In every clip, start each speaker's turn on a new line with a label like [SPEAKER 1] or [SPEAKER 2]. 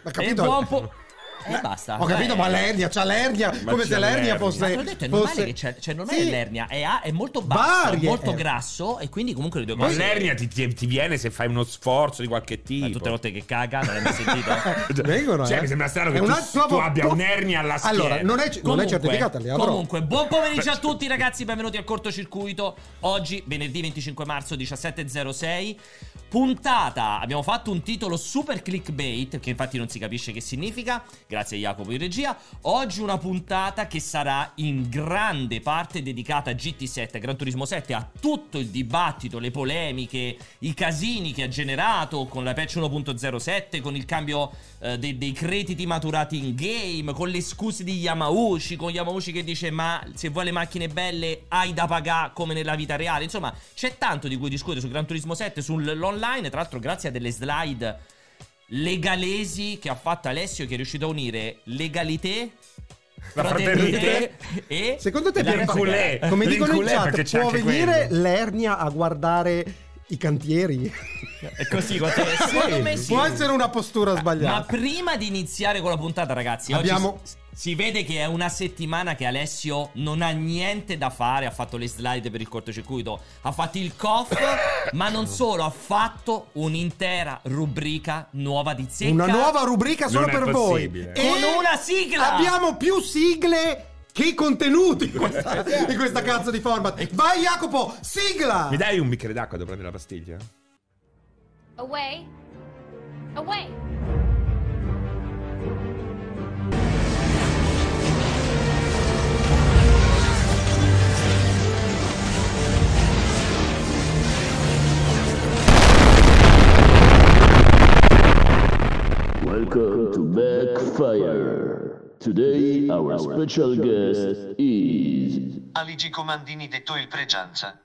[SPEAKER 1] Ma
[SPEAKER 2] E
[SPEAKER 1] capito?
[SPEAKER 2] buon po- eh, basta.
[SPEAKER 1] Ho capito,
[SPEAKER 2] Eh,
[SPEAKER 1] ma l'ernia, c'ha l'ernia, come
[SPEAKER 3] c'è
[SPEAKER 1] se l'ernia
[SPEAKER 3] l'ernia.
[SPEAKER 1] fosse...
[SPEAKER 2] Ma te l'ho detto, è normale
[SPEAKER 1] fosse-
[SPEAKER 2] che c'è, cioè, normale
[SPEAKER 1] Sì.
[SPEAKER 2] l'ernia è, a- è molto basso,
[SPEAKER 1] Varie eh.
[SPEAKER 2] molto
[SPEAKER 1] ernie.
[SPEAKER 2] grasso e quindi comunque le due
[SPEAKER 3] Ma
[SPEAKER 2] cose...
[SPEAKER 3] l'ernia ti, ti- ti viene se fai uno sforzo di qualche tipo.
[SPEAKER 2] Ma Eh, tutte le volte che caga, non l'hai mai sentito?
[SPEAKER 3] Cioè,
[SPEAKER 1] Vengono,
[SPEAKER 3] cioè,
[SPEAKER 1] eh.
[SPEAKER 3] mi sembra strano
[SPEAKER 1] È
[SPEAKER 3] che tu,
[SPEAKER 1] una-
[SPEAKER 3] tu
[SPEAKER 1] proprio-
[SPEAKER 3] abbia
[SPEAKER 1] proprio-
[SPEAKER 3] un'ernia alla schiena.
[SPEAKER 1] Allora, non è, non è certificata, le avrò.
[SPEAKER 2] comunque, buon pomeriggio a tutti ragazzi, benvenuti al cortocircuito. Oggi, venerdì 25 marzo 17.06, puntata. Abbiamo fatto un titolo super clickbait, che infatti non si capisce che significa, grazie a Jacopo in regia. Oggi una puntata che sarà in grande parte dedicata a GT7, a Gran Turismo 7, a tutto il dibattito, le polemiche, i casini che ha generato con la patch 1.07, con il cambio eh, dei, dei crediti maturati in game, con le scuse di Yamauchi, con Yamauchi che dice ma se vuoi le macchine belle hai da pagare come nella vita reale, insomma c'è tanto di cui discutere su Gran Turismo 7, sull'online, tra l'altro grazie a delle slide legalesi che ha fatto Alessio che è riuscito a unire legalité,
[SPEAKER 3] La fraternità.
[SPEAKER 2] fraternité e...
[SPEAKER 1] Secondo te,
[SPEAKER 2] la
[SPEAKER 1] per-
[SPEAKER 3] L'inculé.
[SPEAKER 1] come dicono in
[SPEAKER 3] L'inculé,
[SPEAKER 1] chat,
[SPEAKER 3] perché c'è
[SPEAKER 1] può
[SPEAKER 3] anche
[SPEAKER 1] venire
[SPEAKER 3] quello.
[SPEAKER 1] l'ernia a guardare i cantieri?
[SPEAKER 2] È così, quanto- secondo me sì.
[SPEAKER 1] Può essere una postura sbagliata.
[SPEAKER 2] Ma prima di iniziare con la puntata, ragazzi, oggi
[SPEAKER 1] Esatto. Abbiamo-
[SPEAKER 2] s- si vede che è una settimana che Alessio non ha niente da fare. Ha fatto le slide per il cortocircuito, ha fatto il coff, ma non solo, ha fatto un'intera rubrica nuova di zecca.
[SPEAKER 1] Una nuova rubrica solo
[SPEAKER 3] Non è
[SPEAKER 1] per
[SPEAKER 3] possibile.
[SPEAKER 1] voi.
[SPEAKER 2] Con una sigla!
[SPEAKER 1] Abbiamo più sigle che contenuti in questa, in questa cazzo di format. Vai, Jacopo, sigla!
[SPEAKER 3] Mi dai un bicchiere d'acqua devo prendere la pastiglia?
[SPEAKER 4] Away. Away.
[SPEAKER 5] Welcome to Backfire. Today our special guest is
[SPEAKER 6] Aligi Comandini detto il Pregianza.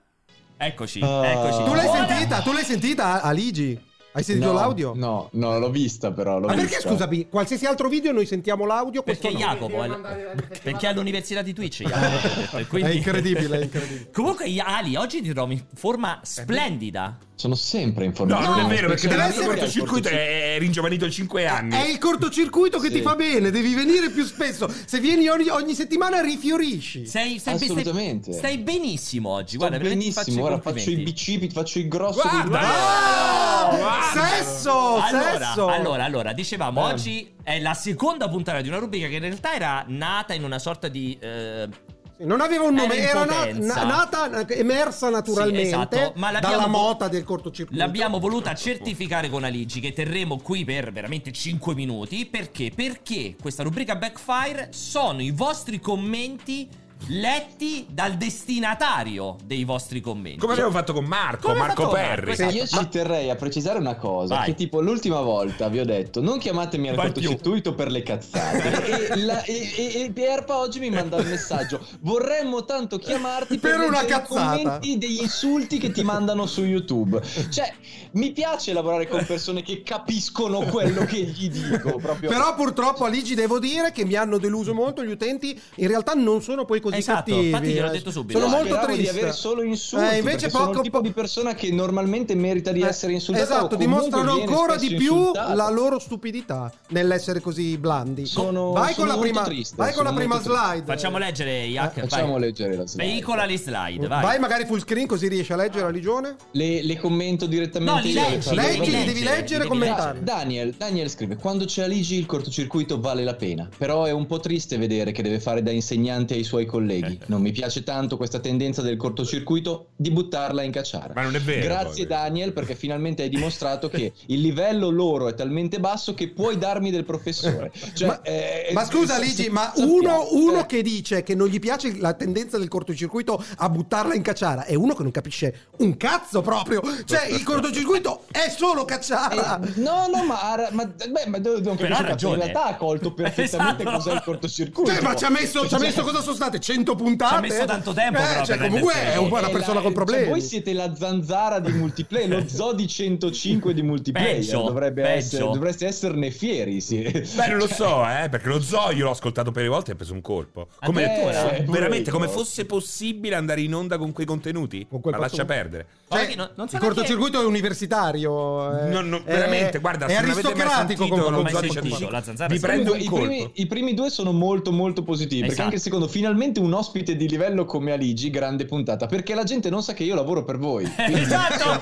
[SPEAKER 2] Eccoci,
[SPEAKER 7] Eh,
[SPEAKER 2] eccoci.
[SPEAKER 1] Tu l'hai
[SPEAKER 2] Buona-
[SPEAKER 1] sentita? Tu l'hai sentita, Aligi? Hai sentito
[SPEAKER 7] no,
[SPEAKER 1] l'audio?
[SPEAKER 7] No, no, l'ho vista però. L'ho
[SPEAKER 1] Ma perché
[SPEAKER 7] vista.
[SPEAKER 1] scusami, qualsiasi altro video noi sentiamo l'audio? questo
[SPEAKER 2] Perché
[SPEAKER 1] no.
[SPEAKER 2] Jacopo è- Perché è all'università di Twitch Jacopo, ho detto, e quindi-
[SPEAKER 1] È incredibile, è incredibile.
[SPEAKER 2] Comunque Ali, oggi ti trovi in forma splendida
[SPEAKER 7] Sono sempre in forma.
[SPEAKER 3] No, non è vero, perché
[SPEAKER 1] deve
[SPEAKER 3] nel
[SPEAKER 1] essere- Eh,
[SPEAKER 3] cortocircuito è, è ringiovanito 5 anni.
[SPEAKER 1] È il cortocircuito che
[SPEAKER 7] Sì.
[SPEAKER 1] ti fa bene, devi venire più spesso. Se vieni ogni, ogni settimana rifiorisci.
[SPEAKER 2] Sei, stai, stai-
[SPEAKER 7] Assolutamente.
[SPEAKER 2] Stai, benissimo oggi. Guarda,
[SPEAKER 7] Guarda,
[SPEAKER 2] veramente ti
[SPEAKER 7] benissimo, ora faccio
[SPEAKER 2] complimenti.
[SPEAKER 7] i bicipiti, faccio il grosso dei
[SPEAKER 3] Guarda!
[SPEAKER 1] Ah!
[SPEAKER 3] Guarda!
[SPEAKER 1] Sesso!
[SPEAKER 2] Allora,
[SPEAKER 1] sesso!
[SPEAKER 2] allora, allora, dicevamo,
[SPEAKER 7] Eh.
[SPEAKER 2] oggi è la seconda puntata di una rubrica che in realtà era nata in una sorta di... eh,
[SPEAKER 1] Non aveva un nome,
[SPEAKER 2] Era
[SPEAKER 1] era,
[SPEAKER 2] in
[SPEAKER 1] na-
[SPEAKER 2] potenza.
[SPEAKER 1] na- nata, eh, emersa naturalmente
[SPEAKER 2] Sì, esatto, ma l'abbiamo
[SPEAKER 1] dalla
[SPEAKER 2] vo-
[SPEAKER 1] mota del cortocircuito.
[SPEAKER 2] l'abbiamo voluta certificare con Aligi, che terremo qui per veramente 5 minuti. Perché? Perché questa rubrica Backfire sono i vostri commenti letti dal destinatario dei vostri commenti. Cioè,
[SPEAKER 3] Come abbiamo fatto con Marco,
[SPEAKER 2] Come
[SPEAKER 3] Marco
[SPEAKER 2] fatto con
[SPEAKER 3] Perri.
[SPEAKER 2] Marco, esatto.
[SPEAKER 7] Io ci terrei a precisare una cosa,
[SPEAKER 2] Vai.
[SPEAKER 7] che tipo l'ultima volta vi ho detto non chiamatemi al
[SPEAKER 3] Vai
[SPEAKER 7] cortocircuito per le cazzate e, la, e, e- e Pierpa oggi mi manda il messaggio vorremmo tanto chiamarti per,
[SPEAKER 1] Per una
[SPEAKER 7] leggere i
[SPEAKER 1] cazzata.
[SPEAKER 7] commenti degli insulti che ti mandano su YouTube. Cioè, mi piace lavorare con persone che capiscono quello che gli dico, proprio
[SPEAKER 1] Però purtroppo Aligi devo dire che mi hanno deluso molto gli utenti, in realtà non sono poi così
[SPEAKER 2] Esatto,
[SPEAKER 1] cattivi.
[SPEAKER 2] infatti gliel'ho
[SPEAKER 1] eh.
[SPEAKER 2] detto subito.
[SPEAKER 1] Sono
[SPEAKER 7] Io
[SPEAKER 1] molto
[SPEAKER 7] speravo
[SPEAKER 1] triste.
[SPEAKER 7] di avere solo insulti.
[SPEAKER 1] Eh,
[SPEAKER 7] invece
[SPEAKER 1] invece
[SPEAKER 7] sono
[SPEAKER 1] poco-
[SPEAKER 7] il tipo di persona che normalmente merita di
[SPEAKER 1] Eh,
[SPEAKER 7] essere insultata. o
[SPEAKER 1] Esatto,
[SPEAKER 7] comunque
[SPEAKER 1] dimostrano
[SPEAKER 7] viene
[SPEAKER 1] ancora di
[SPEAKER 7] spesso
[SPEAKER 1] più
[SPEAKER 7] insultata.
[SPEAKER 1] la loro stupidità nell'essere così blandi.
[SPEAKER 7] Sono-
[SPEAKER 1] vai
[SPEAKER 7] sono
[SPEAKER 1] con la
[SPEAKER 7] molto
[SPEAKER 1] prima,
[SPEAKER 7] triste,
[SPEAKER 1] vai con
[SPEAKER 7] sono
[SPEAKER 1] la prima
[SPEAKER 7] molto triste.
[SPEAKER 1] slide.
[SPEAKER 2] Facciamo leggere, Jack. vai.
[SPEAKER 7] Facciamo leggere la slide.
[SPEAKER 2] Veicola le slide, vai.
[SPEAKER 1] Eh, Vai. magari full screen così riesci a leggere la Ligione.
[SPEAKER 7] Le, le commento direttamente
[SPEAKER 2] No, li
[SPEAKER 7] io, le
[SPEAKER 2] leggi,
[SPEAKER 7] parlo-
[SPEAKER 1] leggi,
[SPEAKER 7] va
[SPEAKER 1] li
[SPEAKER 7] bene.
[SPEAKER 1] devi leggere e
[SPEAKER 2] devi
[SPEAKER 1] commentare.
[SPEAKER 7] Daniel, Daniel scrive: Quando c'è Aligi il cortocircuito vale la pena. Però è un po' triste vedere che deve fare da insegnante ai suoi colleghi. Non mi piace tanto questa tendenza del cortocircuito di buttarla in cacciara.
[SPEAKER 3] Ma non è vero.
[SPEAKER 7] Grazie
[SPEAKER 3] poi.
[SPEAKER 7] Daniel perché finalmente hai dimostrato che il livello loro è talmente basso che puoi darmi del professore. Cioè,
[SPEAKER 1] Ma-
[SPEAKER 7] eh,
[SPEAKER 1] Ma scusa
[SPEAKER 7] se-
[SPEAKER 1] Ligi,
[SPEAKER 7] se-
[SPEAKER 1] ma
[SPEAKER 7] sappiamo,
[SPEAKER 1] uno, uno
[SPEAKER 7] eh,
[SPEAKER 1] che dice che non gli piace la tendenza del cortocircuito a buttarla in cacciara è uno che non capisce un cazzo proprio. Cioè il cortocircuito è solo cacciara. Cioè,
[SPEAKER 7] eh, no, no, ma, ha ra- ma, beh, ma do- do-
[SPEAKER 2] Però ha
[SPEAKER 7] in
[SPEAKER 2] ragione.
[SPEAKER 7] realtà ha colto perfettamente
[SPEAKER 2] Esatto.
[SPEAKER 7] cos'è il cortocircuito.
[SPEAKER 1] Cioè, ma ci ha messo, ci ha messo cosa sono state? 100 puntate.
[SPEAKER 2] Ci ha messo tanto tempo,
[SPEAKER 1] Eh,
[SPEAKER 2] però,
[SPEAKER 1] cioè,
[SPEAKER 2] per
[SPEAKER 1] comunque
[SPEAKER 2] rendersene
[SPEAKER 1] è un po'
[SPEAKER 2] conto.
[SPEAKER 1] una
[SPEAKER 7] Eh,
[SPEAKER 1] persona
[SPEAKER 7] la-
[SPEAKER 1] con
[SPEAKER 7] cioè,
[SPEAKER 1] problemi.
[SPEAKER 7] voi siete la zanzara di multiplayer, lo zoo di 105 di multiplayer.
[SPEAKER 2] Peggio,
[SPEAKER 7] Dovrebbe
[SPEAKER 2] peggio.
[SPEAKER 7] essere- dovreste esserne fieri. Sì.
[SPEAKER 3] Beh, non lo so,
[SPEAKER 1] Cioè-
[SPEAKER 3] eh, perché lo zoo io l'ho ascoltato per le volte e ha preso un colpo. Come,
[SPEAKER 2] Eh,
[SPEAKER 3] come-
[SPEAKER 7] eh,
[SPEAKER 3] veramente, come
[SPEAKER 7] eh.
[SPEAKER 3] fosse possibile andare in onda con quei contenuti?
[SPEAKER 1] Con quel
[SPEAKER 3] Ma lascia
[SPEAKER 1] fatto-
[SPEAKER 3] perdere.
[SPEAKER 2] Guarda
[SPEAKER 1] Cioè,
[SPEAKER 2] che non- non so
[SPEAKER 1] il
[SPEAKER 2] neanche-
[SPEAKER 1] cortocircuito è universitario. eh,
[SPEAKER 3] Non- non-
[SPEAKER 1] è-
[SPEAKER 3] veramente, guarda,
[SPEAKER 1] è
[SPEAKER 3] se non avete mai
[SPEAKER 1] aristocratico
[SPEAKER 3] sentito,
[SPEAKER 1] come
[SPEAKER 3] non
[SPEAKER 2] mai
[SPEAKER 1] concetto.
[SPEAKER 2] sentito.
[SPEAKER 1] Sì.
[SPEAKER 2] la zanzara
[SPEAKER 3] Vi
[SPEAKER 2] è
[SPEAKER 3] prendo
[SPEAKER 7] Comunque,
[SPEAKER 3] un
[SPEAKER 7] i,
[SPEAKER 3] colpo.
[SPEAKER 7] primi, i primi due sono molto molto positivi perché
[SPEAKER 2] Esatto.
[SPEAKER 7] anche secondo finalmente un ospite di livello come Aligi grande puntata perché la gente non sa che io lavoro per voi quindi,
[SPEAKER 2] Esatto.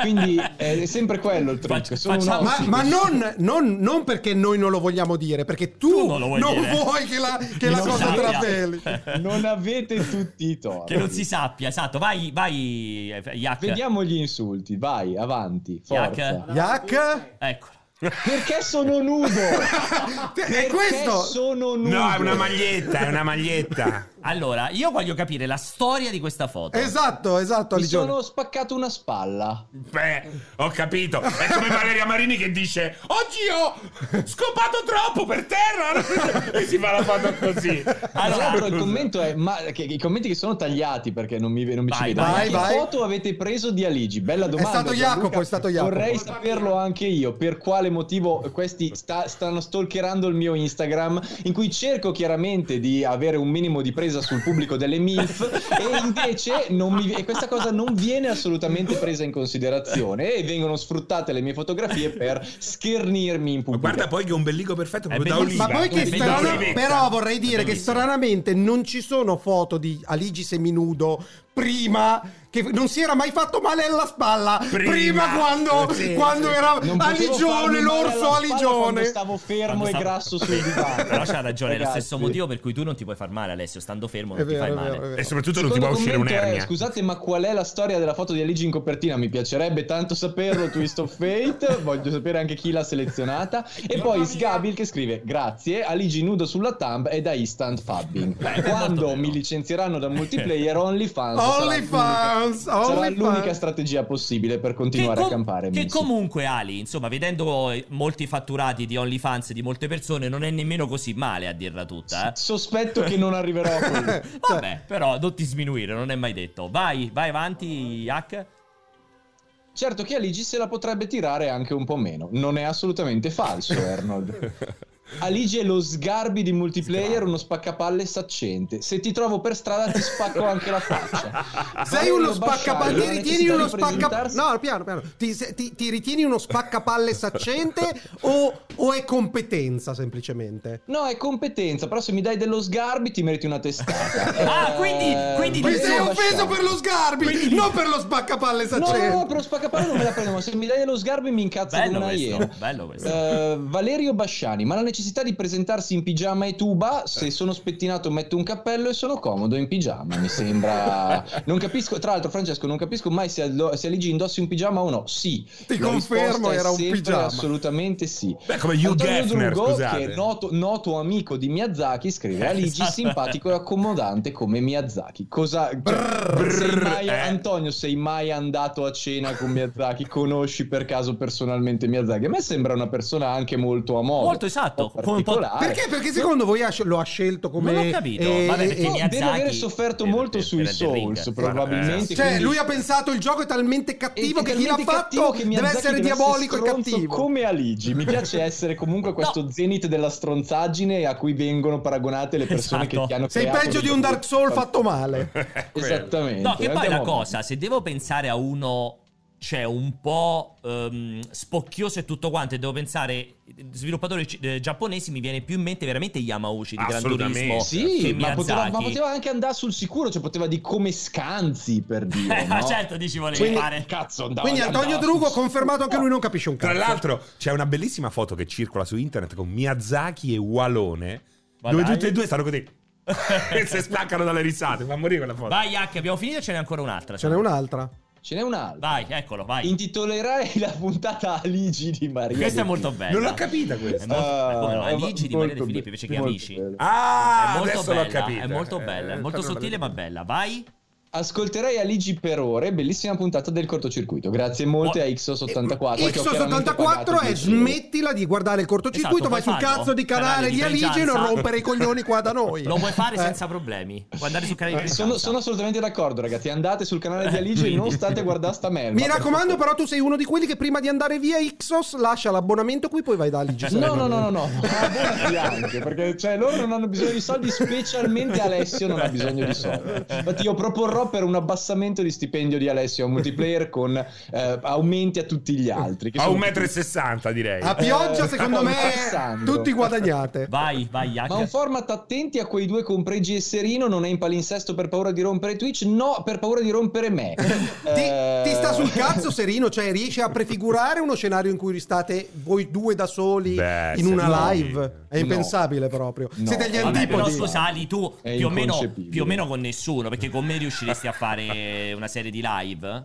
[SPEAKER 7] quindi eh, è sempre quello il trucco
[SPEAKER 2] Faccia-
[SPEAKER 7] sono un
[SPEAKER 2] facciamo-
[SPEAKER 1] Ma,
[SPEAKER 7] ospite.
[SPEAKER 1] ma non, non- non perché noi non lo vogliamo dire, perché tu,
[SPEAKER 2] Tu non lo
[SPEAKER 1] non,
[SPEAKER 2] vuoi dire.
[SPEAKER 1] vuoi che la, che la
[SPEAKER 2] Non
[SPEAKER 1] cosa
[SPEAKER 2] sappia.
[SPEAKER 1] trapeli.
[SPEAKER 7] non avete tutti i torti
[SPEAKER 2] Che non si sappia, esatto. Vai, vai, eh, Yak.
[SPEAKER 7] vediamo gli insulti vai avanti
[SPEAKER 2] Iac.
[SPEAKER 7] forza
[SPEAKER 1] Yak?
[SPEAKER 2] Eccolo.
[SPEAKER 7] perché sono nudo
[SPEAKER 1] E
[SPEAKER 7] Perché
[SPEAKER 1] questo?
[SPEAKER 7] sono nudo
[SPEAKER 3] No, è una maglietta, è una maglietta.
[SPEAKER 2] Allora, io voglio capire la storia di questa foto.
[SPEAKER 1] Esatto, esatto,
[SPEAKER 7] mi
[SPEAKER 1] Aligione.
[SPEAKER 7] sono spaccato una spalla
[SPEAKER 3] Beh, ho capito. È come Valeria Marini che dice: Oggi ho scopato troppo per terra. e si fa la foto così.
[SPEAKER 7] Tra
[SPEAKER 2] Allora,
[SPEAKER 7] l'altro il commento è ma, che, i commenti che sono tagliati perché non mi, non mi ci
[SPEAKER 2] Vai,
[SPEAKER 7] vedo
[SPEAKER 1] vai,
[SPEAKER 7] che
[SPEAKER 1] vai.
[SPEAKER 7] foto avete preso di Aligi bella domanda
[SPEAKER 1] stato
[SPEAKER 7] Gianluca.
[SPEAKER 1] Jacopo, è stato Jacopo.
[SPEAKER 7] vorrei saperlo anche io per quale motivo questi sta- stanno stalkerando il mio Instagram in cui cerco chiaramente di avere un minimo di presa sul pubblico delle MILF e invece non mi- e questa cosa non viene assolutamente presa in considerazione e vengono sfruttate le mie fotografie per schernirmi in
[SPEAKER 3] Ma
[SPEAKER 7] pubblico
[SPEAKER 3] guarda poi che ombelico perfetto proprio
[SPEAKER 2] È
[SPEAKER 3] da
[SPEAKER 2] bellissimo.
[SPEAKER 3] oliva.
[SPEAKER 1] Ma poi che
[SPEAKER 2] È
[SPEAKER 3] Da
[SPEAKER 1] strano,
[SPEAKER 2] bellissimo.
[SPEAKER 3] olivetta.
[SPEAKER 1] però vorrei dire
[SPEAKER 2] È
[SPEAKER 1] che
[SPEAKER 2] bellissimo.
[SPEAKER 1] stranamente non ci sono foto di Aligi seminudo prima che non si era mai fatto male alla spalla prima,
[SPEAKER 3] Prima.
[SPEAKER 1] quando,
[SPEAKER 3] Sì,
[SPEAKER 1] quando
[SPEAKER 3] sì.
[SPEAKER 1] era
[SPEAKER 7] Non potevo
[SPEAKER 1] Aligione
[SPEAKER 7] farmi male
[SPEAKER 1] l'orso
[SPEAKER 7] alla spalla quando
[SPEAKER 1] Aligione
[SPEAKER 7] Stavo fermo
[SPEAKER 2] Quando
[SPEAKER 7] e
[SPEAKER 2] sta-
[SPEAKER 7] grasso sul divano.
[SPEAKER 2] Però c'ha ragione, è lo
[SPEAKER 7] Ragazzi.
[SPEAKER 2] stesso motivo per cui tu non ti puoi far male, Alessio. Stando fermo
[SPEAKER 1] È
[SPEAKER 2] non ti
[SPEAKER 1] vero,
[SPEAKER 2] fai
[SPEAKER 1] è
[SPEAKER 2] male.
[SPEAKER 1] vero, è vero.
[SPEAKER 3] E soprattutto non ti
[SPEAKER 7] Secondo
[SPEAKER 3] può uscire
[SPEAKER 7] commento è,
[SPEAKER 3] un'ernia.
[SPEAKER 7] scusate, ma qual è la storia della foto di Aligi in copertina? Mi piacerebbe tanto saperlo. Twist of Fate. Voglio sapere anche chi l'ha selezionata. E poi Sgabil che scrive: Grazie, Aligi nudo sulla thumb e da instant
[SPEAKER 2] Beh,
[SPEAKER 7] fabbing.
[SPEAKER 2] è molto
[SPEAKER 7] Quando
[SPEAKER 2] vero.
[SPEAKER 7] mi licenzieranno da multiplayer, OnlyFans. sarà
[SPEAKER 1] OnlyFans
[SPEAKER 7] l'unica- Sarà l'unica
[SPEAKER 1] OnlyFans
[SPEAKER 7] strategia possibile per
[SPEAKER 2] Che,
[SPEAKER 7] continuare
[SPEAKER 2] com-
[SPEAKER 7] a campare.
[SPEAKER 2] che
[SPEAKER 7] Messi.
[SPEAKER 2] comunque Ali, insomma, vedendo eh, molti fatturati di OnlyFans di molte persone, non è nemmeno così male a dirla tutta. eh.
[SPEAKER 7] Sospetto che non arriverò a quello.
[SPEAKER 2] Vabbè, però non ti sminuire, non è mai detto. Vai, vai avanti, Hack.
[SPEAKER 7] Certo che Aligi se la potrebbe tirare anche un po' meno. Non è assolutamente falso, Arnold. Aligi è lo sgarbi di multiplayer, uno spaccapalle saccente. Se ti trovo per strada ti spacco anche la faccia.
[SPEAKER 1] sei uno
[SPEAKER 7] Valerio Basciari,
[SPEAKER 1] spaccapalle
[SPEAKER 7] la
[SPEAKER 1] ritieni
[SPEAKER 7] necessità
[SPEAKER 1] uno
[SPEAKER 7] di
[SPEAKER 1] spaccapalle
[SPEAKER 7] presentarsi-
[SPEAKER 1] no piano piano ti, se- ti- ti ritieni uno spaccapalle saccente o, o è competenza semplicemente
[SPEAKER 7] No, è competenza, però se mi dai dello sgarbi ti meriti una testata. Eh,
[SPEAKER 2] Ah, quindi- quindi
[SPEAKER 1] mi
[SPEAKER 7] Valerio
[SPEAKER 1] sei offeso
[SPEAKER 7] Basciari.
[SPEAKER 1] per lo sgarbi non per lo spaccapalle
[SPEAKER 7] No,
[SPEAKER 1] saccente
[SPEAKER 7] no, no, per lo spaccapalle non me la prendo, ma se mi dai dello sgarbi mi incazzo
[SPEAKER 2] Bello
[SPEAKER 7] come una
[SPEAKER 2] questo,
[SPEAKER 7] iena.
[SPEAKER 2] bello questo.
[SPEAKER 7] Eh, Valerio Basciani, ma la necessità di presentarsi in pigiama e tuba, se sono spettinato metto un cappello e sono comodo in pigiama, mi sembra... Non capisco, tra l'altro Francesco, non capisco mai se, Aldo- se Aligi indossi un pigiama o no, sì.
[SPEAKER 1] Ti
[SPEAKER 7] La
[SPEAKER 1] confermo,
[SPEAKER 7] risposta è
[SPEAKER 1] era un
[SPEAKER 7] sempre
[SPEAKER 1] pigiama.
[SPEAKER 7] Assolutamente sì.
[SPEAKER 3] Beh, come Hugh
[SPEAKER 7] Antonio
[SPEAKER 3] Geffner,
[SPEAKER 7] Drugo,
[SPEAKER 3] scusate.
[SPEAKER 7] che è noto, noto amico di Miyazaki, scrive
[SPEAKER 2] Eh,
[SPEAKER 7] Aligi
[SPEAKER 2] esatto.
[SPEAKER 7] simpatico e accomodante come Miyazaki. Cosa... cioè, sei
[SPEAKER 3] brr,
[SPEAKER 7] mai-
[SPEAKER 3] eh.
[SPEAKER 7] Antonio, sei mai andato a cena con Miyazaki? Conosci per caso personalmente Miyazaki? A me sembra una persona anche molto a modo.
[SPEAKER 2] Molto esatto,
[SPEAKER 7] un po'
[SPEAKER 2] come un po'
[SPEAKER 7] particolare.
[SPEAKER 1] Perché? Perché secondo voi ha sc- lo ha scelto come...
[SPEAKER 2] Non ho capito.
[SPEAKER 1] eh,
[SPEAKER 2] Vabbè, perché
[SPEAKER 1] eh,
[SPEAKER 7] No,
[SPEAKER 2] Miyazaki-
[SPEAKER 7] deve aver sofferto
[SPEAKER 2] per-
[SPEAKER 7] molto
[SPEAKER 2] per-
[SPEAKER 7] sui
[SPEAKER 2] per The Ring.
[SPEAKER 7] Souls, probabilmente.
[SPEAKER 3] Eh,
[SPEAKER 1] Cioè,
[SPEAKER 7] quindi-
[SPEAKER 1] lui ha pensato il gioco è talmente cattivo
[SPEAKER 7] è
[SPEAKER 1] che chi l'ha
[SPEAKER 7] talmente
[SPEAKER 1] fatto
[SPEAKER 7] cattivo che
[SPEAKER 1] deve
[SPEAKER 7] Miyazaki
[SPEAKER 1] essere diabolico e
[SPEAKER 7] stronzo
[SPEAKER 1] cattivo.
[SPEAKER 7] Come Aligi, mi piace essere comunque questo zenith della stronzaggine a cui vengono paragonate le persone
[SPEAKER 2] Esatto.
[SPEAKER 7] che ti hanno
[SPEAKER 1] Sei
[SPEAKER 7] creato
[SPEAKER 1] peggio
[SPEAKER 7] le
[SPEAKER 1] di un
[SPEAKER 7] tue-
[SPEAKER 1] Dark Soul fatto male.
[SPEAKER 7] Esattamente.
[SPEAKER 2] No, che poi
[SPEAKER 7] Andiamo
[SPEAKER 2] la
[SPEAKER 7] avanti.
[SPEAKER 2] cosa, se devo pensare a uno, cioè un po' ehm, spocchioso e tutto quanto, e devo pensare, sviluppatori ci- eh, giapponesi, mi viene più in mente veramente Yamauchi di Gran
[SPEAKER 3] Assolutamente.
[SPEAKER 2] Turismo. che
[SPEAKER 7] Sì, ma poteva,
[SPEAKER 2] Miyazaki.
[SPEAKER 7] ma poteva anche andare sul sicuro, cioè poteva di come scanzi per dire.
[SPEAKER 2] Eh, ma
[SPEAKER 7] no?
[SPEAKER 2] certo, dici volevi
[SPEAKER 7] Quindi,
[SPEAKER 2] fare.
[SPEAKER 7] cazzo, andava-
[SPEAKER 1] Quindi Antonio
[SPEAKER 7] andava
[SPEAKER 1] Drugo ha
[SPEAKER 7] sul-
[SPEAKER 1] confermato anche lui non capisce un
[SPEAKER 3] Tra
[SPEAKER 1] cazzo.
[SPEAKER 3] l'altro c'è una bellissima foto che circola su internet con Miyazaki e Walone,
[SPEAKER 2] Ma
[SPEAKER 3] dove
[SPEAKER 2] dai.
[SPEAKER 3] tutti e due stanno così e si spaccano dalle risate. Fa morire quella foto.
[SPEAKER 2] Vai, Hack, abbiamo finito, ce n'è ancora un'altra.
[SPEAKER 1] Ce n'è un'altra.
[SPEAKER 7] Ce n'è un'altra.
[SPEAKER 2] Vai, eccolo, vai.
[SPEAKER 7] Intitolerai la puntata Aligi di Maria.
[SPEAKER 2] Questa è
[SPEAKER 7] De
[SPEAKER 2] molto
[SPEAKER 7] Filippi.
[SPEAKER 2] bella.
[SPEAKER 3] Non l'ho capita
[SPEAKER 2] È
[SPEAKER 3] questa.
[SPEAKER 2] molto, ma come, ma
[SPEAKER 7] Ah,
[SPEAKER 2] Aligi di
[SPEAKER 7] molto
[SPEAKER 2] Maria De
[SPEAKER 7] be-
[SPEAKER 2] Filippi invece che
[SPEAKER 7] molto
[SPEAKER 2] Amici.
[SPEAKER 7] bello.
[SPEAKER 3] Ah,
[SPEAKER 2] è molto
[SPEAKER 3] adesso l'ho
[SPEAKER 2] bella,
[SPEAKER 3] capita.
[SPEAKER 2] è molto
[SPEAKER 3] Eh,
[SPEAKER 2] bella,
[SPEAKER 3] è
[SPEAKER 2] molto
[SPEAKER 3] stata una
[SPEAKER 2] sottile ma bella. Vai.
[SPEAKER 7] Ascolterei Aligi per ore, bellissima puntata del cortocircuito. Grazie molte
[SPEAKER 2] Oh,
[SPEAKER 7] a XO84. che ho chiaramente pagato
[SPEAKER 1] X84 Eh, è
[SPEAKER 7] 10 euro.
[SPEAKER 1] smettila di guardare il cortocircuito,
[SPEAKER 2] Esatto,
[SPEAKER 1] vai sul
[SPEAKER 2] puoi farlo.
[SPEAKER 1] cazzo di
[SPEAKER 2] Canale
[SPEAKER 1] canale
[SPEAKER 2] di
[SPEAKER 1] di Aligi e non
[SPEAKER 7] esatto.
[SPEAKER 2] Brigianza.
[SPEAKER 1] rompere i coglioni qua da noi.
[SPEAKER 2] Lo puoi fare
[SPEAKER 1] Eh.
[SPEAKER 2] senza problemi. Guardare su canale di
[SPEAKER 7] Eh, Sono,
[SPEAKER 2] Britanza.
[SPEAKER 7] sono assolutamente d'accordo, ragazzi. Andate sul canale di Aligi e
[SPEAKER 2] Quindi.
[SPEAKER 7] non state a guardare sta merda.
[SPEAKER 1] Mi
[SPEAKER 7] per
[SPEAKER 1] raccomando,
[SPEAKER 7] favore.
[SPEAKER 1] però, tu sei uno di quelli che prima di andare via Ixos lascia l'abbonamento qui, poi vai da Aligi.
[SPEAKER 7] No, no, no, no, no. Abbonati anche, perché cioè, loro non hanno bisogno di soldi, specialmente Alessio non ha bisogno di soldi. Infatti, io proporrò per un abbassamento di stipendio di Alessio a multiplayer con eh, aumenti a tutti gli altri. che
[SPEAKER 3] A
[SPEAKER 7] sono
[SPEAKER 3] 1,60 m direi.
[SPEAKER 1] A pioggia, secondo
[SPEAKER 7] Eh,
[SPEAKER 1] me,
[SPEAKER 7] passando.
[SPEAKER 1] tutti guadagnate.
[SPEAKER 2] Vai, vai, Jack.
[SPEAKER 7] Ma un format attenti a quei due compregi e serino non è in palinsesto per paura di rompere Twitch, no, per paura di rompere me.
[SPEAKER 1] Ti,
[SPEAKER 7] Eh,
[SPEAKER 1] ti sta sul cazzo, Serino? Cioè, riesci a prefigurare uno scenario in cui state voi due da soli
[SPEAKER 3] Beh,
[SPEAKER 1] in
[SPEAKER 3] se
[SPEAKER 1] una
[SPEAKER 3] no.
[SPEAKER 1] live? È
[SPEAKER 7] No.
[SPEAKER 1] impensabile proprio.
[SPEAKER 7] No.
[SPEAKER 1] Siete gli
[SPEAKER 7] Vabbè,
[SPEAKER 2] Vabbè, però
[SPEAKER 1] antipodi.
[SPEAKER 2] scusali tu
[SPEAKER 7] È
[SPEAKER 2] più o, meno,
[SPEAKER 7] inconcepibile.
[SPEAKER 2] più o meno con nessuno perché con me riusciresti a fare una serie di live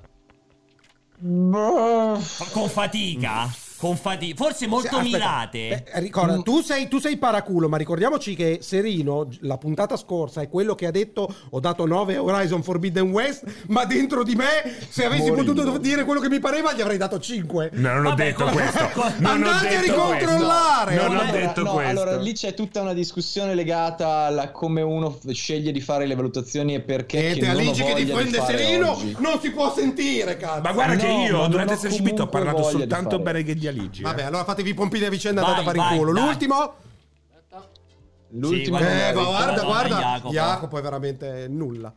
[SPEAKER 7] boh.
[SPEAKER 2] con fatica con fatica forse
[SPEAKER 1] Sì,
[SPEAKER 2] molto
[SPEAKER 1] aspetta.
[SPEAKER 2] mirate
[SPEAKER 1] Beh, ricorda, tu sei, tu sei paraculo, ma ricordiamoci che Serino, la puntata scorsa, è quello che ha detto: Ho dato 9 a Horizon Forbidden West, ma dentro di me, se avessi
[SPEAKER 7] Morivo.
[SPEAKER 1] potuto dire quello che mi pareva, gli avrei dato 5.
[SPEAKER 3] No, non ho
[SPEAKER 2] Vabbè,
[SPEAKER 3] detto
[SPEAKER 2] come-
[SPEAKER 3] questo. Non ho
[SPEAKER 1] Andate a
[SPEAKER 3] detto
[SPEAKER 1] ricontrollare.
[SPEAKER 3] questo. Non ho
[SPEAKER 7] Allora,
[SPEAKER 3] detto
[SPEAKER 7] no,
[SPEAKER 3] questo.
[SPEAKER 7] allora lì c'è tutta una discussione legata a come uno f- sceglie di fare le valutazioni e perché
[SPEAKER 1] Niente,
[SPEAKER 7] che non
[SPEAKER 1] Aligi Eh, che
[SPEAKER 7] voglia di
[SPEAKER 1] difende
[SPEAKER 7] fare
[SPEAKER 1] Serino
[SPEAKER 7] oggi.
[SPEAKER 1] non si può sentire, cazzo.
[SPEAKER 3] Ma guarda
[SPEAKER 7] No,
[SPEAKER 3] che
[SPEAKER 7] ma
[SPEAKER 3] io
[SPEAKER 7] non
[SPEAKER 3] durante
[SPEAKER 7] ho
[SPEAKER 3] il Sercipito ho
[SPEAKER 7] comunque
[SPEAKER 3] parlato
[SPEAKER 7] voglia di
[SPEAKER 3] soltanto
[SPEAKER 7] fare.
[SPEAKER 3] bene che di Aligi. eh.
[SPEAKER 1] Vabbè, allora fatevi pompini a vicenda
[SPEAKER 2] Vai,
[SPEAKER 1] andate a fare
[SPEAKER 2] vai,
[SPEAKER 1] in culo.
[SPEAKER 2] dai.
[SPEAKER 1] L'ultimo?
[SPEAKER 7] L'ultimo
[SPEAKER 2] Sì,
[SPEAKER 1] Eh,
[SPEAKER 2] guarda,
[SPEAKER 1] guarda,
[SPEAKER 2] guarda,
[SPEAKER 1] guarda.
[SPEAKER 2] Jacopo.
[SPEAKER 1] Jacopo. è veramente nulla.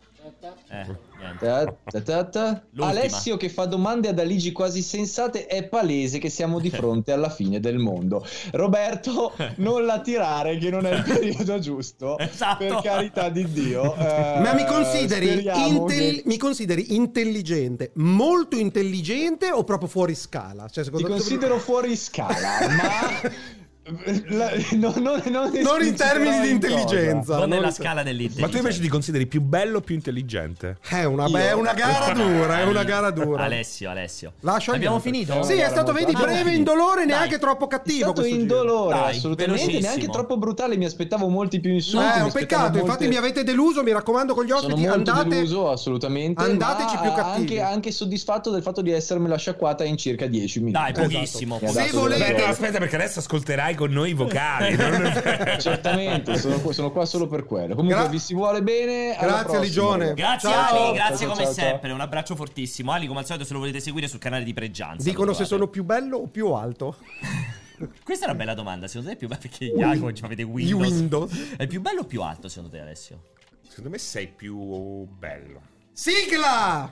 [SPEAKER 2] Eh, niente.
[SPEAKER 7] Ta- ta- ta- ta.
[SPEAKER 2] L'ultima.
[SPEAKER 7] Alessio che fa domande ad Aligi quasi sensate è palese che siamo di fronte alla fine del mondo Roberto non la tirare che non è il periodo giusto
[SPEAKER 2] Esatto.
[SPEAKER 7] per carità di Dio Eh,
[SPEAKER 1] Ma mi consideri,
[SPEAKER 7] speriamo
[SPEAKER 1] intel-
[SPEAKER 7] che-
[SPEAKER 1] mi consideri intelligente, molto intelligente o proprio fuori scala?
[SPEAKER 7] ti
[SPEAKER 1] Cioè, secondo te-
[SPEAKER 7] considero fuori scala ma la- no- no- non,
[SPEAKER 1] Non in termini di
[SPEAKER 7] cosa.
[SPEAKER 1] intelligenza.
[SPEAKER 2] non è la
[SPEAKER 1] in-
[SPEAKER 3] Ma tu
[SPEAKER 2] scala Cioè, dell'intelligenza
[SPEAKER 3] invece ti consideri più bello o più intelligente?
[SPEAKER 1] È una,
[SPEAKER 7] Io-
[SPEAKER 1] beh, è una gara dura, è una gara dura.
[SPEAKER 2] Cioè, Alessio Alessio
[SPEAKER 1] Lascia
[SPEAKER 2] abbiamo
[SPEAKER 1] andare.
[SPEAKER 2] finito
[SPEAKER 1] Sì, è stato, vedi,
[SPEAKER 7] Ah,
[SPEAKER 1] breve,
[SPEAKER 7] sì.
[SPEAKER 2] Dai.
[SPEAKER 1] indolore, neanche troppo
[SPEAKER 7] È
[SPEAKER 1] cattivo.
[SPEAKER 7] stato
[SPEAKER 1] questo giro.
[SPEAKER 7] indolore,
[SPEAKER 2] Dai,
[SPEAKER 7] assolutamente,
[SPEAKER 2] velocissimo.
[SPEAKER 7] neanche troppo brutale, mi aspettavo molti più
[SPEAKER 1] Eh,
[SPEAKER 7] insulti.
[SPEAKER 1] è
[SPEAKER 7] mi
[SPEAKER 1] un
[SPEAKER 7] aspettavo
[SPEAKER 1] peccato, infatti
[SPEAKER 7] molte-
[SPEAKER 1] mi avete deluso, mi raccomando con gli
[SPEAKER 7] Sono
[SPEAKER 1] ospiti
[SPEAKER 7] molto
[SPEAKER 1] andate
[SPEAKER 7] deluso, assolutamente.
[SPEAKER 1] andateci
[SPEAKER 7] ma
[SPEAKER 1] più cattivi.
[SPEAKER 7] Anche, anche soddisfatto del fatto di essermela sciacquata in circa 10 minuti.
[SPEAKER 2] dai
[SPEAKER 1] Esatto.
[SPEAKER 2] pochissimo,
[SPEAKER 7] Mi ha
[SPEAKER 1] Se
[SPEAKER 7] dato
[SPEAKER 2] pochissimo.
[SPEAKER 1] volete-
[SPEAKER 3] Beh,
[SPEAKER 7] del-
[SPEAKER 3] no, aspetta, perché adesso ascolterai con noi i vocali. non- Certo.
[SPEAKER 7] Certamente, sono, qua- sono qua solo per quello. Comunque,
[SPEAKER 1] Gra-
[SPEAKER 7] vi si vuole bene. alla
[SPEAKER 1] Grazie,
[SPEAKER 7] prossima,
[SPEAKER 1] Ligione.
[SPEAKER 7] ragazzi.
[SPEAKER 2] Grazie
[SPEAKER 1] Ciao.
[SPEAKER 2] Ali, grazie
[SPEAKER 7] Ciao,
[SPEAKER 2] come
[SPEAKER 7] ciao, ciao.
[SPEAKER 2] sempre, un abbraccio fortissimo. Ali, come al solito, se lo volete seguire sul canale di Pregianza.
[SPEAKER 1] Dicono
[SPEAKER 2] lo
[SPEAKER 1] se
[SPEAKER 2] trovate.
[SPEAKER 1] sono più bello o più alto.
[SPEAKER 2] Questa è una bella domanda, secondo te è più bello perché Jacopo ci avete
[SPEAKER 1] Di
[SPEAKER 2] Windows.
[SPEAKER 1] Windows.
[SPEAKER 2] È più bello o più alto secondo te Alessio?
[SPEAKER 3] Secondo me sei più bello.
[SPEAKER 1] Sigla!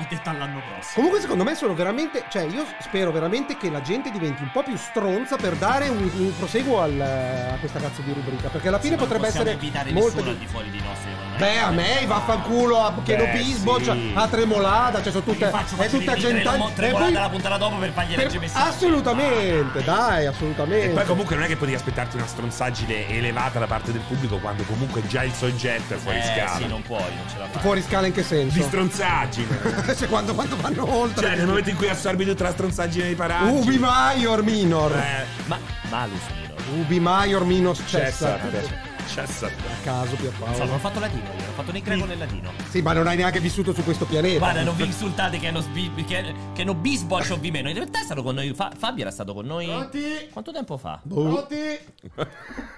[SPEAKER 2] Ha detto all'anno prossimo.
[SPEAKER 1] Comunque secondo me sono veramente, cioè io spero veramente che la gente diventi un po' più stronza per dare un, un proseguo al- a questa cazzo di rubrica, perché alla fine
[SPEAKER 2] Non
[SPEAKER 1] potrebbe
[SPEAKER 2] possiamo
[SPEAKER 1] essere
[SPEAKER 2] invitare
[SPEAKER 1] molto...
[SPEAKER 2] nessuno al di fuori di nostri
[SPEAKER 1] Beh, a me, vaffanculo, a Cheno
[SPEAKER 3] Beh,
[SPEAKER 1] Pisboc,
[SPEAKER 3] sì.
[SPEAKER 1] a Tremolada, cioè sono tutte...
[SPEAKER 2] Tutte, faccio,
[SPEAKER 1] è
[SPEAKER 2] faccio
[SPEAKER 1] tutta
[SPEAKER 2] ripetere la mo-
[SPEAKER 1] gente...
[SPEAKER 2] tre volate la cioè, puntata dopo per fargli leggere i messaggi.
[SPEAKER 1] assolutamente, dai,
[SPEAKER 3] E poi
[SPEAKER 1] assolutamente.
[SPEAKER 3] comunque non è che potevi aspettarti una stronzaggine elevata da parte del pubblico quando comunque già il soggetto è fuori
[SPEAKER 2] eh,
[SPEAKER 3] scala.
[SPEAKER 2] sì, non puoi, non ce la fai.
[SPEAKER 1] Fuori scala in che
[SPEAKER 3] Di
[SPEAKER 1] senso?
[SPEAKER 3] stronzaggine.
[SPEAKER 1] Cioè quando, quando vanno oltre...
[SPEAKER 3] cioè, nel momento in cui assorbi tutta la stronzaggine dei paraggi.
[SPEAKER 1] Ubi Maior Minor.
[SPEAKER 3] Eh, cioè,
[SPEAKER 2] Ma Malus Miro.
[SPEAKER 1] Ubi Maior Minor Cessa.
[SPEAKER 3] cessate. Cessate.
[SPEAKER 1] Caso
[SPEAKER 2] Scusa, non
[SPEAKER 1] Pierpaolo.
[SPEAKER 2] ho fatto latino, io, non ho fatto né greco né latino.
[SPEAKER 1] Sì, ma non hai neanche vissuto su questo pianeta.
[SPEAKER 2] Guarda, non vi insultate che hanno, sbi- che, che hanno bisboccio vi meno. In realtà è stato con noi. Fa- Fabio era stato con noi.
[SPEAKER 1] Pronti?
[SPEAKER 2] Quanto tempo fa?
[SPEAKER 1] Pronti?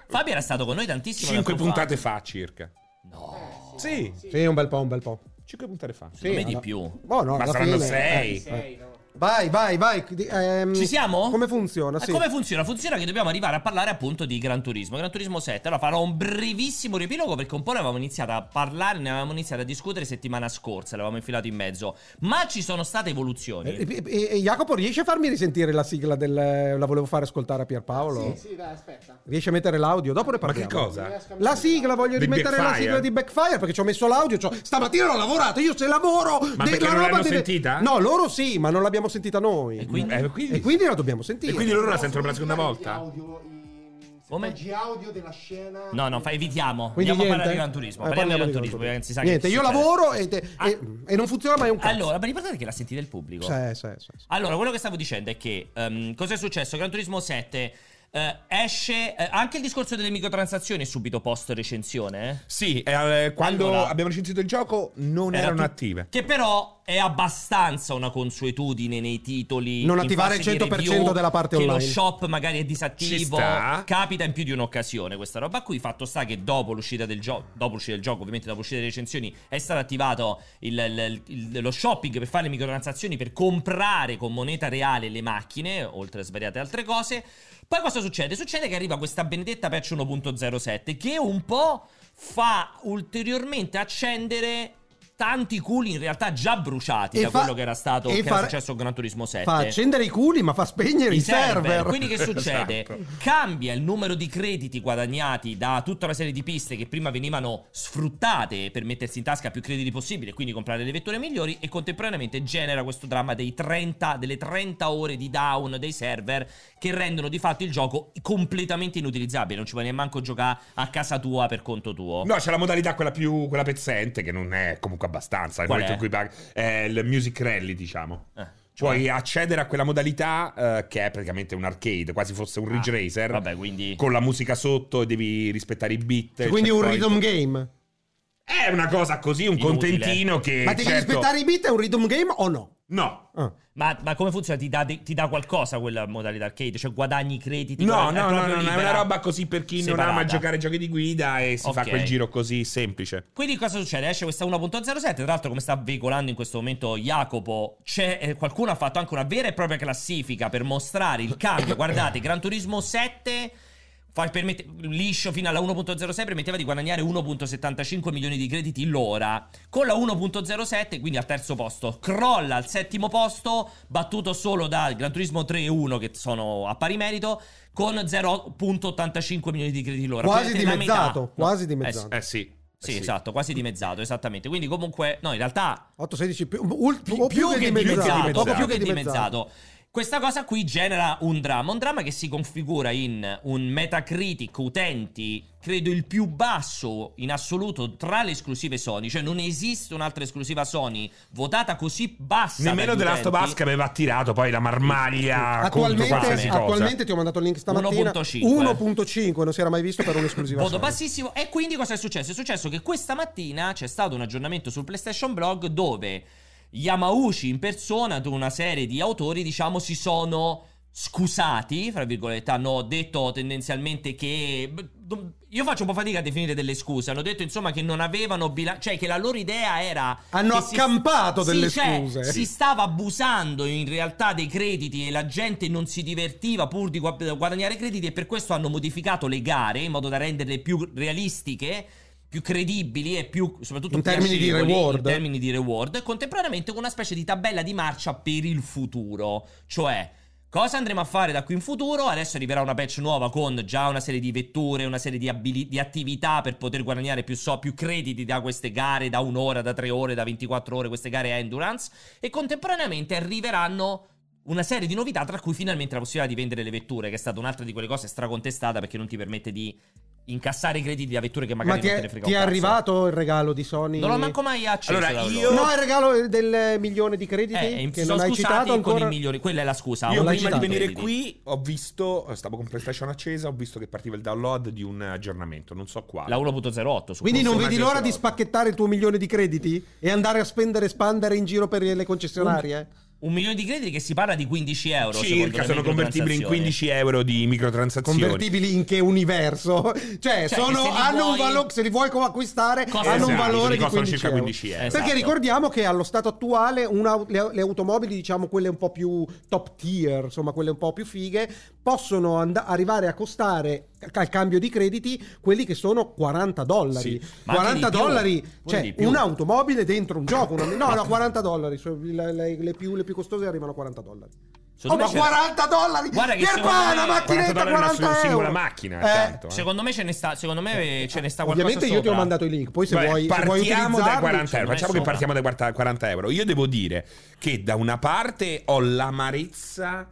[SPEAKER 2] Fabio era stato con noi tantissimo.
[SPEAKER 3] 5
[SPEAKER 2] tempo fa.
[SPEAKER 3] puntate fa circa.
[SPEAKER 2] No,
[SPEAKER 3] Sì,
[SPEAKER 1] Sì, un bel po', un bel po'.
[SPEAKER 3] 5 puntate fa.
[SPEAKER 1] Sì,
[SPEAKER 2] me di
[SPEAKER 1] alla-
[SPEAKER 2] più.
[SPEAKER 1] Boh, no,
[SPEAKER 3] Ma
[SPEAKER 1] alla
[SPEAKER 3] saranno
[SPEAKER 1] fine- eh,
[SPEAKER 3] 6.
[SPEAKER 1] Vai, vai, vai. Di- ehm,
[SPEAKER 2] Ci siamo?
[SPEAKER 1] Come
[SPEAKER 2] Ma
[SPEAKER 1] funziona? Sì.
[SPEAKER 2] Eh, Come funziona? Funziona che dobbiamo arrivare a parlare appunto di Gran Turismo. Gran Turismo 7. Allora farò un brevissimo riepilogo perché un po' ne avevamo iniziato a parlare, ne avevamo iniziato a discutere settimana scorsa, l'avevamo infilato in mezzo. Ma ci sono state evoluzioni.
[SPEAKER 3] Eh,
[SPEAKER 1] E, e- e- e Jacopo, riesci a farmi risentire la sigla del... La volevo fare ascoltare a Pierpaolo?
[SPEAKER 8] Sì, sì, dai, aspetta.
[SPEAKER 1] Riesci a mettere l'audio? Dopo ne
[SPEAKER 3] Ma che
[SPEAKER 1] parliamo.
[SPEAKER 3] cosa?
[SPEAKER 1] La sigla, voglio
[SPEAKER 3] Di
[SPEAKER 1] rimettere la
[SPEAKER 3] Backfire?
[SPEAKER 1] sigla di Backfire perché ci ho messo l'audio. c'ho- Stamattina ho lavorato, io se lavoro.
[SPEAKER 3] Ma
[SPEAKER 1] de-
[SPEAKER 3] perché
[SPEAKER 1] la
[SPEAKER 3] non
[SPEAKER 1] roba
[SPEAKER 3] l'hanno
[SPEAKER 1] deve-
[SPEAKER 3] sentita?
[SPEAKER 1] No, loro sì, ma non l'abbiamo sentita noi.
[SPEAKER 2] E quindi?
[SPEAKER 3] Eh, quindi-
[SPEAKER 1] E quindi la dobbiamo sentire.
[SPEAKER 3] E quindi loro la
[SPEAKER 8] Posso
[SPEAKER 3] sentono per la seconda
[SPEAKER 8] modificare
[SPEAKER 3] volta?
[SPEAKER 8] gli audio, i
[SPEAKER 2] Come?
[SPEAKER 8] settaggi audio della scena. eh.
[SPEAKER 2] No, no, fa- evitiamo.
[SPEAKER 1] Quindi
[SPEAKER 2] Andiamo a parlare di Gran
[SPEAKER 1] niente?
[SPEAKER 2] Turismo.
[SPEAKER 1] Eh,
[SPEAKER 2] parliamo di Gran
[SPEAKER 1] parliamo di
[SPEAKER 2] Turismo.
[SPEAKER 1] Gran
[SPEAKER 2] perché si sa che
[SPEAKER 1] Niente, io
[SPEAKER 2] succede. Ah.
[SPEAKER 1] lavoro e, te- e- e non funziona mai un cazzo.
[SPEAKER 2] Allora, ma ricordate che la sentite il pubblico?
[SPEAKER 1] Sì, sì, sì, sì.
[SPEAKER 2] Allora, quello che stavo dicendo è che ehm, cosa è successo? Gran Turismo 7 eh, esce eh, anche il discorso delle microtransazioni è subito post recensione.
[SPEAKER 3] Sì, eh, quando
[SPEAKER 2] Allora.
[SPEAKER 3] abbiamo recensito il gioco non
[SPEAKER 2] Era
[SPEAKER 3] erano
[SPEAKER 2] tut-
[SPEAKER 3] attive.
[SPEAKER 2] Che però è abbastanza una consuetudine nei titoli.
[SPEAKER 1] Non
[SPEAKER 2] in
[SPEAKER 1] attivare
[SPEAKER 2] fase di
[SPEAKER 1] 100%
[SPEAKER 2] review,
[SPEAKER 1] della parte
[SPEAKER 2] che
[SPEAKER 1] online.
[SPEAKER 2] Lo shop magari è disattivo.
[SPEAKER 3] Ci sta.
[SPEAKER 2] Capita in più di un'occasione questa roba qui. Fatto sta che dopo l'uscita del gioco, dopo l'uscita del gioco, ovviamente dopo l'uscita delle recensioni, è stato attivato il- il- il- lo shopping per fare le microtransazioni, per comprare con moneta reale le macchine, oltre a svariate altre cose. Poi cosa succede? Succede che arriva questa benedetta patch 1.07 che un po' fa ulteriormente accendere tanti culi in realtà già bruciati da
[SPEAKER 1] fa-
[SPEAKER 2] quello che era stato
[SPEAKER 1] e
[SPEAKER 2] che
[SPEAKER 1] fa-
[SPEAKER 2] era successo con Gran Turismo 7.
[SPEAKER 1] Fa accendere i culi, ma fa spegnere i,
[SPEAKER 2] I
[SPEAKER 1] server.
[SPEAKER 2] Quindi che succede?
[SPEAKER 3] Esatto.
[SPEAKER 2] Cambia il numero di crediti guadagnati da tutta una serie di piste che prima venivano sfruttate per mettersi in tasca più crediti possibile, quindi comprare le vetture migliori e contemporaneamente genera questo dramma dei 30, delle 30 ore di down dei server che rendono di fatto il gioco completamente inutilizzabile, non ci puoi neanche giocare a casa tua per conto tuo.
[SPEAKER 3] No, c'è la modalità quella più quella pezzente che non è comunque abbastanza.
[SPEAKER 2] Qual
[SPEAKER 3] quella
[SPEAKER 2] è?
[SPEAKER 3] in cui paghi- è il Music Rally, diciamo.
[SPEAKER 2] Eh, cioè-
[SPEAKER 3] Puoi accedere a quella modalità eh, che è praticamente un arcade, quasi fosse un Ridge Racer.
[SPEAKER 2] ah, Vabbè, quindi
[SPEAKER 3] Con la musica sotto e devi rispettare i beat.
[SPEAKER 1] Quindi
[SPEAKER 3] il
[SPEAKER 1] un
[SPEAKER 3] checkpoint.
[SPEAKER 1] rhythm game.
[SPEAKER 3] È una cosa così, un
[SPEAKER 2] Inutile.
[SPEAKER 3] contentino che.
[SPEAKER 2] Eh,
[SPEAKER 1] Ma devi
[SPEAKER 3] certo-
[SPEAKER 1] rispettare i beat, è un rhythm game o no?
[SPEAKER 3] No,
[SPEAKER 1] Ah.
[SPEAKER 2] Ma, ma come funziona? Ti dà, ti dà qualcosa quella modalità arcade? Cioè guadagni i crediti?
[SPEAKER 3] No,
[SPEAKER 2] guadagni-
[SPEAKER 3] no,
[SPEAKER 2] è
[SPEAKER 3] no,
[SPEAKER 2] proprio
[SPEAKER 3] no, no, è una
[SPEAKER 2] libera,
[SPEAKER 3] roba così per chi non ama
[SPEAKER 2] separata.
[SPEAKER 3] giocare giochi di guida e si
[SPEAKER 2] Ok.
[SPEAKER 3] fa quel giro così semplice.
[SPEAKER 2] Quindi cosa succede? Esce questa 1.07, tra l'altro come sta veicolando in questo momento Jacopo, c'è, eh, qualcuno ha fatto anche una vera e propria classifica per mostrare il cambio. Guardate, Gran Turismo 7 fa- permette- liscio fino alla 1.06 permetteva di guadagnare 1.75 milioni di crediti l'ora. Con la 1.07, quindi al terzo posto, crolla al settimo posto, battuto solo da Gran Turismo 3 e 1 che sono a pari merito, con 0.85 milioni di crediti l'ora.
[SPEAKER 1] Quasi
[SPEAKER 2] Praticamente la
[SPEAKER 1] dimezzato,
[SPEAKER 2] metà.
[SPEAKER 1] quasi
[SPEAKER 2] Eh sì.
[SPEAKER 1] dimezzato.
[SPEAKER 3] Eh sì. eh
[SPEAKER 2] Sì, esatto, quasi dimezzato, esattamente. Quindi comunque, no, in realtà
[SPEAKER 1] 8, 16, più, ul-
[SPEAKER 2] pi-
[SPEAKER 1] o
[SPEAKER 2] più, che dimezzato, poco più che
[SPEAKER 1] dimezzato.
[SPEAKER 2] dimezzato. Questa cosa qui genera un dramma, un dramma che si configura in un Metacritic utenti, credo il più basso in assoluto tra le esclusive Sony, cioè non esiste un'altra esclusiva Sony votata così bassa.
[SPEAKER 3] Nemmeno
[SPEAKER 2] dagli
[SPEAKER 3] The Last of
[SPEAKER 2] utenti.
[SPEAKER 3] Us che aveva tirato poi la marmaglia contro
[SPEAKER 1] Attualmente,
[SPEAKER 3] qualsiasi Ah, cosa.
[SPEAKER 1] attualmente ti ho mandato il link stamattina
[SPEAKER 2] 1.5.
[SPEAKER 1] 1.5 non si era mai visto per un'esclusiva
[SPEAKER 2] Voto
[SPEAKER 1] Sony.
[SPEAKER 2] bassissimo. E quindi cosa è successo? È successo che questa mattina c'è stato un aggiornamento sul PlayStation Blog dove Yamauchi in persona, con una serie di autori, diciamo, si sono scusati, fra virgolette, hanno detto tendenzialmente che... Io faccio un po' fatica a definire delle scuse, hanno detto insomma che non avevano bilancio, cioè che la loro idea era...
[SPEAKER 1] Hanno
[SPEAKER 2] che si-
[SPEAKER 1] accampato delle
[SPEAKER 2] Sì, cioè,
[SPEAKER 1] scuse.
[SPEAKER 2] si stava abusando in realtà dei crediti e la gente non si divertiva pur di guad- guadagnare crediti e per questo hanno modificato le gare in modo da renderle più realistiche più credibili e più soprattutto
[SPEAKER 1] In termini di
[SPEAKER 2] piacevoli,
[SPEAKER 1] reward.
[SPEAKER 2] in termini di reward e contemporaneamente con una specie di tabella di marcia per il futuro cioè Cosa andremo a fare da qui in futuro? Adesso arriverà una patch nuova con già una serie di vetture, una serie di, abili- di attività per poter guadagnare più, so, più crediti da queste gare, da un'ora, da tre ore, da 24 ore, queste gare endurance. E contemporaneamente arriveranno una serie di novità, tra cui finalmente la possibilità di vendere le vetture, che è stata un'altra di quelle cose stracontestata perché non ti permette di incassare i crediti da vetture che
[SPEAKER 1] Ma
[SPEAKER 2] magari
[SPEAKER 1] ti
[SPEAKER 2] non
[SPEAKER 1] è,
[SPEAKER 2] te ne frega
[SPEAKER 1] ti è
[SPEAKER 2] un cazzo.
[SPEAKER 1] arrivato il regalo di Sony?
[SPEAKER 2] Non l'ho manco mai acceso.
[SPEAKER 3] Allora,
[SPEAKER 2] da loro.
[SPEAKER 3] io-
[SPEAKER 1] No, il regalo del milione di crediti
[SPEAKER 2] Eh,
[SPEAKER 1] che
[SPEAKER 2] sono
[SPEAKER 1] non hai
[SPEAKER 2] scusati
[SPEAKER 1] citato
[SPEAKER 2] con
[SPEAKER 1] ancora.
[SPEAKER 2] i migliori. Quella è la scusa.
[SPEAKER 3] Io
[SPEAKER 1] Non l'hai
[SPEAKER 3] prima di
[SPEAKER 1] citato.
[SPEAKER 3] venire
[SPEAKER 2] Crediti.
[SPEAKER 3] qui ho visto, stavo con PlayStation accesa, ho visto che partiva il download di un aggiornamento, non so quale.
[SPEAKER 2] La 1.08. su
[SPEAKER 1] Quindi
[SPEAKER 2] cui-
[SPEAKER 1] non
[SPEAKER 3] Forse
[SPEAKER 1] vedi
[SPEAKER 3] immagino
[SPEAKER 1] l'ora
[SPEAKER 3] sia
[SPEAKER 1] di
[SPEAKER 3] l'ora.
[SPEAKER 1] spacchettare il tuo milione di crediti e andare a spendere e spandere in giro per le concessionarie?
[SPEAKER 2] Un milione di crediti che si parla di 15 euro. secondo
[SPEAKER 3] Circa
[SPEAKER 2] le
[SPEAKER 3] sono convertibili in
[SPEAKER 2] microtransazioni.
[SPEAKER 3] 15 euro di microtransazioni.
[SPEAKER 1] Convertibili in che universo?
[SPEAKER 2] Cioè,
[SPEAKER 1] Cioè, sono-
[SPEAKER 2] se li
[SPEAKER 1] hanno un
[SPEAKER 2] vuoi-
[SPEAKER 1] valore, se li vuoi co- acquistare,
[SPEAKER 2] Cosa-
[SPEAKER 1] hanno un
[SPEAKER 2] Esatto,
[SPEAKER 1] valore
[SPEAKER 3] li
[SPEAKER 1] di
[SPEAKER 3] costano eh,
[SPEAKER 1] 15
[SPEAKER 3] circa
[SPEAKER 1] euro.
[SPEAKER 3] 15 euro.
[SPEAKER 1] Perché
[SPEAKER 2] Esatto.
[SPEAKER 1] ricordiamo che allo stato attuale una- le, le automobili, diciamo quelle un po' più top tier, insomma quelle un po' più fighe, possono and- arrivare a costare ca- al cambio di crediti quelli che sono 40 dollari.
[SPEAKER 3] Sì,
[SPEAKER 2] ma anche
[SPEAKER 1] 40
[SPEAKER 2] di più,
[SPEAKER 1] dollari,
[SPEAKER 2] pure
[SPEAKER 1] cioè
[SPEAKER 2] di più.
[SPEAKER 1] un'automobile dentro un gioco. una- no, no, 40 dollari. so- Le, le- le più, le più costose arrivano a 40 dollari.
[SPEAKER 2] Secondo
[SPEAKER 1] oh, ma
[SPEAKER 2] me c'è-
[SPEAKER 1] 40 dollari!
[SPEAKER 2] Guarda che
[SPEAKER 1] Pierpana,
[SPEAKER 2] secondo me-
[SPEAKER 1] macchinetta
[SPEAKER 3] 40 dollari una
[SPEAKER 1] 40 euro!
[SPEAKER 3] singola macchina,
[SPEAKER 1] Eh,
[SPEAKER 3] tanto. eh.
[SPEAKER 2] Secondo me ce ne sta, secondo me ce ne sta qualcosa
[SPEAKER 1] Ovviamente io ti ho
[SPEAKER 2] sopra.
[SPEAKER 1] mandato i link, poi se
[SPEAKER 3] Vabbè,
[SPEAKER 1] vuoi, se vuoi
[SPEAKER 3] partiamo dai 40
[SPEAKER 1] utilizzarli...
[SPEAKER 3] euro.
[SPEAKER 2] secondo me
[SPEAKER 3] Facciamo che
[SPEAKER 2] sopra.
[SPEAKER 3] partiamo dai 40 40 euro. Io devo dire che da una parte ho l'amarezza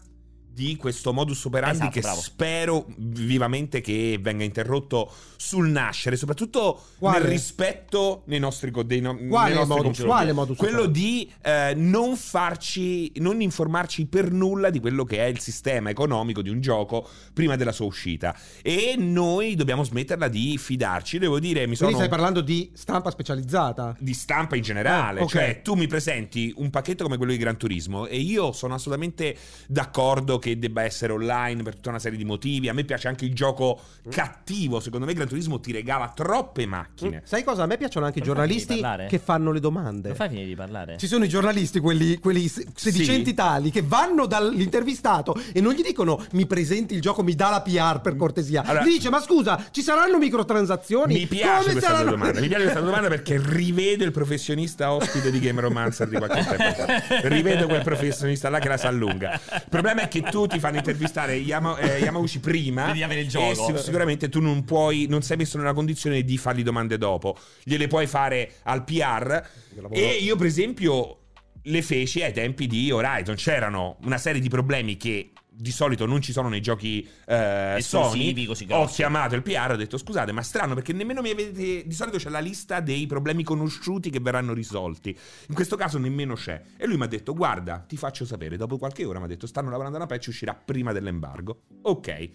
[SPEAKER 3] di questo modus operandi
[SPEAKER 2] Esatto,
[SPEAKER 3] che
[SPEAKER 2] bravo.
[SPEAKER 3] spero vivamente che venga interrotto sul nascere, soprattutto
[SPEAKER 1] Quale?
[SPEAKER 3] nel rispetto nei nostri, co- dei no- nei
[SPEAKER 1] Quale
[SPEAKER 3] nostri
[SPEAKER 1] modus-
[SPEAKER 3] confronti.
[SPEAKER 1] quale modus
[SPEAKER 3] Quello
[SPEAKER 1] operandi?
[SPEAKER 3] di eh, non farci, non informarci per nulla di quello che è il sistema economico di un gioco prima della sua uscita. E noi dobbiamo smetterla di fidarci. Devo dire, mi sono
[SPEAKER 1] Quindi stai parlando di stampa specializzata?
[SPEAKER 3] di stampa in generale.
[SPEAKER 1] Ah, ok.
[SPEAKER 3] Cioè, tu mi presenti un pacchetto come quello di Gran Turismo e io sono assolutamente d'accordo che debba essere online per tutta una serie di motivi. A me piace anche il gioco
[SPEAKER 1] Mm.
[SPEAKER 3] cattivo. Secondo me Gran Turismo ti regala troppe macchine.
[SPEAKER 1] Sai cosa? A me piacciono anche i
[SPEAKER 2] Non fai
[SPEAKER 1] giornalisti
[SPEAKER 2] finire di parlare?
[SPEAKER 1] che fanno le domande.
[SPEAKER 2] Non fai finire di parlare.
[SPEAKER 1] Ci sono i giornalisti, quelli, quelli se- sedicenti
[SPEAKER 3] Sì.
[SPEAKER 1] tali, che vanno dall'intervistato e non gli dicono mi presenti il gioco, mi dà la PR per cortesia.
[SPEAKER 3] Allora-
[SPEAKER 1] Gli dice ma scusa, ci saranno microtransazioni?
[SPEAKER 3] Mi piace
[SPEAKER 1] Come
[SPEAKER 3] questa
[SPEAKER 1] saranno-"
[SPEAKER 3] tua domanda. Mi piace questa tua domanda perché rivedo il professionista ospite di Game Romancer di qualche tempo fa. Rivedo quel professionista là che la sa lunga. Il problema è che tu ti fanno intervistare Yama- eh, Yamauchi prima.
[SPEAKER 2] Devi avere il
[SPEAKER 3] E
[SPEAKER 2] gioco.
[SPEAKER 3] sì, sicuramente tu non puoi, non sei messo nella condizione di fargli domande dopo. Gliele puoi fare al PR. E io, per esempio, le feci ai tempi di Horizon. C'erano una serie di problemi che di solito non ci sono nei giochi eh,
[SPEAKER 2] Esclusivi,
[SPEAKER 3] Sony.
[SPEAKER 2] così
[SPEAKER 3] ho
[SPEAKER 2] grossi.
[SPEAKER 3] chiamato il PR, ho detto scusate, ma strano perché nemmeno mi avete. Di solito c'è la lista dei problemi conosciuti che verranno risolti. In questo caso nemmeno c'è. E lui mi ha detto: Guarda, ti faccio sapere. Dopo qualche ora mi ha detto: Stanno lavorando a una patch, uscirà prima dell'embargo. Ok.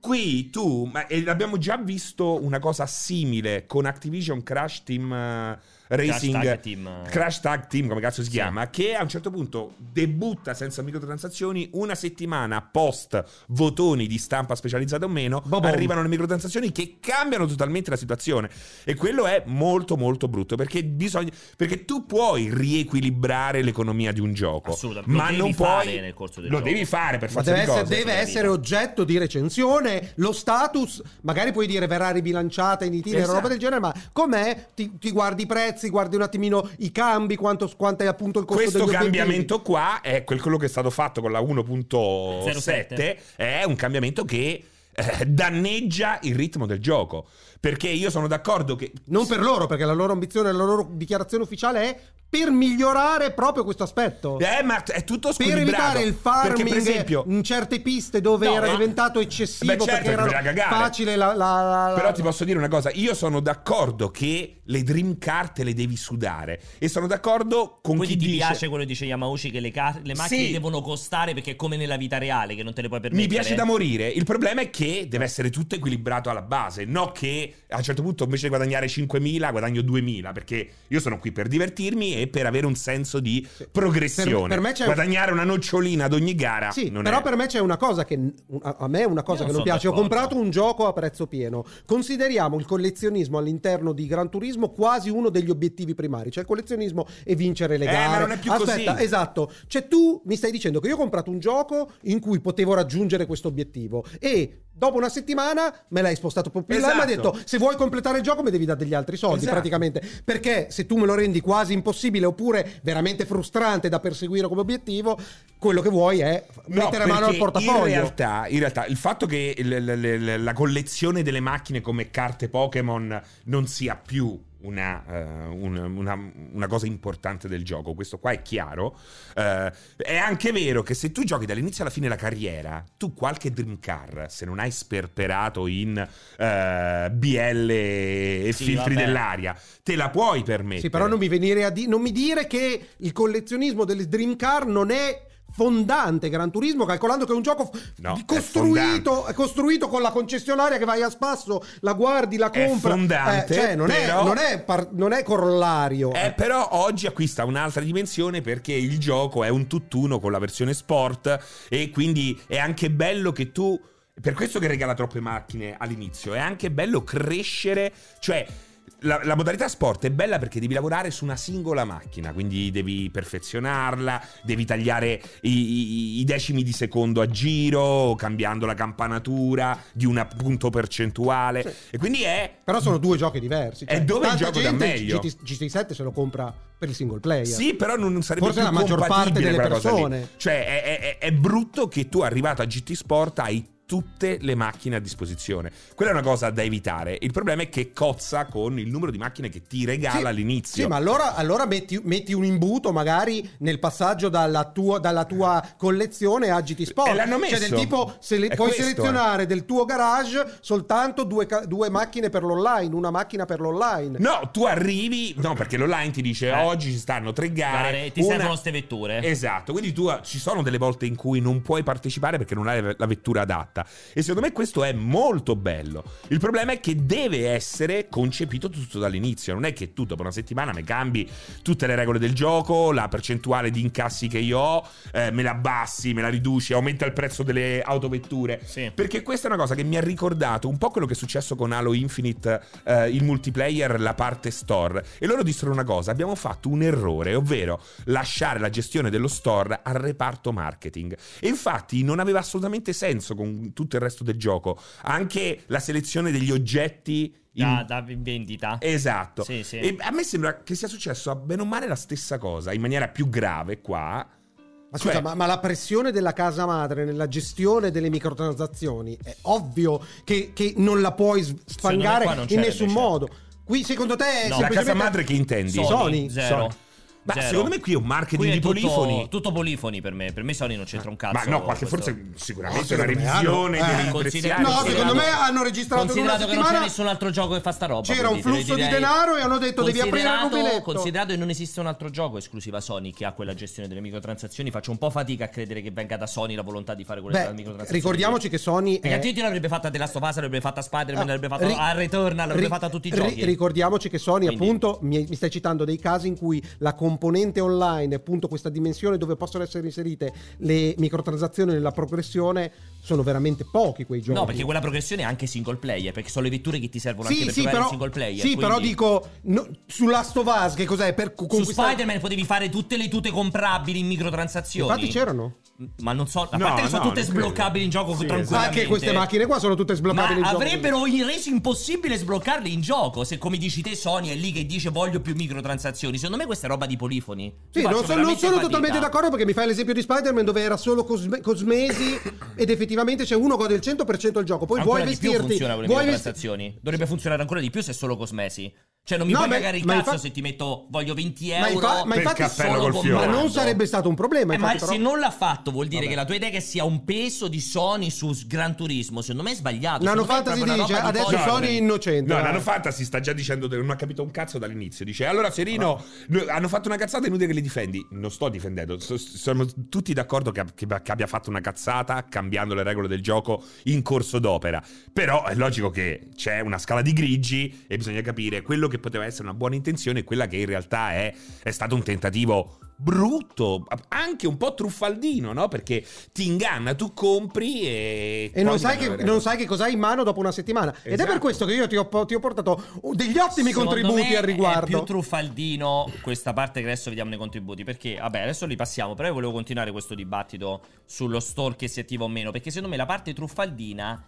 [SPEAKER 3] Qui tu, ma e abbiamo già visto una cosa simile con Activision Crash Team eh, Racing.
[SPEAKER 2] Crash Tag Team.
[SPEAKER 3] Crash Tag Team, come cazzo si
[SPEAKER 2] Sì.
[SPEAKER 3] chiama, che a un certo punto debutta senza microtransazioni una settimana post votoni di stampa specializzata o meno,
[SPEAKER 1] Bobom.
[SPEAKER 3] arrivano le microtransazioni che cambiano totalmente la situazione e quello è molto molto brutto perché bisogna perché tu puoi riequilibrare l'economia di un gioco,
[SPEAKER 2] Assolutamente. Lo
[SPEAKER 3] ma
[SPEAKER 2] devi
[SPEAKER 3] non puoi
[SPEAKER 2] fare nel corso del
[SPEAKER 3] lo
[SPEAKER 2] gioco.
[SPEAKER 3] devi fare per
[SPEAKER 1] Ma
[SPEAKER 3] forza
[SPEAKER 1] deve
[SPEAKER 3] di
[SPEAKER 1] essere,
[SPEAKER 3] cose.
[SPEAKER 1] deve
[SPEAKER 2] Sì,
[SPEAKER 1] essere oggetto di recensione. Lo status, magari puoi dire verrà ribilanciata in itinere
[SPEAKER 3] Esatto.
[SPEAKER 1] roba del genere, ma com'è? Ti, ti guardi i prezzi, guardi un attimino i cambi, quanto, quanto è appunto il costo
[SPEAKER 3] questo
[SPEAKER 1] degli obiettivi.
[SPEAKER 3] cambiamento qua è quel- quello che è stato fatto con la 1.7
[SPEAKER 2] 07.
[SPEAKER 3] è un cambiamento che eh, danneggia il ritmo del gioco perché io sono d'accordo che
[SPEAKER 1] Non per loro, perché la loro ambizione, la loro dichiarazione ufficiale è per migliorare proprio questo aspetto.
[SPEAKER 3] eh, ma è tutto
[SPEAKER 1] per
[SPEAKER 3] squilibrato
[SPEAKER 1] evitare il farming
[SPEAKER 3] perché per esempio
[SPEAKER 1] in certe piste dove
[SPEAKER 3] No,
[SPEAKER 1] era
[SPEAKER 3] eh.
[SPEAKER 1] diventato eccessivo
[SPEAKER 3] Beh, certo
[SPEAKER 1] perché
[SPEAKER 3] che
[SPEAKER 1] era
[SPEAKER 3] bisogna cagare.
[SPEAKER 1] facile la, la- la-
[SPEAKER 3] Però ti posso dire una cosa, io sono d'accordo che le dream car te le devi sudare e sono d'accordo con
[SPEAKER 2] Quindi
[SPEAKER 3] chi
[SPEAKER 2] ti
[SPEAKER 3] dice
[SPEAKER 2] piace quello che dice Yamauchi che le, ca- le macchine
[SPEAKER 3] Sì.
[SPEAKER 2] devono costare perché è come nella vita reale che non te le puoi
[SPEAKER 3] mi
[SPEAKER 2] permettere.
[SPEAKER 3] piace da morire. Il problema è che deve essere tutto equilibrato alla base, no che a un certo punto invece di guadagnare 5.000 guadagno 2.000, perché io sono qui per divertirmi e per avere un senso di progressione.
[SPEAKER 1] Per- per me c'è-
[SPEAKER 3] guadagnare una nocciolina ad ogni gara
[SPEAKER 1] Sì,
[SPEAKER 3] non
[SPEAKER 1] però
[SPEAKER 3] è
[SPEAKER 1] per me c'è una cosa che a, a me è una cosa
[SPEAKER 2] Io
[SPEAKER 1] che
[SPEAKER 2] non sono
[SPEAKER 1] non piace. Ho
[SPEAKER 2] d'accordo.
[SPEAKER 1] comprato un gioco a prezzo pieno. Consideriamo il collezionismo all'interno di Gran Turismo quasi uno degli obiettivi primari, cioè il collezionismo e vincere le
[SPEAKER 3] Eh,
[SPEAKER 1] gare.
[SPEAKER 3] ma non è più
[SPEAKER 1] Aspetta,
[SPEAKER 3] così.
[SPEAKER 1] esatto. Cioè tu mi stai dicendo che io ho comprato un gioco in cui potevo raggiungere questo obiettivo e Dopo una settimana me l'hai spostato proprio in là e mi ha
[SPEAKER 3] Esatto.
[SPEAKER 1] detto se vuoi completare il gioco mi devi dare degli altri soldi
[SPEAKER 3] Esatto.
[SPEAKER 1] praticamente perché se tu me lo rendi quasi impossibile oppure veramente frustrante da perseguire come obiettivo quello che vuoi è
[SPEAKER 3] No,
[SPEAKER 1] mettere mano al
[SPEAKER 3] perché
[SPEAKER 1] portafoglio.
[SPEAKER 3] In realtà, in realtà il fatto che il- il- il- la collezione delle macchine come carte Pokémon non sia più una, eh, un- una- una cosa importante del gioco, questo qua è chiaro. Eh, è anche vero che se tu giochi dall'inizio alla fine la carriera, tu qualche Dream Car, se non hai sperperato in eh, BL e
[SPEAKER 2] Sì,
[SPEAKER 3] filtri
[SPEAKER 2] vabbè.
[SPEAKER 3] dell'aria, te la puoi permettere.
[SPEAKER 1] Sì, però non mi venire a di- non mi dire che il collezionismo delle Dream Car non è fondante Gran Turismo, calcolando che è un gioco f-
[SPEAKER 3] No,
[SPEAKER 1] di-
[SPEAKER 3] è
[SPEAKER 1] costruito,
[SPEAKER 3] fondante.
[SPEAKER 1] è costruito con la concessionaria che vai a spasso, la guardi, la
[SPEAKER 3] È
[SPEAKER 1] compra.
[SPEAKER 3] fondante,
[SPEAKER 1] cioè, non,
[SPEAKER 3] però-
[SPEAKER 1] è, non, è par- non è corollario.
[SPEAKER 3] Eh, però oggi acquista un'altra dimensione perché il gioco è un tutt'uno con la versione sport e quindi è anche bello che tu... Per questo che regala troppe macchine all'inizio, è anche bello crescere, cioè... La, la modalità sport è bella perché devi lavorare su una singola macchina, quindi devi perfezionarla, devi tagliare i, i- i decimi di secondo a giro, cambiando la campanatura di un punto percentuale. E quindi è
[SPEAKER 1] Però sono due giochi diversi. cioè,
[SPEAKER 3] E dove il
[SPEAKER 1] tanta
[SPEAKER 3] gioco dà
[SPEAKER 1] gente
[SPEAKER 3] meglio?
[SPEAKER 1] GT GT7 se lo compra per il single player.
[SPEAKER 3] Sì, però non non sarebbe
[SPEAKER 1] Forse
[SPEAKER 3] più
[SPEAKER 1] la maggior parte
[SPEAKER 3] compatibile
[SPEAKER 1] delle
[SPEAKER 3] quella cosa lì.
[SPEAKER 1] persone.
[SPEAKER 3] Cioè, è, è- è- è brutto che tu arrivato a GT Sport hai tutte le macchine a disposizione. Quella è una cosa da evitare. Il problema è che cozza con il numero di macchine che ti regala
[SPEAKER 1] Sì,
[SPEAKER 3] all'inizio.
[SPEAKER 1] Sì, ma allora, allora metti, metti un imbuto magari nel passaggio dalla tua, dalla tua collezione a GT Sport.
[SPEAKER 3] E l'hanno messo.
[SPEAKER 1] Cioè del tipo sele-
[SPEAKER 3] È
[SPEAKER 1] puoi
[SPEAKER 3] questo, eh.
[SPEAKER 1] selezionare del tuo garage soltanto due, ca- due macchine per l'online, una macchina per l'online.
[SPEAKER 3] No, tu arrivi, no, perché l'online ti dice
[SPEAKER 2] Eh.
[SPEAKER 3] oggi ci stanno tre gare.
[SPEAKER 2] Gare, ti servono ste vetture."
[SPEAKER 3] Esatto, quindi tu ci sono delle volte in cui non puoi partecipare perché non hai la vettura adatta. E secondo me questo è molto bello. Il problema è che deve essere concepito tutto dall'inizio. Non è che tu dopo una settimana mi cambi tutte le regole del gioco, la percentuale di incassi che io ho, eh, me la abbassi, me la riduci, aumenta il prezzo delle autovetture.
[SPEAKER 2] Sì.
[SPEAKER 3] Perché questa è una cosa che mi ha ricordato un po' quello che è successo con Halo Infinite, eh, il multiplayer, la parte store. E loro dissero una cosa: abbiamo fatto un errore, ovvero lasciare la gestione dello store al reparto marketing. E infatti non aveva assolutamente senso con tutto il resto del gioco. Anche la selezione degli oggetti. in-
[SPEAKER 2] Da, da in vendita.
[SPEAKER 3] Esatto.
[SPEAKER 2] Ah, Sì, sì.
[SPEAKER 3] E a me sembra che sia successo a bene o male la stessa cosa, in maniera più grave qua.
[SPEAKER 1] Ma scusa,
[SPEAKER 3] Cioè-
[SPEAKER 1] ma, ma la pressione della casa madre nella gestione delle microtransazioni è ovvio che, che non la puoi s-
[SPEAKER 2] me qua
[SPEAKER 1] sfangare
[SPEAKER 2] non
[SPEAKER 1] in
[SPEAKER 2] c'era,
[SPEAKER 1] nessun
[SPEAKER 2] invece.
[SPEAKER 1] modo. Qui secondo te è
[SPEAKER 2] No.
[SPEAKER 3] la
[SPEAKER 1] semplicemente-
[SPEAKER 3] casa madre che intendi?
[SPEAKER 1] Sony.
[SPEAKER 2] zero.
[SPEAKER 3] Sony. Ma
[SPEAKER 2] Zero.
[SPEAKER 3] secondo me qui è un marketing
[SPEAKER 2] Qui è
[SPEAKER 3] di
[SPEAKER 2] tutto-
[SPEAKER 3] polifoni.
[SPEAKER 2] Tutto polifoni per me. Per me Sony non c'entra un cazzo.
[SPEAKER 3] Ma no, qualche
[SPEAKER 2] questo.
[SPEAKER 3] forse sicuramente
[SPEAKER 1] No,
[SPEAKER 3] una
[SPEAKER 1] secondo me
[SPEAKER 3] revisione
[SPEAKER 1] hanno- eh,
[SPEAKER 3] devi
[SPEAKER 2] Considera-
[SPEAKER 3] preziare.
[SPEAKER 1] No, secondo me hanno registrato in una
[SPEAKER 2] Considerato che non c'è
[SPEAKER 1] settimana
[SPEAKER 2] nessun altro gioco che fa sta roba.
[SPEAKER 1] C'era
[SPEAKER 2] quindi
[SPEAKER 1] un
[SPEAKER 2] te lo
[SPEAKER 1] flusso di
[SPEAKER 2] direi-
[SPEAKER 1] denaro e hanno detto devi aprire il
[SPEAKER 2] Considerato-
[SPEAKER 1] rubiletto.
[SPEAKER 2] Considerato che non esiste un altro gioco esclusiva Sony che ha quella gestione delle microtransazioni, faccio un po' fatica a credere che venga da Sony la volontà di fare quelle
[SPEAKER 1] Beh,
[SPEAKER 2] microtransazioni.
[SPEAKER 1] ricordiamoci che Sony
[SPEAKER 2] Perché
[SPEAKER 1] è...
[SPEAKER 2] altrimenti l'avrebbe fatta The Last of Us, l'avrebbe fatta Spider-Man, l'avrebbe fatta
[SPEAKER 1] Eh, ri-
[SPEAKER 2] a Returnal, l'avrebbe
[SPEAKER 1] ri-
[SPEAKER 2] fatta tutti i
[SPEAKER 1] ri-
[SPEAKER 2] giochi.
[SPEAKER 1] ricordiamoci che Sony,
[SPEAKER 2] Quindi-
[SPEAKER 1] appunto, mi, mi stai citando dei casi in cui la componente online, appunto, questa dimensione dove possono essere inserite le microtransazioni nella progressione, sono veramente pochi quei giochi.
[SPEAKER 2] No, perché quella progressione è anche single player, perché sono le vetture che ti servono anche
[SPEAKER 1] Sì,
[SPEAKER 2] per
[SPEAKER 1] sì,
[SPEAKER 2] giocare
[SPEAKER 1] però,
[SPEAKER 2] in single player.
[SPEAKER 1] sì, però
[SPEAKER 2] quindi-
[SPEAKER 1] dico, no, su Last of Us, che cos'è? Per co-
[SPEAKER 2] Su
[SPEAKER 1] conquistare-
[SPEAKER 2] Spider-Man potevi fare tutte le tute comprabili in microtransazioni.
[SPEAKER 1] Infatti c'erano.
[SPEAKER 2] Ma non so, a
[SPEAKER 3] No,
[SPEAKER 2] parte che sono
[SPEAKER 3] no,
[SPEAKER 2] tutte
[SPEAKER 3] non credo.
[SPEAKER 2] sbloccabili in gioco
[SPEAKER 3] Sì,
[SPEAKER 2] tranquillamente.
[SPEAKER 3] esatto.
[SPEAKER 1] Anche queste macchine qua sono tutte
[SPEAKER 2] Ma
[SPEAKER 1] sbloccabili. in gioco.
[SPEAKER 2] avrebbero il- reso impossibile sbloccarle in gioco. Se, come dici te, Sony è lì che dice voglio più microtransazioni. Secondo me questa è roba di polifoni. Io
[SPEAKER 1] Sì, non,
[SPEAKER 2] faccio
[SPEAKER 1] so- non
[SPEAKER 2] veramente
[SPEAKER 1] sono
[SPEAKER 2] fatica.
[SPEAKER 1] totalmente d'accordo perché mi fai l'esempio di Spider-Man dove era solo cosme- cosmesi ed effettivamente c'è uno gode il 100% del gioco, poi
[SPEAKER 2] ancora
[SPEAKER 1] vuoi
[SPEAKER 2] di più
[SPEAKER 1] vestirti,
[SPEAKER 2] funziona con le
[SPEAKER 1] vuoi vestirti
[SPEAKER 2] microtransazioni. Dovrebbe funzionare ancora di più se è solo cosmesi. Cioè, non mi
[SPEAKER 1] No,
[SPEAKER 2] puoi
[SPEAKER 1] ma-
[SPEAKER 2] cagare il
[SPEAKER 1] ma
[SPEAKER 2] cazzo
[SPEAKER 1] infa-
[SPEAKER 2] se ti metto voglio 20
[SPEAKER 1] Ma
[SPEAKER 2] euro.
[SPEAKER 1] infa- ma
[SPEAKER 2] per
[SPEAKER 1] infatti
[SPEAKER 3] cappello
[SPEAKER 2] solo
[SPEAKER 3] col
[SPEAKER 2] con
[SPEAKER 3] fiore.
[SPEAKER 1] ma
[SPEAKER 2] Mario.
[SPEAKER 1] non sarebbe stato un problema,
[SPEAKER 2] Eh, ma
[SPEAKER 1] infatti, però-
[SPEAKER 2] se non l'ha fatto vuol dire
[SPEAKER 1] Vabbè.
[SPEAKER 2] che la tua idea è che sia un peso di Sony su s- Gran Turismo. Secondo me è sbagliato.
[SPEAKER 1] Nano
[SPEAKER 2] Secondo me è
[SPEAKER 1] Fantasy
[SPEAKER 2] proprio una
[SPEAKER 1] dice
[SPEAKER 2] roba di
[SPEAKER 1] adesso
[SPEAKER 2] Sony.
[SPEAKER 1] Sony è innocente.
[SPEAKER 3] No,
[SPEAKER 1] vai.
[SPEAKER 3] l'hanno fatta, si sta già dicendo, che non ha capito un cazzo dall'inizio. Dice, allora Serino, no, hanno fatto una cazzata, è inutile che li difendi. Non sto difendendo, so- sono tutti d'accordo che, che- che abbia fatto una cazzata cambiando le regole del gioco in corso d'opera. Però è logico che c'è una scala di grigi e bisogna capire quello che poteva essere una buona intenzione e quella che in realtà è, è stato un tentativo brutto, anche un po' truffaldino, no? Perché ti inganna, tu compri e...
[SPEAKER 1] E non
[SPEAKER 3] poi
[SPEAKER 1] sai,
[SPEAKER 3] non
[SPEAKER 1] che,
[SPEAKER 3] avrai-
[SPEAKER 1] non sai che cosa hai in mano dopo una settimana. Ed è per
[SPEAKER 3] Esatto.
[SPEAKER 1] questo che io ti ho, po- ti ho portato uh, degli ottimi
[SPEAKER 2] Secondo
[SPEAKER 1] contributi
[SPEAKER 2] me
[SPEAKER 1] al
[SPEAKER 2] È più
[SPEAKER 1] riguardo.
[SPEAKER 2] truffaldino questa parte che adesso vediamo nei contributi. Perché, vabbè, adesso li passiamo. Però io volevo continuare questo dibattito sullo store che si attiva o meno. Perché secondo me la parte truffaldina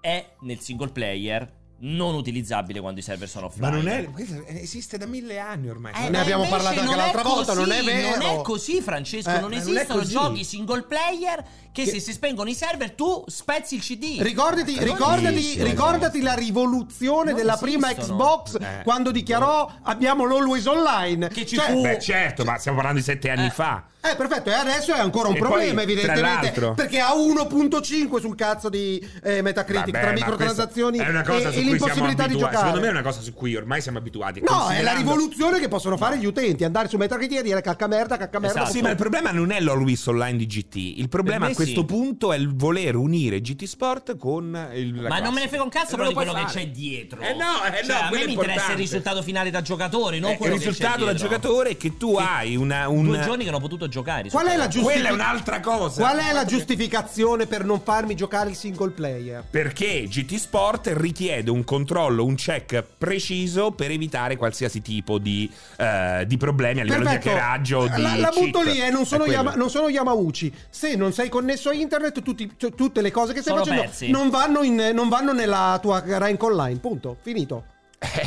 [SPEAKER 2] è nel single player non utilizzabile quando i server sono
[SPEAKER 3] Ma
[SPEAKER 2] offline.
[SPEAKER 3] non è... questa esiste da mille anni ormai.
[SPEAKER 2] Eh,
[SPEAKER 1] Ne
[SPEAKER 2] ma
[SPEAKER 1] abbiamo
[SPEAKER 2] invece
[SPEAKER 1] parlato anche
[SPEAKER 2] non è
[SPEAKER 1] l'altra volta,
[SPEAKER 2] così,
[SPEAKER 1] non è vero.
[SPEAKER 2] Non è così, Francesco.
[SPEAKER 1] Eh,
[SPEAKER 2] non
[SPEAKER 1] ma non è
[SPEAKER 2] esistono
[SPEAKER 1] così.
[SPEAKER 2] giochi single player che,
[SPEAKER 1] Che-
[SPEAKER 2] se si spengono i server tu spezzi il CD.
[SPEAKER 1] Ricordati,
[SPEAKER 2] Ma non
[SPEAKER 1] ricordati,
[SPEAKER 2] esiste.
[SPEAKER 1] ricordati la rivoluzione
[SPEAKER 2] Non
[SPEAKER 1] della prima
[SPEAKER 2] esistono.
[SPEAKER 1] Xbox
[SPEAKER 3] Eh.
[SPEAKER 1] quando dichiarò abbiamo l'Always Online.
[SPEAKER 2] Che ci
[SPEAKER 1] Cioè,
[SPEAKER 2] fu-
[SPEAKER 3] Beh, certo, ma stiamo parlando di sette anni
[SPEAKER 2] Eh.
[SPEAKER 3] fa.
[SPEAKER 1] Eh, perfetto, e adesso è ancora un
[SPEAKER 3] E
[SPEAKER 1] problema,
[SPEAKER 3] poi, tra
[SPEAKER 1] evidentemente.
[SPEAKER 3] l'altro-
[SPEAKER 1] Perché ha 1.5 sul cazzo di eh, Metacritic
[SPEAKER 3] Vabbè,
[SPEAKER 1] tra
[SPEAKER 3] ma
[SPEAKER 1] microtransazioni
[SPEAKER 3] questa è una cosa
[SPEAKER 1] e,
[SPEAKER 3] su
[SPEAKER 1] e
[SPEAKER 3] cui siamo
[SPEAKER 1] l'impossibilità di
[SPEAKER 3] abituati.
[SPEAKER 1] giocare.
[SPEAKER 3] Secondo me è una cosa su cui ormai siamo abituati.
[SPEAKER 1] No, è la
[SPEAKER 3] Considerando-
[SPEAKER 1] rivoluzione che possono fare gli utenti, andare su Metacritic e dire cacca merda, cacca merda.
[SPEAKER 2] Esatto.
[SPEAKER 3] Sì, ma il problema non è l'Always Online di GT. Il problema
[SPEAKER 2] Per me
[SPEAKER 3] a questo
[SPEAKER 2] sì.
[SPEAKER 3] punto è il voler unire GT Sport con il. la
[SPEAKER 2] Ma
[SPEAKER 3] classe.
[SPEAKER 2] non me ne frega un cazzo
[SPEAKER 3] E
[SPEAKER 2] però
[SPEAKER 3] non
[SPEAKER 2] di
[SPEAKER 3] lo
[SPEAKER 2] quello
[SPEAKER 3] puoi
[SPEAKER 2] che
[SPEAKER 3] fare.
[SPEAKER 2] c'è dietro.
[SPEAKER 3] Eh no, eh
[SPEAKER 2] Cioè,
[SPEAKER 3] no, quello è
[SPEAKER 2] a me mi interessa il
[SPEAKER 3] importante.
[SPEAKER 2] risultato finale da giocatore, non
[SPEAKER 3] Eh, il
[SPEAKER 2] quello che c'è
[SPEAKER 3] risultato da
[SPEAKER 2] dietro.
[SPEAKER 3] giocatore è che tu hai una. un-
[SPEAKER 2] Due giorni che non ho potuto giocare.
[SPEAKER 1] Qual è la
[SPEAKER 2] risultato.
[SPEAKER 1] giustificazione?
[SPEAKER 3] Quella è un'altra cosa.
[SPEAKER 1] Qual è la giustificazione per non farmi giocare il single player?
[SPEAKER 3] Perché GT Sport richiede un controllo, un check preciso per evitare qualsiasi tipo di, eh, di problemi a livello
[SPEAKER 1] Perfetto.
[SPEAKER 3] di hackeraggio. di
[SPEAKER 1] la, la butto
[SPEAKER 3] cheat.
[SPEAKER 1] lì e non sono,
[SPEAKER 3] È quello.
[SPEAKER 1] Yama- non sono Yamauchi. Se non sei connesso a internet, tutti- cioè, tutte le cose che stai
[SPEAKER 2] Sono
[SPEAKER 1] facendo
[SPEAKER 2] persi.
[SPEAKER 1] non vanno, in- non vanno nella tua rank online. Punto. Finito.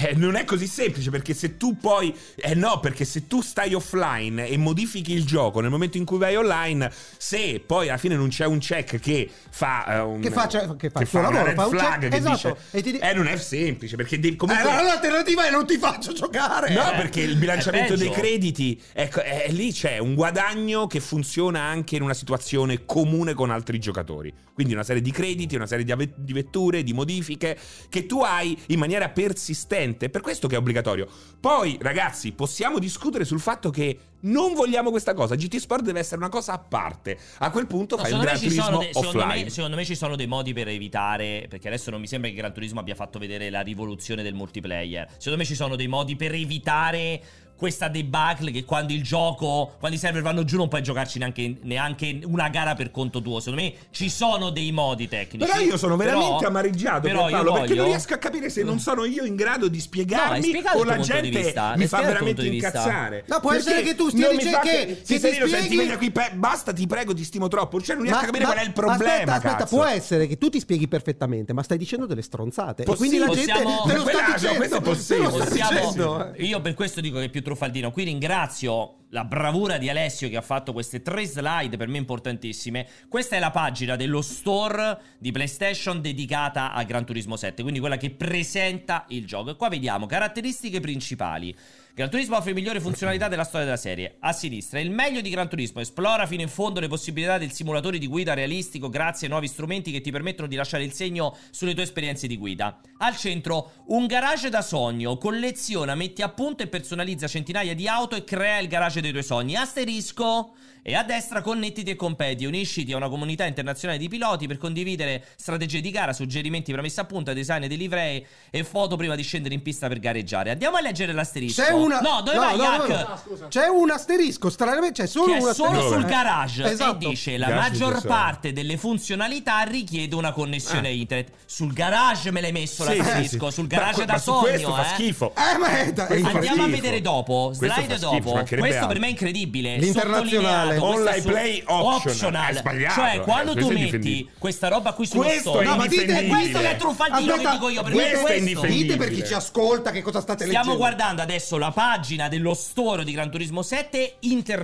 [SPEAKER 3] Eh, non è così semplice perché se tu poi. Eh no, perché se tu stai offline e modifichi il gioco nel momento in cui vai online, se poi alla fine non c'è un check che fa. eh, un-
[SPEAKER 1] Che faccia- che fa il suo
[SPEAKER 3] una
[SPEAKER 1] lavoro,
[SPEAKER 3] red
[SPEAKER 1] fa un
[SPEAKER 3] flag
[SPEAKER 1] check,
[SPEAKER 3] che
[SPEAKER 1] esatto,
[SPEAKER 3] dice-
[SPEAKER 1] e ti di-
[SPEAKER 3] Eh, non è semplice perché devi-
[SPEAKER 1] Eh,
[SPEAKER 3] comunque.
[SPEAKER 1] allora l'alternativa è non ti faccio giocare.
[SPEAKER 3] No,
[SPEAKER 2] Eh,
[SPEAKER 3] perché il bilanciamento
[SPEAKER 2] è
[SPEAKER 3] dei
[SPEAKER 2] peggio.
[SPEAKER 3] crediti, ecco, è- lì c'è un guadagno che funziona anche in una situazione comune con altri giocatori. Quindi una serie di crediti, una serie di, ave- di vetture, di modifiche che tu hai in maniera persistente. Per questo che è obbligatorio. Poi, ragazzi, possiamo discutere sul fatto che non vogliamo questa cosa. GT Sport deve essere una cosa a parte. A quel punto
[SPEAKER 2] No,
[SPEAKER 3] fai un
[SPEAKER 2] secondo,
[SPEAKER 3] gran
[SPEAKER 2] me ci sono
[SPEAKER 3] turismo
[SPEAKER 2] dei- secondo,
[SPEAKER 3] offline.
[SPEAKER 2] me, secondo me ci sono dei modi per evitare. Perché adesso non mi sembra che Gran Turismo abbia fatto vedere la rivoluzione del multiplayer. Secondo me ci sono dei modi per evitare questa debacle che quando il gioco, quando i server vanno giù, non puoi giocarci neanche, neanche una gara per conto tuo. Secondo me ci sono dei modi tecnici.
[SPEAKER 3] Però io sono veramente
[SPEAKER 2] Però-
[SPEAKER 3] amareggiato
[SPEAKER 2] però io
[SPEAKER 3] Pierpaolo, perché
[SPEAKER 2] voglio-
[SPEAKER 3] non riesco a capire se non sono io in grado di
[SPEAKER 2] No, hai
[SPEAKER 3] spiegarmi
[SPEAKER 2] spiegato
[SPEAKER 3] o
[SPEAKER 2] il
[SPEAKER 3] la
[SPEAKER 2] tuo punto di
[SPEAKER 3] gente
[SPEAKER 2] vista,
[SPEAKER 3] mi
[SPEAKER 2] hai
[SPEAKER 3] fa
[SPEAKER 2] spiegato il
[SPEAKER 3] veramente
[SPEAKER 2] punto di vista.
[SPEAKER 3] incazzare.
[SPEAKER 1] No, può
[SPEAKER 3] Perché
[SPEAKER 1] essere che tu stia
[SPEAKER 3] non mi
[SPEAKER 1] dicendo
[SPEAKER 3] fa
[SPEAKER 1] che-
[SPEAKER 3] ca-
[SPEAKER 1] che
[SPEAKER 3] Sì,
[SPEAKER 1] ti
[SPEAKER 3] Serino,
[SPEAKER 1] spieghi-
[SPEAKER 3] senti, guarda qui, pe- basta, ti prego, ti stimo troppo. Cioè, non riesco a capire qual è il problema.
[SPEAKER 1] Aspetta, aspetta,
[SPEAKER 3] cazzo.
[SPEAKER 1] può essere che tu ti spieghi perfettamente, ma stai dicendo delle stronzate.
[SPEAKER 3] Possi-
[SPEAKER 1] e quindi la gente
[SPEAKER 2] possiamo-
[SPEAKER 1] te lo
[SPEAKER 3] Quella- no,
[SPEAKER 1] sta dicendo.
[SPEAKER 3] questo è
[SPEAKER 1] te lo sta
[SPEAKER 3] possibile.
[SPEAKER 1] dicendo.
[SPEAKER 2] Possiamo, io per questo dico che è più truffaldino. Qui ringrazio la bravura di Alessio che ha fatto queste tre slide per me importantissime. Questa è la pagina dello store di PlayStation dedicata a Gran Turismo 7, quindi quella che presenta il gioco. E qua vediamo caratteristiche principali. Gran Turismo offre migliore funzionalità della storia della serie. A sinistra, il meglio di Gran Turismo esplora fino in fondo le possibilità del simulatore di guida realistico grazie ai nuovi strumenti che ti permettono di lasciare il segno sulle tue esperienze di guida. Al centro, un garage da sogno. Colleziona, metti a punto e personalizza centinaia di auto e crea il garage dei tuoi sogni. Asterisco. E a destra connettiti e competi, unisciti a una comunità internazionale di piloti per condividere strategie di gara, suggerimenti per la messa a punta, design dei livrei e foto prima di scendere in pista per gareggiare. Andiamo a leggere l'asterisco.
[SPEAKER 1] C'è una...
[SPEAKER 2] No, dove vai, Jack?
[SPEAKER 1] no, no. C'è un asterisco, stranamente, c'è solo
[SPEAKER 2] Che è
[SPEAKER 1] un asterisco.
[SPEAKER 2] solo sul
[SPEAKER 1] Eh,
[SPEAKER 2] garage
[SPEAKER 1] Esatto.
[SPEAKER 2] e dice la
[SPEAKER 3] Garage
[SPEAKER 2] maggior
[SPEAKER 3] accessorio.
[SPEAKER 2] parte delle funzionalità richiede una connessione internet. Sul garage me l'hai messo
[SPEAKER 3] Eh. Sì,
[SPEAKER 2] l'asterisco,
[SPEAKER 3] sì, sì.
[SPEAKER 2] Ecco sul
[SPEAKER 3] Ma
[SPEAKER 2] garage
[SPEAKER 3] que-
[SPEAKER 2] da
[SPEAKER 3] ma su
[SPEAKER 2] sogno.
[SPEAKER 3] Questo fa
[SPEAKER 2] eh.
[SPEAKER 3] schifo.
[SPEAKER 1] Eh, ma è- è
[SPEAKER 3] Questo fa
[SPEAKER 2] Andiamo a
[SPEAKER 3] schifo.
[SPEAKER 2] vedere dopo,
[SPEAKER 3] Questo fa
[SPEAKER 2] slide
[SPEAKER 3] schifo,
[SPEAKER 2] dopo.
[SPEAKER 3] ci mancherebbe
[SPEAKER 2] Questo per
[SPEAKER 3] altro.
[SPEAKER 2] me è incredibile.
[SPEAKER 1] L'internazionale.
[SPEAKER 2] sottolineato, questo
[SPEAKER 3] Online
[SPEAKER 2] è su-
[SPEAKER 3] play optional. È sbagliato,
[SPEAKER 2] Cioè, quando
[SPEAKER 3] eh,
[SPEAKER 2] tu
[SPEAKER 3] questo è
[SPEAKER 2] metti
[SPEAKER 3] difendibile.
[SPEAKER 2] questa roba qui sullo
[SPEAKER 3] Questo
[SPEAKER 2] store,
[SPEAKER 3] è
[SPEAKER 1] No, ma dite,
[SPEAKER 3] Indifendibile.
[SPEAKER 2] questo che è truffaldino
[SPEAKER 1] Aspetta,
[SPEAKER 2] che dico io, per me è
[SPEAKER 3] questo è
[SPEAKER 2] questo.
[SPEAKER 3] indifendibile.
[SPEAKER 1] Dite per chi ci ascolta che cosa state leggendo.
[SPEAKER 2] Stiamo guardando adesso la pagina dello storo di Gran Turismo 7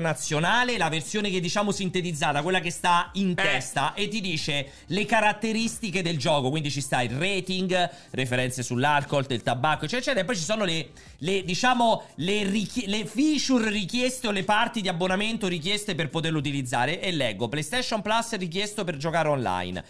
[SPEAKER 2] internazionale, la versione che diciamo sintetizzata, quella che sta
[SPEAKER 1] Eh.
[SPEAKER 2] in testa e ti dice le caratteristiche del gioco, quindi ci sta il rating, referenze sull'alcol, del tabacco, eccetera, eccetera, e poi ci sono le, le, diciamo le, richi- le feature richieste o le parti di abbonamento richieste per poterlo utilizzare e leggo PlayStation Plus richiesto per giocare online.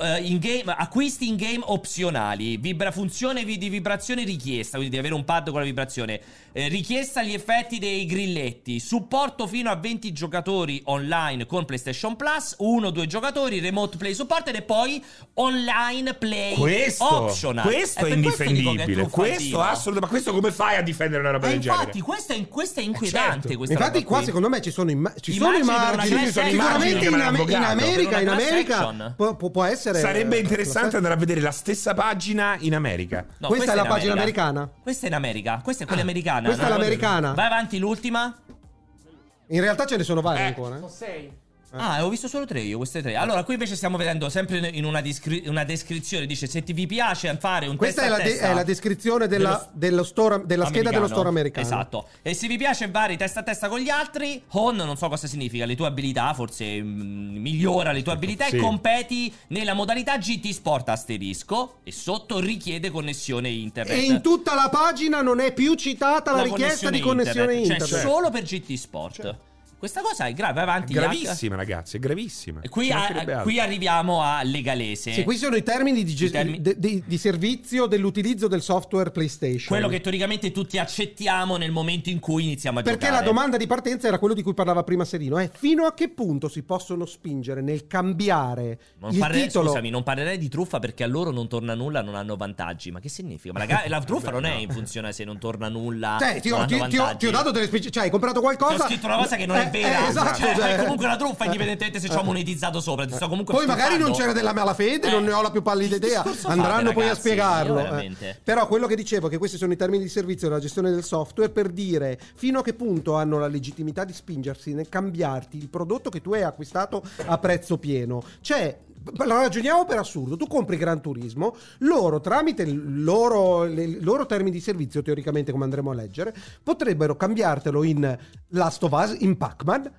[SPEAKER 2] Eh, in game- acquisti in game opzionali, vibra- funzione vi- di vibrazione richiesta, quindi di avere un pad con la vibrazione, eh, richiesta agli effetti dei grilletti, supporto fino a 20 giocatori online con PlayStation Plus, 1-2 giocatori, remote play supported e poi online play
[SPEAKER 3] Questo,
[SPEAKER 2] optional.
[SPEAKER 3] questo è
[SPEAKER 2] per dico che
[SPEAKER 3] indifendibile. Questo
[SPEAKER 2] truffaldino.
[SPEAKER 3] assolutamente. Ma questo come fai a difendere una roba del
[SPEAKER 2] Eh, infatti,
[SPEAKER 3] genere?
[SPEAKER 2] questo è, questo è inquietante.
[SPEAKER 3] certo.
[SPEAKER 2] questa
[SPEAKER 1] Infatti,
[SPEAKER 2] roba
[SPEAKER 1] qua
[SPEAKER 2] qui.
[SPEAKER 1] secondo me ci sono, imma- ci
[SPEAKER 2] I
[SPEAKER 1] sono i
[SPEAKER 2] margini per una
[SPEAKER 1] margini.
[SPEAKER 2] class action.
[SPEAKER 1] Sicuramente in, Am-
[SPEAKER 3] Per un
[SPEAKER 1] in America, in
[SPEAKER 2] class
[SPEAKER 1] America
[SPEAKER 2] action.
[SPEAKER 1] può, può- può essere.
[SPEAKER 3] Sarebbe interessante andare a vedere la stessa pagina in America.
[SPEAKER 2] No,
[SPEAKER 1] Questa è la
[SPEAKER 2] in
[SPEAKER 1] pagina
[SPEAKER 2] America.
[SPEAKER 1] americana. Ah,
[SPEAKER 2] Questa è in America. Questa è quella americana.
[SPEAKER 1] questa è
[SPEAKER 2] no?
[SPEAKER 1] l'americana.
[SPEAKER 2] Vai avanti, l'ultima.
[SPEAKER 1] In realtà ce ne sono vari
[SPEAKER 3] Eh.
[SPEAKER 1] ancora. eh.
[SPEAKER 2] Ah, ho visto solo tre io, queste tre. Allora, qui invece stiamo vedendo sempre in una, discri- una descrizione. Dice: Se ti vi piace fare un
[SPEAKER 1] Questa è
[SPEAKER 2] testa
[SPEAKER 1] la,
[SPEAKER 2] a
[SPEAKER 1] de-
[SPEAKER 2] testa
[SPEAKER 1] è la descrizione della, dello store- della scheda dello store americano.
[SPEAKER 2] Esatto. E se vi piace vari testa a testa con gli altri, Hon non so cosa significa, le tue abilità, forse mm, migliora le tue abilità
[SPEAKER 3] Sì.
[SPEAKER 2] e competi nella modalità GT Sport asterisco e sotto richiede connessione internet.
[SPEAKER 1] E in tutta la pagina non è più citata la,
[SPEAKER 2] La
[SPEAKER 1] richiesta di connessione internet.
[SPEAKER 2] Cioè,
[SPEAKER 1] Cioè.
[SPEAKER 2] solo per GT Sport. Questa cosa è grave, vai avanti. Jack.
[SPEAKER 3] Gravissima, ragazzi, è gravissima.
[SPEAKER 2] E qui,
[SPEAKER 3] Ci
[SPEAKER 2] a-
[SPEAKER 3] mancherebbe altro.
[SPEAKER 2] qui arriviamo a legalese.
[SPEAKER 1] Sì, qui sono i termini di, ges-
[SPEAKER 2] I termini-
[SPEAKER 1] de- di- di servizio dell'utilizzo del software PlayStation.
[SPEAKER 2] quello che teoricamente tutti accettiamo nel momento in cui iniziamo a
[SPEAKER 1] Perché la
[SPEAKER 2] giocare.
[SPEAKER 1] domanda di partenza era quello di cui parlava prima Serino, è fino a che punto si possono spingere nel cambiare
[SPEAKER 2] Non
[SPEAKER 1] il
[SPEAKER 2] parlerei-
[SPEAKER 1] titolo?
[SPEAKER 2] Scusami, non parlerei di truffa perché a loro non torna nulla, non hanno vantaggi. Ma che significa? Ma la, ga- la truffa non è in funzione se non torna nulla.
[SPEAKER 1] Cioè, ti ho,
[SPEAKER 2] non
[SPEAKER 1] ti-
[SPEAKER 2] hanno
[SPEAKER 1] ti ho-
[SPEAKER 2] vantaggi.
[SPEAKER 1] ti ho dato delle specie, cioè hai comprato qualcosa...
[SPEAKER 2] Ti ho scritto una cosa che non
[SPEAKER 1] Eh,
[SPEAKER 2] è vera.
[SPEAKER 1] eh, esatto,
[SPEAKER 2] Cioè,
[SPEAKER 1] cioè-
[SPEAKER 2] è comunque una truffa, indipendentemente se ci ho
[SPEAKER 1] Eh.
[SPEAKER 2] monetizzato sopra. Ti sto comunque
[SPEAKER 1] Poi magari non c'era
[SPEAKER 2] sfruttando.
[SPEAKER 1] della malafede,
[SPEAKER 2] Eh.
[SPEAKER 1] non ne ho la più pallida
[SPEAKER 2] Che
[SPEAKER 1] idea.
[SPEAKER 2] discorso fate,
[SPEAKER 1] Andranno poi a
[SPEAKER 2] ragazzi?
[SPEAKER 1] spiegarlo.
[SPEAKER 2] Io
[SPEAKER 1] eh.
[SPEAKER 2] veramente.
[SPEAKER 1] Però quello che dicevo, che questi sono i termini di servizio della gestione del software, per dire fino a che punto hanno la legittimità di spingersi nel cambiarti il prodotto che tu hai acquistato a prezzo pieno. C'è la ragioniamo per assurdo. Tu compri Gran Turismo, loro tramite il loro, le- i loro termini di servizio, teoricamente come andremo a leggere, potrebbero cambiartelo in Last of Us, in Pac-Man.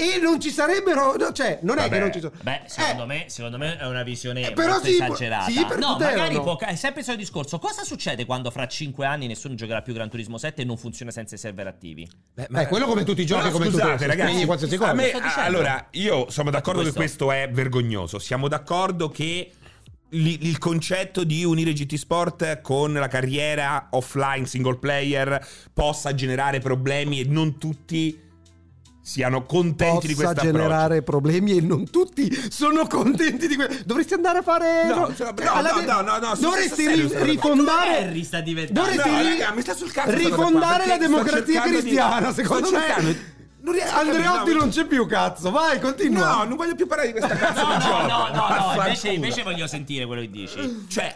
[SPEAKER 1] E non ci sarebbero, no, cioè, non è
[SPEAKER 3] Vabbè,
[SPEAKER 1] che non ci sono.
[SPEAKER 2] Beh, secondo,
[SPEAKER 1] Eh,
[SPEAKER 2] me, secondo me è una visione
[SPEAKER 1] Eh, però
[SPEAKER 2] molto
[SPEAKER 1] sì,
[SPEAKER 2] esagerata.
[SPEAKER 1] sì, per
[SPEAKER 2] no,
[SPEAKER 1] poterlo.
[SPEAKER 2] magari può, è sempre il solito discorso. Cosa succede quando fra 5 anni nessuno giocherà più Gran Turismo 7 e non funziona senza i server attivi?
[SPEAKER 3] Eh,
[SPEAKER 1] Beh, ma è quello come tutti i giochi,
[SPEAKER 3] Però
[SPEAKER 1] come
[SPEAKER 3] scusate,
[SPEAKER 1] tutti
[SPEAKER 3] ragazzi,
[SPEAKER 1] quindi qualsiasi
[SPEAKER 3] a
[SPEAKER 1] cosa.
[SPEAKER 3] me-
[SPEAKER 2] Sto dicendo.
[SPEAKER 3] allora, io sono d'accordo
[SPEAKER 2] Questo-
[SPEAKER 3] che questo è vergognoso. Siamo d'accordo che li- il concetto di unire GT Sport con la carriera offline single player possa generare problemi e non tutti siano contenti di
[SPEAKER 1] possa
[SPEAKER 3] questa approccio.
[SPEAKER 1] generare problemi e non tutti sono contenti di questo. Dovresti andare a fare.
[SPEAKER 3] No,
[SPEAKER 1] no,
[SPEAKER 3] cioè,
[SPEAKER 1] cioè,
[SPEAKER 3] no,
[SPEAKER 1] alla
[SPEAKER 3] no,
[SPEAKER 1] de-
[SPEAKER 3] no, no, no, sul
[SPEAKER 1] dovresti
[SPEAKER 3] serio,
[SPEAKER 1] ri-
[SPEAKER 3] sul serio.
[SPEAKER 1] rifondare.
[SPEAKER 2] Harry sta diventando-
[SPEAKER 1] Dovresti
[SPEAKER 3] No,
[SPEAKER 1] ri-
[SPEAKER 3] raga, mi sta sul cazzo questa cosa qua,
[SPEAKER 1] rifondare
[SPEAKER 3] perché
[SPEAKER 1] la
[SPEAKER 3] sto
[SPEAKER 1] democrazia
[SPEAKER 3] cercando di-
[SPEAKER 1] cristiana.
[SPEAKER 3] sto
[SPEAKER 1] secondo me,
[SPEAKER 3] cercando- non riesco a capire,
[SPEAKER 1] Andreotti
[SPEAKER 3] no.
[SPEAKER 1] non c'è più, cazzo. Vai, continua.
[SPEAKER 3] No, non voglio più parlare di questa cazzo
[SPEAKER 2] No,
[SPEAKER 3] di gioco.
[SPEAKER 2] no, no, no, no,
[SPEAKER 3] cioè, Vaffanculo.
[SPEAKER 2] invece, invece voglio sentire quello che dici.
[SPEAKER 3] Cioè,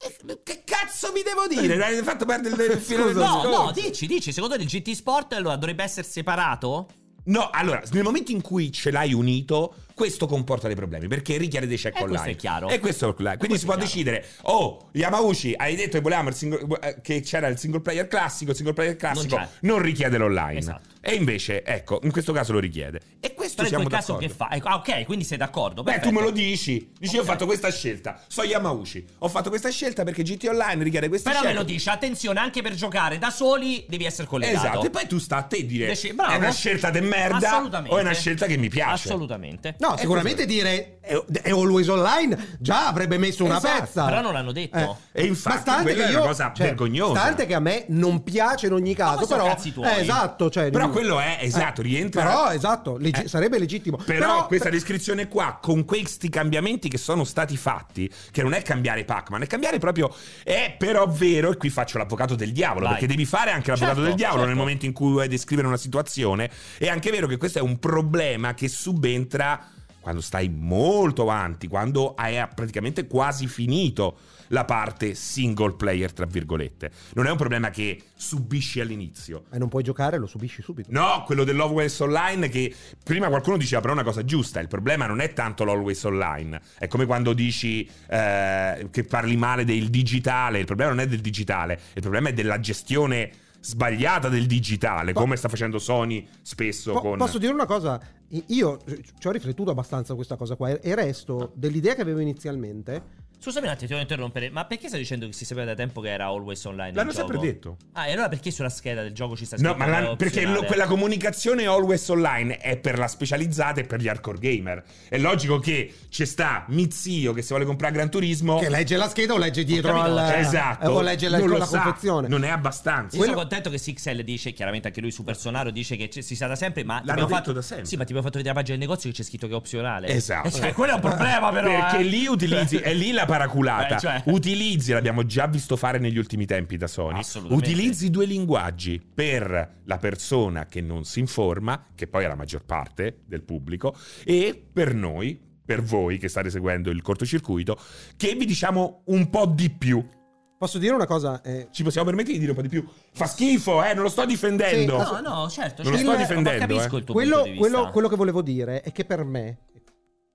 [SPEAKER 3] eh, che cazzo vi devo dire? Mi Avete fatto perdere il filo del
[SPEAKER 2] No,
[SPEAKER 3] discorso.
[SPEAKER 2] no, dici, dici, secondo te il GT Sport allora dovrebbe essere separato?
[SPEAKER 3] No, allora, nel momento in cui ce l'hai unito, questo comporta dei problemi, perché richiede dei check
[SPEAKER 2] Eh, questo
[SPEAKER 3] online.
[SPEAKER 2] è chiaro.
[SPEAKER 3] E questo è chiaro. Quindi
[SPEAKER 2] questo
[SPEAKER 3] si
[SPEAKER 2] è
[SPEAKER 3] può
[SPEAKER 2] chiaro.
[SPEAKER 3] decidere, oh, Yamauchi, hai detto che, volevamo il single- eh, che c'era il single player classico, il single player classico
[SPEAKER 2] c'è.
[SPEAKER 3] non, richiede l'online.
[SPEAKER 2] Esatto.
[SPEAKER 3] E invece, ecco, in questo caso lo richiede. E questo
[SPEAKER 2] Però in
[SPEAKER 3] siamo
[SPEAKER 2] quel caso
[SPEAKER 3] d'accordo.
[SPEAKER 2] che fa? Ecco, ah, ok, quindi sei d'accordo.
[SPEAKER 3] Beh,
[SPEAKER 2] perfetto.
[SPEAKER 3] tu me lo dici. Dici, io ho fatto questa scelta. So Yamauchi. Ho fatto questa scelta perché GT Online richiede questa
[SPEAKER 2] Però me
[SPEAKER 3] scelta.
[SPEAKER 2] lo dici, attenzione, anche per giocare da soli devi essere collegato.
[SPEAKER 3] Esatto, e poi tu sta a te dire
[SPEAKER 2] Dici, bravo.
[SPEAKER 3] è una scelta di merda
[SPEAKER 2] Assolutamente.
[SPEAKER 3] o è una scelta che mi piace.
[SPEAKER 2] Assolutamente.
[SPEAKER 1] No,
[SPEAKER 3] Eh,
[SPEAKER 1] sicuramente dire è, è always online già avrebbe messo una
[SPEAKER 3] Esatto,
[SPEAKER 1] pezza. Eh.
[SPEAKER 2] però non l'hanno detto.
[SPEAKER 3] E infatti quella è una cosa vergognosa.
[SPEAKER 1] cioè, Stante che a me non piace in ogni caso,
[SPEAKER 2] sono
[SPEAKER 1] però
[SPEAKER 2] cazzi tuoi.
[SPEAKER 1] Eh, esatto, cioè,
[SPEAKER 3] Però quello è, esatto,
[SPEAKER 1] Eh,
[SPEAKER 3] rientra-
[SPEAKER 1] Però esatto, leggi-
[SPEAKER 3] Eh.
[SPEAKER 1] sarebbe legittimo.
[SPEAKER 3] Però, questa descrizione qua, con questi cambiamenti che sono stati fatti, che non è cambiare Pac-Man, è cambiare proprio... È però vero, e qui faccio l'avvocato del diavolo,
[SPEAKER 2] Vai.
[SPEAKER 3] perché devi fare anche l'avvocato
[SPEAKER 2] Certo,
[SPEAKER 3] del diavolo nel
[SPEAKER 2] certo.
[SPEAKER 3] momento in cui vuoi descrivere una situazione, è anche vero che questo è un problema che subentra quando stai molto avanti, quando hai praticamente quasi finito la parte single player, tra virgolette. Non è un problema che subisci all'inizio.
[SPEAKER 1] E Eh, non puoi giocare, lo subisci subito.
[SPEAKER 3] Esatto. No, quello dell'Always Online che prima qualcuno diceva però una cosa giusta, il problema non è tanto l'Always Online, è come quando dici eh, che parli male del digitale, il problema non è del digitale, il problema è della gestione sbagliata del digitale,
[SPEAKER 1] Po-
[SPEAKER 3] come sta facendo Sony spesso
[SPEAKER 1] Po-
[SPEAKER 3] con...
[SPEAKER 1] Posso dire una cosa? I- Io ci ho riflettuto abbastanza su questa cosa qua e- e resto dell'idea che avevo inizialmente.
[SPEAKER 2] Scusami un attimo, ti voglio interrompere. Ma perché stai dicendo che si sapeva da tempo che era always online? il
[SPEAKER 3] L'hanno
[SPEAKER 2] gioco?
[SPEAKER 3] sempre detto.
[SPEAKER 2] Ah, e allora perché sulla scheda del gioco ci sta scritto?
[SPEAKER 3] No, ma la-
[SPEAKER 2] che è
[SPEAKER 3] perché lo-
[SPEAKER 2] opzionale?
[SPEAKER 3] quella comunicazione always online è per la specializzata e per gli hardcore gamer. È logico che ci sta Mizio che se vuole comprare Gran Turismo...
[SPEAKER 1] Che legge la scheda o legge dietro
[SPEAKER 2] capito,
[SPEAKER 1] al.
[SPEAKER 2] cioè,
[SPEAKER 3] Oh. Esatto,
[SPEAKER 1] eh, O legge la,
[SPEAKER 3] non lo
[SPEAKER 1] la
[SPEAKER 3] sa,
[SPEAKER 1] confezione.
[SPEAKER 3] Non è abbastanza.
[SPEAKER 2] Sì, sono contento che Sixel dice, chiaramente anche lui Supersonaro dice che ci- si sa da sempre, ma ti
[SPEAKER 3] L'hanno
[SPEAKER 2] abbiamo
[SPEAKER 3] detto da sempre.
[SPEAKER 2] Sì, ma ti abbiamo fatto vedere la pagina del negozio che c'è scritto che è opzionale.
[SPEAKER 3] Esatto.
[SPEAKER 2] Eh, Cioè, quello è un problema però.
[SPEAKER 3] Perché
[SPEAKER 2] eh.
[SPEAKER 3] lì utilizzi, è lì la paraculata.
[SPEAKER 2] Eh, cioè.
[SPEAKER 3] Utilizzi, l'abbiamo già visto fare negli ultimi tempi da Sony.
[SPEAKER 2] Assolutamente.
[SPEAKER 3] Utilizzi due linguaggi per la persona che non si informa, che poi è la maggior parte del pubblico, e per noi, per voi che state seguendo il cortocircuito, che vi diciamo un po' di più.
[SPEAKER 1] Posso dire una cosa? Eh,
[SPEAKER 3] Ci possiamo permettere di dire un po' di più? Fa schifo, eh, non lo sto difendendo.
[SPEAKER 1] Sì,
[SPEAKER 2] No, no, certo.
[SPEAKER 3] Non lo sto
[SPEAKER 2] certo. Ma
[SPEAKER 3] difendendo,
[SPEAKER 2] Capisco
[SPEAKER 3] eh.
[SPEAKER 2] il tuo
[SPEAKER 1] quello,
[SPEAKER 2] punto di vista.
[SPEAKER 1] quello, quello che volevo dire è che per me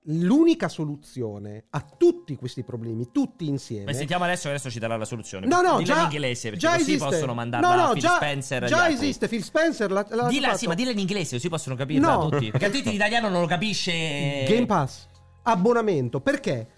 [SPEAKER 1] l'unica soluzione a tutti questi problemi, tutti insieme.
[SPEAKER 2] Ma sentiamo adesso, adesso ci darà la soluzione.
[SPEAKER 1] No, no,
[SPEAKER 2] Dilla
[SPEAKER 1] già,
[SPEAKER 2] in inglese perché
[SPEAKER 1] già
[SPEAKER 2] così
[SPEAKER 1] esiste.
[SPEAKER 2] possono mandarla
[SPEAKER 1] No, no,
[SPEAKER 2] a Phil
[SPEAKER 1] già,
[SPEAKER 2] Spencer. e agli
[SPEAKER 1] Già
[SPEAKER 2] altri.
[SPEAKER 1] esiste Phil Spencer. La, la-
[SPEAKER 2] Dilla,
[SPEAKER 1] l'ha
[SPEAKER 2] sì,
[SPEAKER 1] fatto.
[SPEAKER 2] ma dilla in inglese così possono capirla
[SPEAKER 1] No.
[SPEAKER 2] tutti. Perché altrimenti l'italiano non lo capisce.
[SPEAKER 1] Game Pass, abbonamento, perché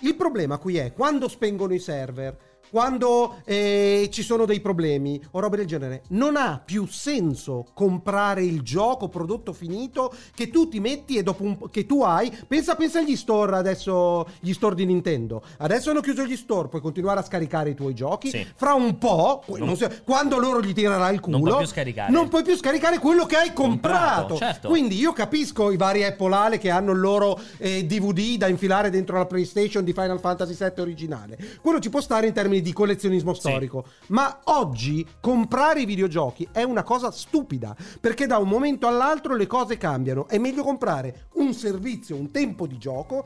[SPEAKER 1] il problema qui è quando spengono i server, quando eh, ci sono dei problemi o robe del genere, non ha più senso comprare il gioco prodotto finito che tu ti metti e dopo un po' che tu hai, pensa, pensa agli store adesso, gli store di Nintendo. Adesso hanno chiuso gli store, puoi continuare a scaricare i tuoi giochi,
[SPEAKER 2] Sì.
[SPEAKER 1] fra un po', que-
[SPEAKER 2] Non-
[SPEAKER 1] non so- quando loro gli tirerà il culo,
[SPEAKER 2] Non puoi più scaricare.
[SPEAKER 1] non puoi più scaricare quello che hai comprato.
[SPEAKER 2] Comprato, certo.
[SPEAKER 1] Quindi quindi io capisco i vari Apple Ale che hanno il loro eh, DVD da infilare dentro la PlayStation di Final Fantasy VII originale. Quello ci può stare in termini di collezionismo storico. Ma oggi comprare i videogiochi è una cosa stupida, perché da un momento all'altro le cose cambiano. È meglio comprare un servizio, un tempo di gioco.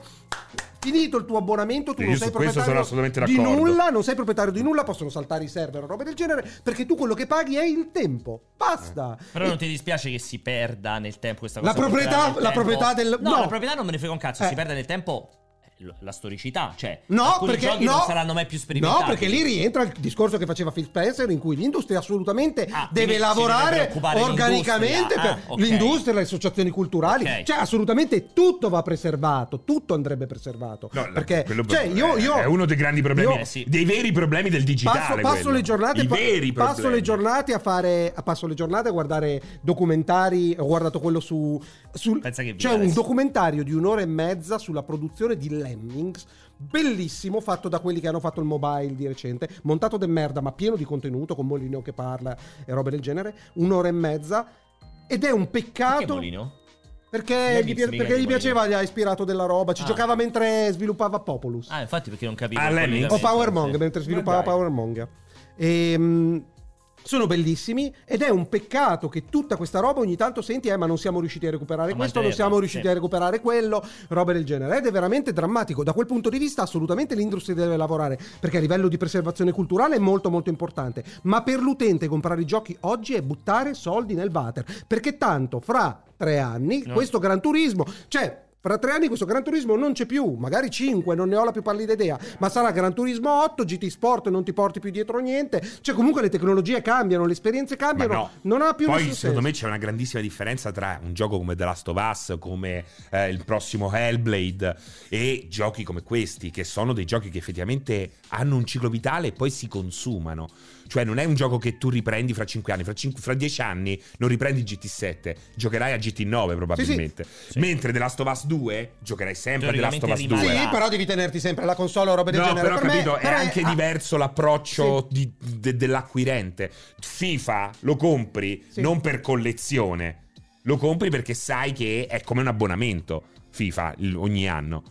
[SPEAKER 1] Finito il tuo abbonamento, tu
[SPEAKER 3] Io
[SPEAKER 1] non
[SPEAKER 3] su
[SPEAKER 1] sei
[SPEAKER 3] questo sono assolutamente
[SPEAKER 1] proprietario di
[SPEAKER 3] d'accordo.
[SPEAKER 1] nulla, non sei proprietario di nulla, possono saltare i server o robe del genere, perché tu quello che paghi è il tempo.
[SPEAKER 3] Eh.
[SPEAKER 1] Basta.
[SPEAKER 2] Però non ti dispiace che si perda nel tempo questa
[SPEAKER 1] La
[SPEAKER 2] cosa?
[SPEAKER 1] proprietà-
[SPEAKER 2] perderà nel
[SPEAKER 1] la
[SPEAKER 2] tempo?
[SPEAKER 1] proprietà del-
[SPEAKER 2] No,
[SPEAKER 1] no.
[SPEAKER 2] la proprietà non me ne frega un cazzo.
[SPEAKER 1] Eh.
[SPEAKER 2] Si perde nel tempo. l- la storicità. Cioè,
[SPEAKER 1] No,
[SPEAKER 2] alcuni
[SPEAKER 1] perché
[SPEAKER 2] giochi
[SPEAKER 1] no,
[SPEAKER 2] non saranno mai più sperimentati.
[SPEAKER 1] No, perché lì rientra il discorso che faceva Phil Spencer in cui l'industria assolutamente
[SPEAKER 2] Ah, quindi
[SPEAKER 1] deve
[SPEAKER 2] si deve
[SPEAKER 1] lavorare
[SPEAKER 2] preoccupare
[SPEAKER 1] organicamente
[SPEAKER 2] l'industria.
[SPEAKER 1] per
[SPEAKER 2] Ah, ok.
[SPEAKER 1] l'industria, le associazioni culturali,
[SPEAKER 2] Ok.
[SPEAKER 1] cioè assolutamente tutto va preservato, tutto andrebbe preservato.
[SPEAKER 3] No, la-
[SPEAKER 1] perché
[SPEAKER 3] quello
[SPEAKER 1] cioè, io,
[SPEAKER 3] è-
[SPEAKER 1] io
[SPEAKER 3] è uno dei grandi problemi,
[SPEAKER 1] io-
[SPEAKER 2] Eh sì.
[SPEAKER 3] dei veri problemi del
[SPEAKER 1] Passo,
[SPEAKER 3] digitale.
[SPEAKER 1] passo
[SPEAKER 3] quello.
[SPEAKER 1] le giornate,
[SPEAKER 3] I
[SPEAKER 1] pa-
[SPEAKER 3] veri
[SPEAKER 1] passo
[SPEAKER 3] problemi.
[SPEAKER 1] le giornate a fare. a- Passo le giornate a guardare documentari. Ho guardato quello su. sul-
[SPEAKER 2] Pensa che
[SPEAKER 1] c'è
[SPEAKER 2] via
[SPEAKER 1] un
[SPEAKER 2] adesso.
[SPEAKER 1] documentario di un'ora e mezza sulla produzione di Lemmings. Bellissimo, fatto da quelli che hanno fatto il mobile di recente. Montato de merda, ma pieno di contenuto, con Molino che parla e robe del genere. Un'ora e mezza. Ed è un
[SPEAKER 2] Perché
[SPEAKER 1] peccato.
[SPEAKER 2] Molino?
[SPEAKER 1] Perché,
[SPEAKER 2] Lemmings
[SPEAKER 1] gli, pi-
[SPEAKER 2] mica
[SPEAKER 1] perché
[SPEAKER 2] di
[SPEAKER 1] gli piaceva, gli ha ispirato della roba. Ci
[SPEAKER 2] Ah.
[SPEAKER 1] giocava mentre sviluppava Populus.
[SPEAKER 2] Ah, infatti perché non capivo.
[SPEAKER 3] Ah,
[SPEAKER 2] il
[SPEAKER 3] Lemmings.
[SPEAKER 1] O
[SPEAKER 2] collegamento,
[SPEAKER 1] Power Mong,
[SPEAKER 2] sì. Eh,
[SPEAKER 1] mentre sviluppava
[SPEAKER 3] dai.
[SPEAKER 1] Power Mong. Ehm, sono bellissimi ed è un peccato che tutta questa roba ogni tanto senti, eh, ma non siamo riusciti a recuperare
[SPEAKER 2] A
[SPEAKER 1] questo, non
[SPEAKER 2] mantenerla,
[SPEAKER 1] siamo riusciti
[SPEAKER 2] sì.
[SPEAKER 1] a recuperare quello, roba del genere. Ed è veramente drammatico. Da quel punto di vista assolutamente l'industria deve lavorare, perché a livello di preservazione culturale è molto molto importante. Ma per l'utente comprare i giochi oggi è buttare soldi nel water, perché tanto fra tre anni
[SPEAKER 2] No.
[SPEAKER 1] questo Gran Turismo, cioè... Fra tre anni questo Gran Turismo non c'è più, magari cinque, non ne ho la più pallida idea, ma sarà Gran Turismo 8, GT Sport, non ti porti più dietro niente, cioè comunque le tecnologie cambiano, le esperienze
[SPEAKER 3] Ma
[SPEAKER 1] cambiano,
[SPEAKER 3] no.
[SPEAKER 1] non ha più
[SPEAKER 3] Poi
[SPEAKER 1] nessun
[SPEAKER 3] secondo
[SPEAKER 1] senso.
[SPEAKER 3] me c'è una grandissima differenza tra un gioco come The Last of Us, come eh, il prossimo Hellblade e giochi come questi, che sono dei giochi che effettivamente hanno un ciclo vitale e poi si consumano. Cioè non è un gioco che tu riprendi fra 5 anni, fra, 5, fra 10 anni non riprendi GT7, giocherai a GT9 probabilmente.
[SPEAKER 2] Sì.
[SPEAKER 3] Mentre The Last of Us 2 giocherai sempre a The Last of Us
[SPEAKER 2] Teoricamente
[SPEAKER 3] 2.
[SPEAKER 2] rimane-
[SPEAKER 1] Sì, però devi tenerti sempre la console o robe del
[SPEAKER 3] No,
[SPEAKER 1] genere.
[SPEAKER 3] però ho
[SPEAKER 1] Per me-
[SPEAKER 3] capito, è
[SPEAKER 1] però
[SPEAKER 3] anche
[SPEAKER 1] ah,
[SPEAKER 3] diverso l'approccio di- de- dell'acquirente. FIFA lo compri
[SPEAKER 1] Sì.
[SPEAKER 3] non per collezione, lo compri perché sai che è come un abbonamento FIFA il- ogni anno.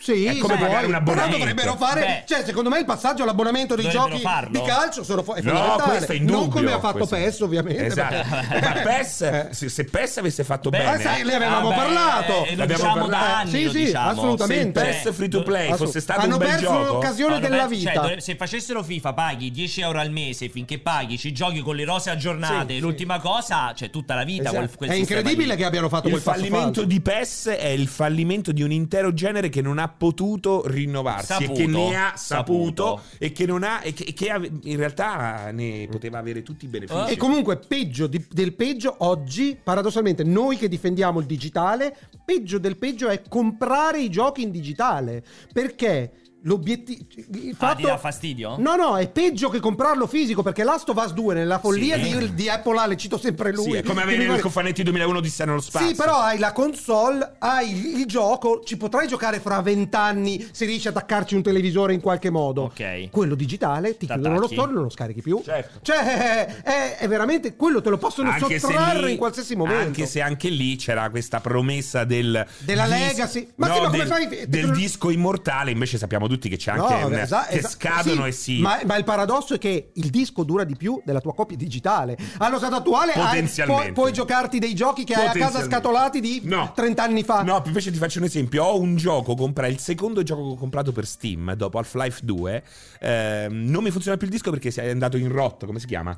[SPEAKER 1] Sì,
[SPEAKER 3] È come
[SPEAKER 1] se
[SPEAKER 3] pagare
[SPEAKER 1] vuoi.
[SPEAKER 3] un
[SPEAKER 1] Però
[SPEAKER 3] abbonamento.
[SPEAKER 1] dovrebbero fare,
[SPEAKER 2] Beh.
[SPEAKER 1] cioè, secondo me il passaggio all'abbonamento dei
[SPEAKER 2] Dovrebbero
[SPEAKER 1] giochi
[SPEAKER 2] farlo.
[SPEAKER 1] di calcio sono fo- è
[SPEAKER 3] No,
[SPEAKER 1] fondamentale.
[SPEAKER 3] questo è in
[SPEAKER 1] non
[SPEAKER 3] dubbio,
[SPEAKER 1] come ha fatto
[SPEAKER 3] questo.
[SPEAKER 1] PES, ovviamente. Eh,
[SPEAKER 3] Esatto. Ma PES, se- se PES avesse fatto
[SPEAKER 2] Beh,
[SPEAKER 1] Ah,
[SPEAKER 3] bene,
[SPEAKER 1] sai, le avevamo
[SPEAKER 2] Ah, beh,
[SPEAKER 1] parlato.
[SPEAKER 2] eh, lo
[SPEAKER 3] L'abbiamo
[SPEAKER 2] diciamo
[SPEAKER 3] parlato.
[SPEAKER 2] da anni.
[SPEAKER 1] Sì,
[SPEAKER 2] lo
[SPEAKER 1] sì,
[SPEAKER 2] diciamo.
[SPEAKER 1] assolutamente.
[SPEAKER 3] se il PES free to play
[SPEAKER 1] Assolut-
[SPEAKER 3] fosse stato
[SPEAKER 1] Hanno
[SPEAKER 3] un bel
[SPEAKER 1] perso
[SPEAKER 3] gioco.
[SPEAKER 1] l'occasione
[SPEAKER 2] No, no,
[SPEAKER 1] della
[SPEAKER 2] beh,
[SPEAKER 1] vita.
[SPEAKER 2] cioè, dovre- se facessero FIFA, paghi 10 euro al mese finché paghi, ci giochi con le rose aggiornate.
[SPEAKER 1] Sì, sì.
[SPEAKER 2] l'ultima cosa, cioè tutta la vita.
[SPEAKER 1] Esatto.
[SPEAKER 2] quel- quel
[SPEAKER 1] è
[SPEAKER 2] sistema
[SPEAKER 1] incredibile
[SPEAKER 2] lì.
[SPEAKER 1] che abbiano fatto
[SPEAKER 3] Il
[SPEAKER 1] quel passo
[SPEAKER 3] fallimento
[SPEAKER 1] falso.
[SPEAKER 3] di PES è il fallimento di un intero genere che non ha potuto rinnovarsi e
[SPEAKER 2] Saputo.
[SPEAKER 3] che ne ha saputo,
[SPEAKER 2] Saputo.
[SPEAKER 3] e che non ha e che, e che ave- in realtà ne poteva avere tutti i benefici.
[SPEAKER 1] Eh, E comunque peggio di- del peggio oggi, paradossalmente, noi che difendiamo il digitale, peggio del peggio è comprare i giochi in digitale. Perché l'obiettivo... Il
[SPEAKER 2] Ah,
[SPEAKER 1] fatto...
[SPEAKER 2] ti dà fastidio?
[SPEAKER 1] No, no, è peggio che comprarlo fisico perché Last of Us 2 nella follia
[SPEAKER 2] Sì.
[SPEAKER 1] di, di Apple Ale, cito sempre
[SPEAKER 3] Sì,
[SPEAKER 1] lui.
[SPEAKER 3] è come
[SPEAKER 1] che
[SPEAKER 3] avere
[SPEAKER 1] mi
[SPEAKER 3] il
[SPEAKER 1] vuole-
[SPEAKER 3] cofanetti 2001 di Stanley nello spazio.
[SPEAKER 1] Sì, però hai la console, hai il, il gioco, ci potrai giocare fra vent'anni se riesci ad attaccarci un televisore in qualche modo.
[SPEAKER 2] Ok.
[SPEAKER 1] Quello digitale ti
[SPEAKER 2] T'attacchi.
[SPEAKER 1] chiudono lo store, non lo scarichi più.
[SPEAKER 3] Certo.
[SPEAKER 1] Cioè, è, è veramente quello te lo possono sottrarre in qualsiasi momento.
[SPEAKER 3] Anche se anche lì c'era questa promessa del
[SPEAKER 1] Della legacy. Ma sì, ma come
[SPEAKER 3] del,
[SPEAKER 1] fai-
[SPEAKER 3] del disco immortale, invece sappiamo tutti che c'è anche
[SPEAKER 1] No,
[SPEAKER 3] un-
[SPEAKER 1] esa-
[SPEAKER 3] che
[SPEAKER 1] esa-
[SPEAKER 3] scadono
[SPEAKER 1] sì,
[SPEAKER 3] e si
[SPEAKER 1] Ma, ma il paradosso è che il disco dura di più della tua copia digitale. Allo stato attuale hai-
[SPEAKER 3] Potenzialmente.
[SPEAKER 1] puoi, puoi giocarti dei giochi che hai a casa
[SPEAKER 3] Potenzialmente.
[SPEAKER 1] scatolati di
[SPEAKER 3] No.
[SPEAKER 1] 30 anni fa.
[SPEAKER 3] No, invece ti faccio un esempio. Ho un gioco, compra il secondo gioco che ho comprato per Steam dopo Half-Life 2. ehm, non mi funziona più il disco perché si è andato in rotto. Come si chiama?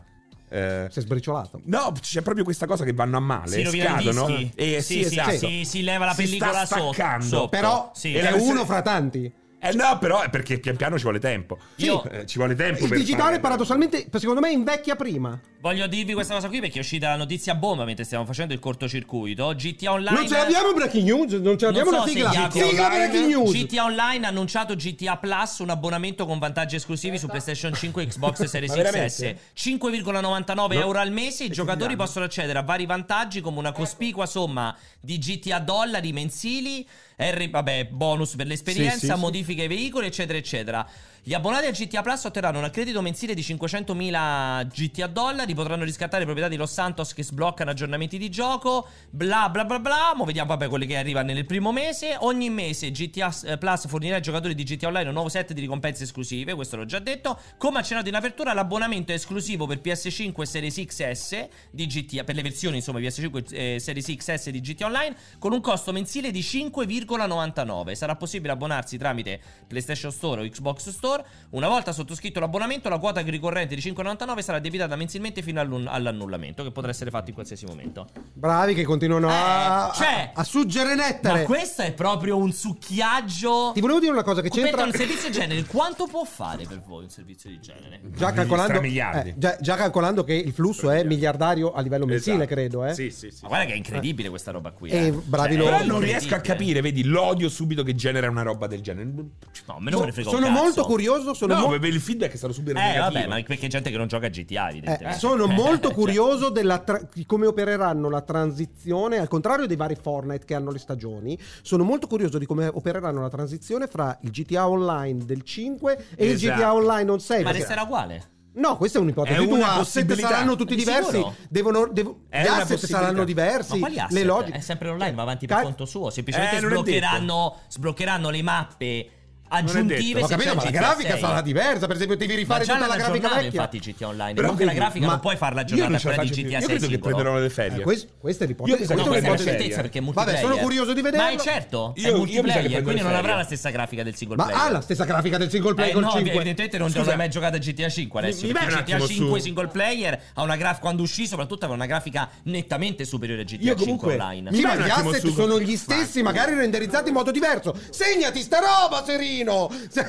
[SPEAKER 3] Eh,
[SPEAKER 1] Sei sbriciolato.
[SPEAKER 3] no, c'è proprio questa cosa che vanno a male.
[SPEAKER 2] Si rovina i
[SPEAKER 3] scadono.
[SPEAKER 2] dischi.
[SPEAKER 3] E,
[SPEAKER 2] Sì,
[SPEAKER 3] sì,
[SPEAKER 2] sì,
[SPEAKER 3] esatto.
[SPEAKER 2] sì, si leva la
[SPEAKER 3] Si
[SPEAKER 2] pellicola
[SPEAKER 3] sta
[SPEAKER 2] sotto-
[SPEAKER 3] staccando.
[SPEAKER 2] sotto.
[SPEAKER 1] Però
[SPEAKER 2] Sì.
[SPEAKER 1] è
[SPEAKER 3] E la
[SPEAKER 1] uno
[SPEAKER 3] versione-
[SPEAKER 1] fra tanti.
[SPEAKER 3] Eh no, però è perché pian piano ci vuole tempo.
[SPEAKER 1] Sì.
[SPEAKER 2] Io-
[SPEAKER 3] Eh, ci vuole tempo.
[SPEAKER 1] Il
[SPEAKER 3] per
[SPEAKER 1] digitale,
[SPEAKER 3] fare-
[SPEAKER 1] paradossalmente, secondo me, invecchia prima.
[SPEAKER 2] Voglio dirvi questa cosa qui perché è uscita la notizia bomba mentre stiamo facendo il cortocircuito. GTA Online.
[SPEAKER 1] non ce l'abbiamo breaking news, non ce l'abbiamo
[SPEAKER 2] Non
[SPEAKER 1] una
[SPEAKER 2] so se
[SPEAKER 1] sigla.
[SPEAKER 2] gli altri
[SPEAKER 1] sigla
[SPEAKER 3] online-
[SPEAKER 1] breaking news.
[SPEAKER 2] GTA Online ha annunciato GTA Plus, un abbonamento con vantaggi esclusivi su PlayStation 5, Xbox Series
[SPEAKER 3] Ma
[SPEAKER 2] XS.
[SPEAKER 3] veramente?
[SPEAKER 2] 5,99
[SPEAKER 3] No.
[SPEAKER 2] euro al mese. I
[SPEAKER 3] E
[SPEAKER 2] giocatori
[SPEAKER 3] quindi hanno?
[SPEAKER 2] possono accedere a vari vantaggi come una cospicua somma di GTA dollari mensili, R- vabbè, bonus per l'esperienza,
[SPEAKER 3] Sì, sì, sì.
[SPEAKER 2] modifiche ai veicoli, eccetera, eccetera. Gli abbonati a GTA Plus otterranno un accredito mensile di 500.000 GTA dollari, potranno riscattare proprietà di Los Santos che sbloccano aggiornamenti di gioco, bla bla bla bla, mo vediamo vabbè quelli che arrivano nel primo mese. Ogni mese GTA s- eh, Plus fornirà ai giocatori di GTA Online un nuovo set di ricompense esclusive, questo l'ho già detto. Come accennato in apertura, l'abbonamento è esclusivo per PS5 e Series XS di GTA, per le versioni insomma PS5 e eh, Series XS di GTA Online, con un costo mensile di 5,99. Sarà possibile abbonarsi tramite PlayStation Store o Xbox Store Store. Una volta sottoscritto l'abbonamento, la quota ricorrente di 5,99 sarà debitata mensilmente fino all'un- all'annullamento, che potrà essere fatto in qualsiasi momento.
[SPEAKER 1] Bravi che continuano a,
[SPEAKER 2] Eh, cioè-
[SPEAKER 1] a, a suggere
[SPEAKER 2] Ma
[SPEAKER 1] nettare.
[SPEAKER 2] questo è proprio un succhiaggio.
[SPEAKER 1] eh. Ti volevo dire una cosa che
[SPEAKER 2] C'entra...
[SPEAKER 1] c'entra.
[SPEAKER 2] un servizio del genere, quanto può fare per voi un servizio del genere?
[SPEAKER 1] Già calcolando,
[SPEAKER 3] Stramiliardi.
[SPEAKER 1] eh, già, già calcolando che il flusso è miliardario a livello mensile,
[SPEAKER 3] Esatto.
[SPEAKER 1] credo. Eh.
[SPEAKER 3] Sì, sì, sì.
[SPEAKER 2] Ma guarda che è incredibile questa roba qui.
[SPEAKER 1] Eh,
[SPEAKER 2] Eh.
[SPEAKER 1] bravi loro.
[SPEAKER 3] Però
[SPEAKER 2] è
[SPEAKER 3] non riesco a
[SPEAKER 2] incredibile.
[SPEAKER 3] capire, vedi, l'odio subito che genera una roba del genere.
[SPEAKER 2] No, a me non me ne frega un
[SPEAKER 1] sono
[SPEAKER 2] cazzo.
[SPEAKER 1] molto curioso. Sono,
[SPEAKER 3] no,
[SPEAKER 1] mo-
[SPEAKER 3] beh, il feedback è stato subito
[SPEAKER 2] Eh,
[SPEAKER 3] negativo.
[SPEAKER 2] vabbè, ma perché gente che non gioca a GTA,
[SPEAKER 1] eh,
[SPEAKER 2] evidentemente.
[SPEAKER 1] sono
[SPEAKER 2] Cioè,
[SPEAKER 1] molto curioso della tra- di come opereranno la transizione. Al contrario dei vari Fortnite che hanno le stagioni, sono molto curioso di come opereranno la transizione fra il GTA Online del 5 e il
[SPEAKER 3] Esatto.
[SPEAKER 1] GTA Online non 6.
[SPEAKER 2] ma
[SPEAKER 1] Eh, perché- Eh,
[SPEAKER 2] resterà uguale.
[SPEAKER 1] No, questa è un'ipotesi.
[SPEAKER 3] È una
[SPEAKER 1] Tu, ah, se
[SPEAKER 3] possibilità.
[SPEAKER 1] saranno tutti
[SPEAKER 2] Di
[SPEAKER 1] diversi.
[SPEAKER 2] sicuro?
[SPEAKER 1] Devono, devo-
[SPEAKER 3] È
[SPEAKER 1] gli
[SPEAKER 3] una
[SPEAKER 1] asset
[SPEAKER 3] possibilità.
[SPEAKER 1] saranno
[SPEAKER 2] Ma
[SPEAKER 1] diversi.
[SPEAKER 2] quali asset?
[SPEAKER 1] Le logiche.
[SPEAKER 2] È sempre online, ma avanti per
[SPEAKER 1] Ca-
[SPEAKER 2] conto suo. Semplicemente
[SPEAKER 3] Eh, non è
[SPEAKER 2] sbloccheranno, sbloccheranno le mappe aggiuntive.
[SPEAKER 3] detto.
[SPEAKER 1] Ho
[SPEAKER 2] se
[SPEAKER 1] capito,
[SPEAKER 2] c'è
[SPEAKER 1] ma la
[SPEAKER 2] GTA
[SPEAKER 1] grafica
[SPEAKER 2] 6.
[SPEAKER 1] sarà diversa. Per esempio, devi rifare
[SPEAKER 2] Ma già
[SPEAKER 1] tutta la grafica
[SPEAKER 2] aggiornata,
[SPEAKER 1] vecchia.
[SPEAKER 2] infatti GTA Online.
[SPEAKER 3] Però
[SPEAKER 2] non che la
[SPEAKER 3] vedi,
[SPEAKER 2] grafica
[SPEAKER 3] ma
[SPEAKER 2] non puoi farla
[SPEAKER 3] Io non
[SPEAKER 2] aggiornata a
[SPEAKER 3] ce la
[SPEAKER 2] quella di
[SPEAKER 3] faccio più.
[SPEAKER 2] GTA
[SPEAKER 3] Io
[SPEAKER 2] 6
[SPEAKER 3] credo che
[SPEAKER 2] singolo.
[SPEAKER 3] prenderò le
[SPEAKER 1] Eh,
[SPEAKER 3] ferie.
[SPEAKER 1] quest- questa è l'ipotesi.
[SPEAKER 3] Io mi sa che
[SPEAKER 2] No,
[SPEAKER 3] prenderò
[SPEAKER 2] questa è una
[SPEAKER 1] questa è
[SPEAKER 3] le
[SPEAKER 1] l'ipotesi.
[SPEAKER 2] certezza
[SPEAKER 3] serie.
[SPEAKER 2] perché è
[SPEAKER 1] Vabbè,
[SPEAKER 2] multiplayer.
[SPEAKER 1] sono curioso di
[SPEAKER 2] Ma è
[SPEAKER 1] vederlo.
[SPEAKER 2] certo,
[SPEAKER 3] Io- io mi sa che
[SPEAKER 2] è multiplayer,
[SPEAKER 3] prendo
[SPEAKER 2] quindi
[SPEAKER 3] le
[SPEAKER 2] non avrà
[SPEAKER 3] ferie.
[SPEAKER 2] la stessa grafica del single
[SPEAKER 1] Ma
[SPEAKER 2] player.
[SPEAKER 1] ha la stessa grafica del single player
[SPEAKER 2] Eh,
[SPEAKER 1] col
[SPEAKER 2] no,
[SPEAKER 1] 5.
[SPEAKER 2] evidentemente non
[SPEAKER 3] Scusa.
[SPEAKER 2] l'hai mai giocata a GTA 5 adesso.
[SPEAKER 3] Mi- mi
[SPEAKER 2] perché
[SPEAKER 3] vai un
[SPEAKER 2] GTA
[SPEAKER 3] attimo
[SPEAKER 2] 5
[SPEAKER 3] su-
[SPEAKER 2] single player ha una graf- quando uscì, soprattutto aveva una grafica nettamente superiore a GTA
[SPEAKER 3] Io
[SPEAKER 2] 5
[SPEAKER 3] comunque-
[SPEAKER 2] online.
[SPEAKER 3] Mi
[SPEAKER 1] Sì, ma
[SPEAKER 3] vai un
[SPEAKER 1] gli
[SPEAKER 3] attimo
[SPEAKER 1] asset
[SPEAKER 3] su-
[SPEAKER 1] sono gli stessi, magari renderizzati in modo diverso. Segnati sta roba, Serino! Cioè,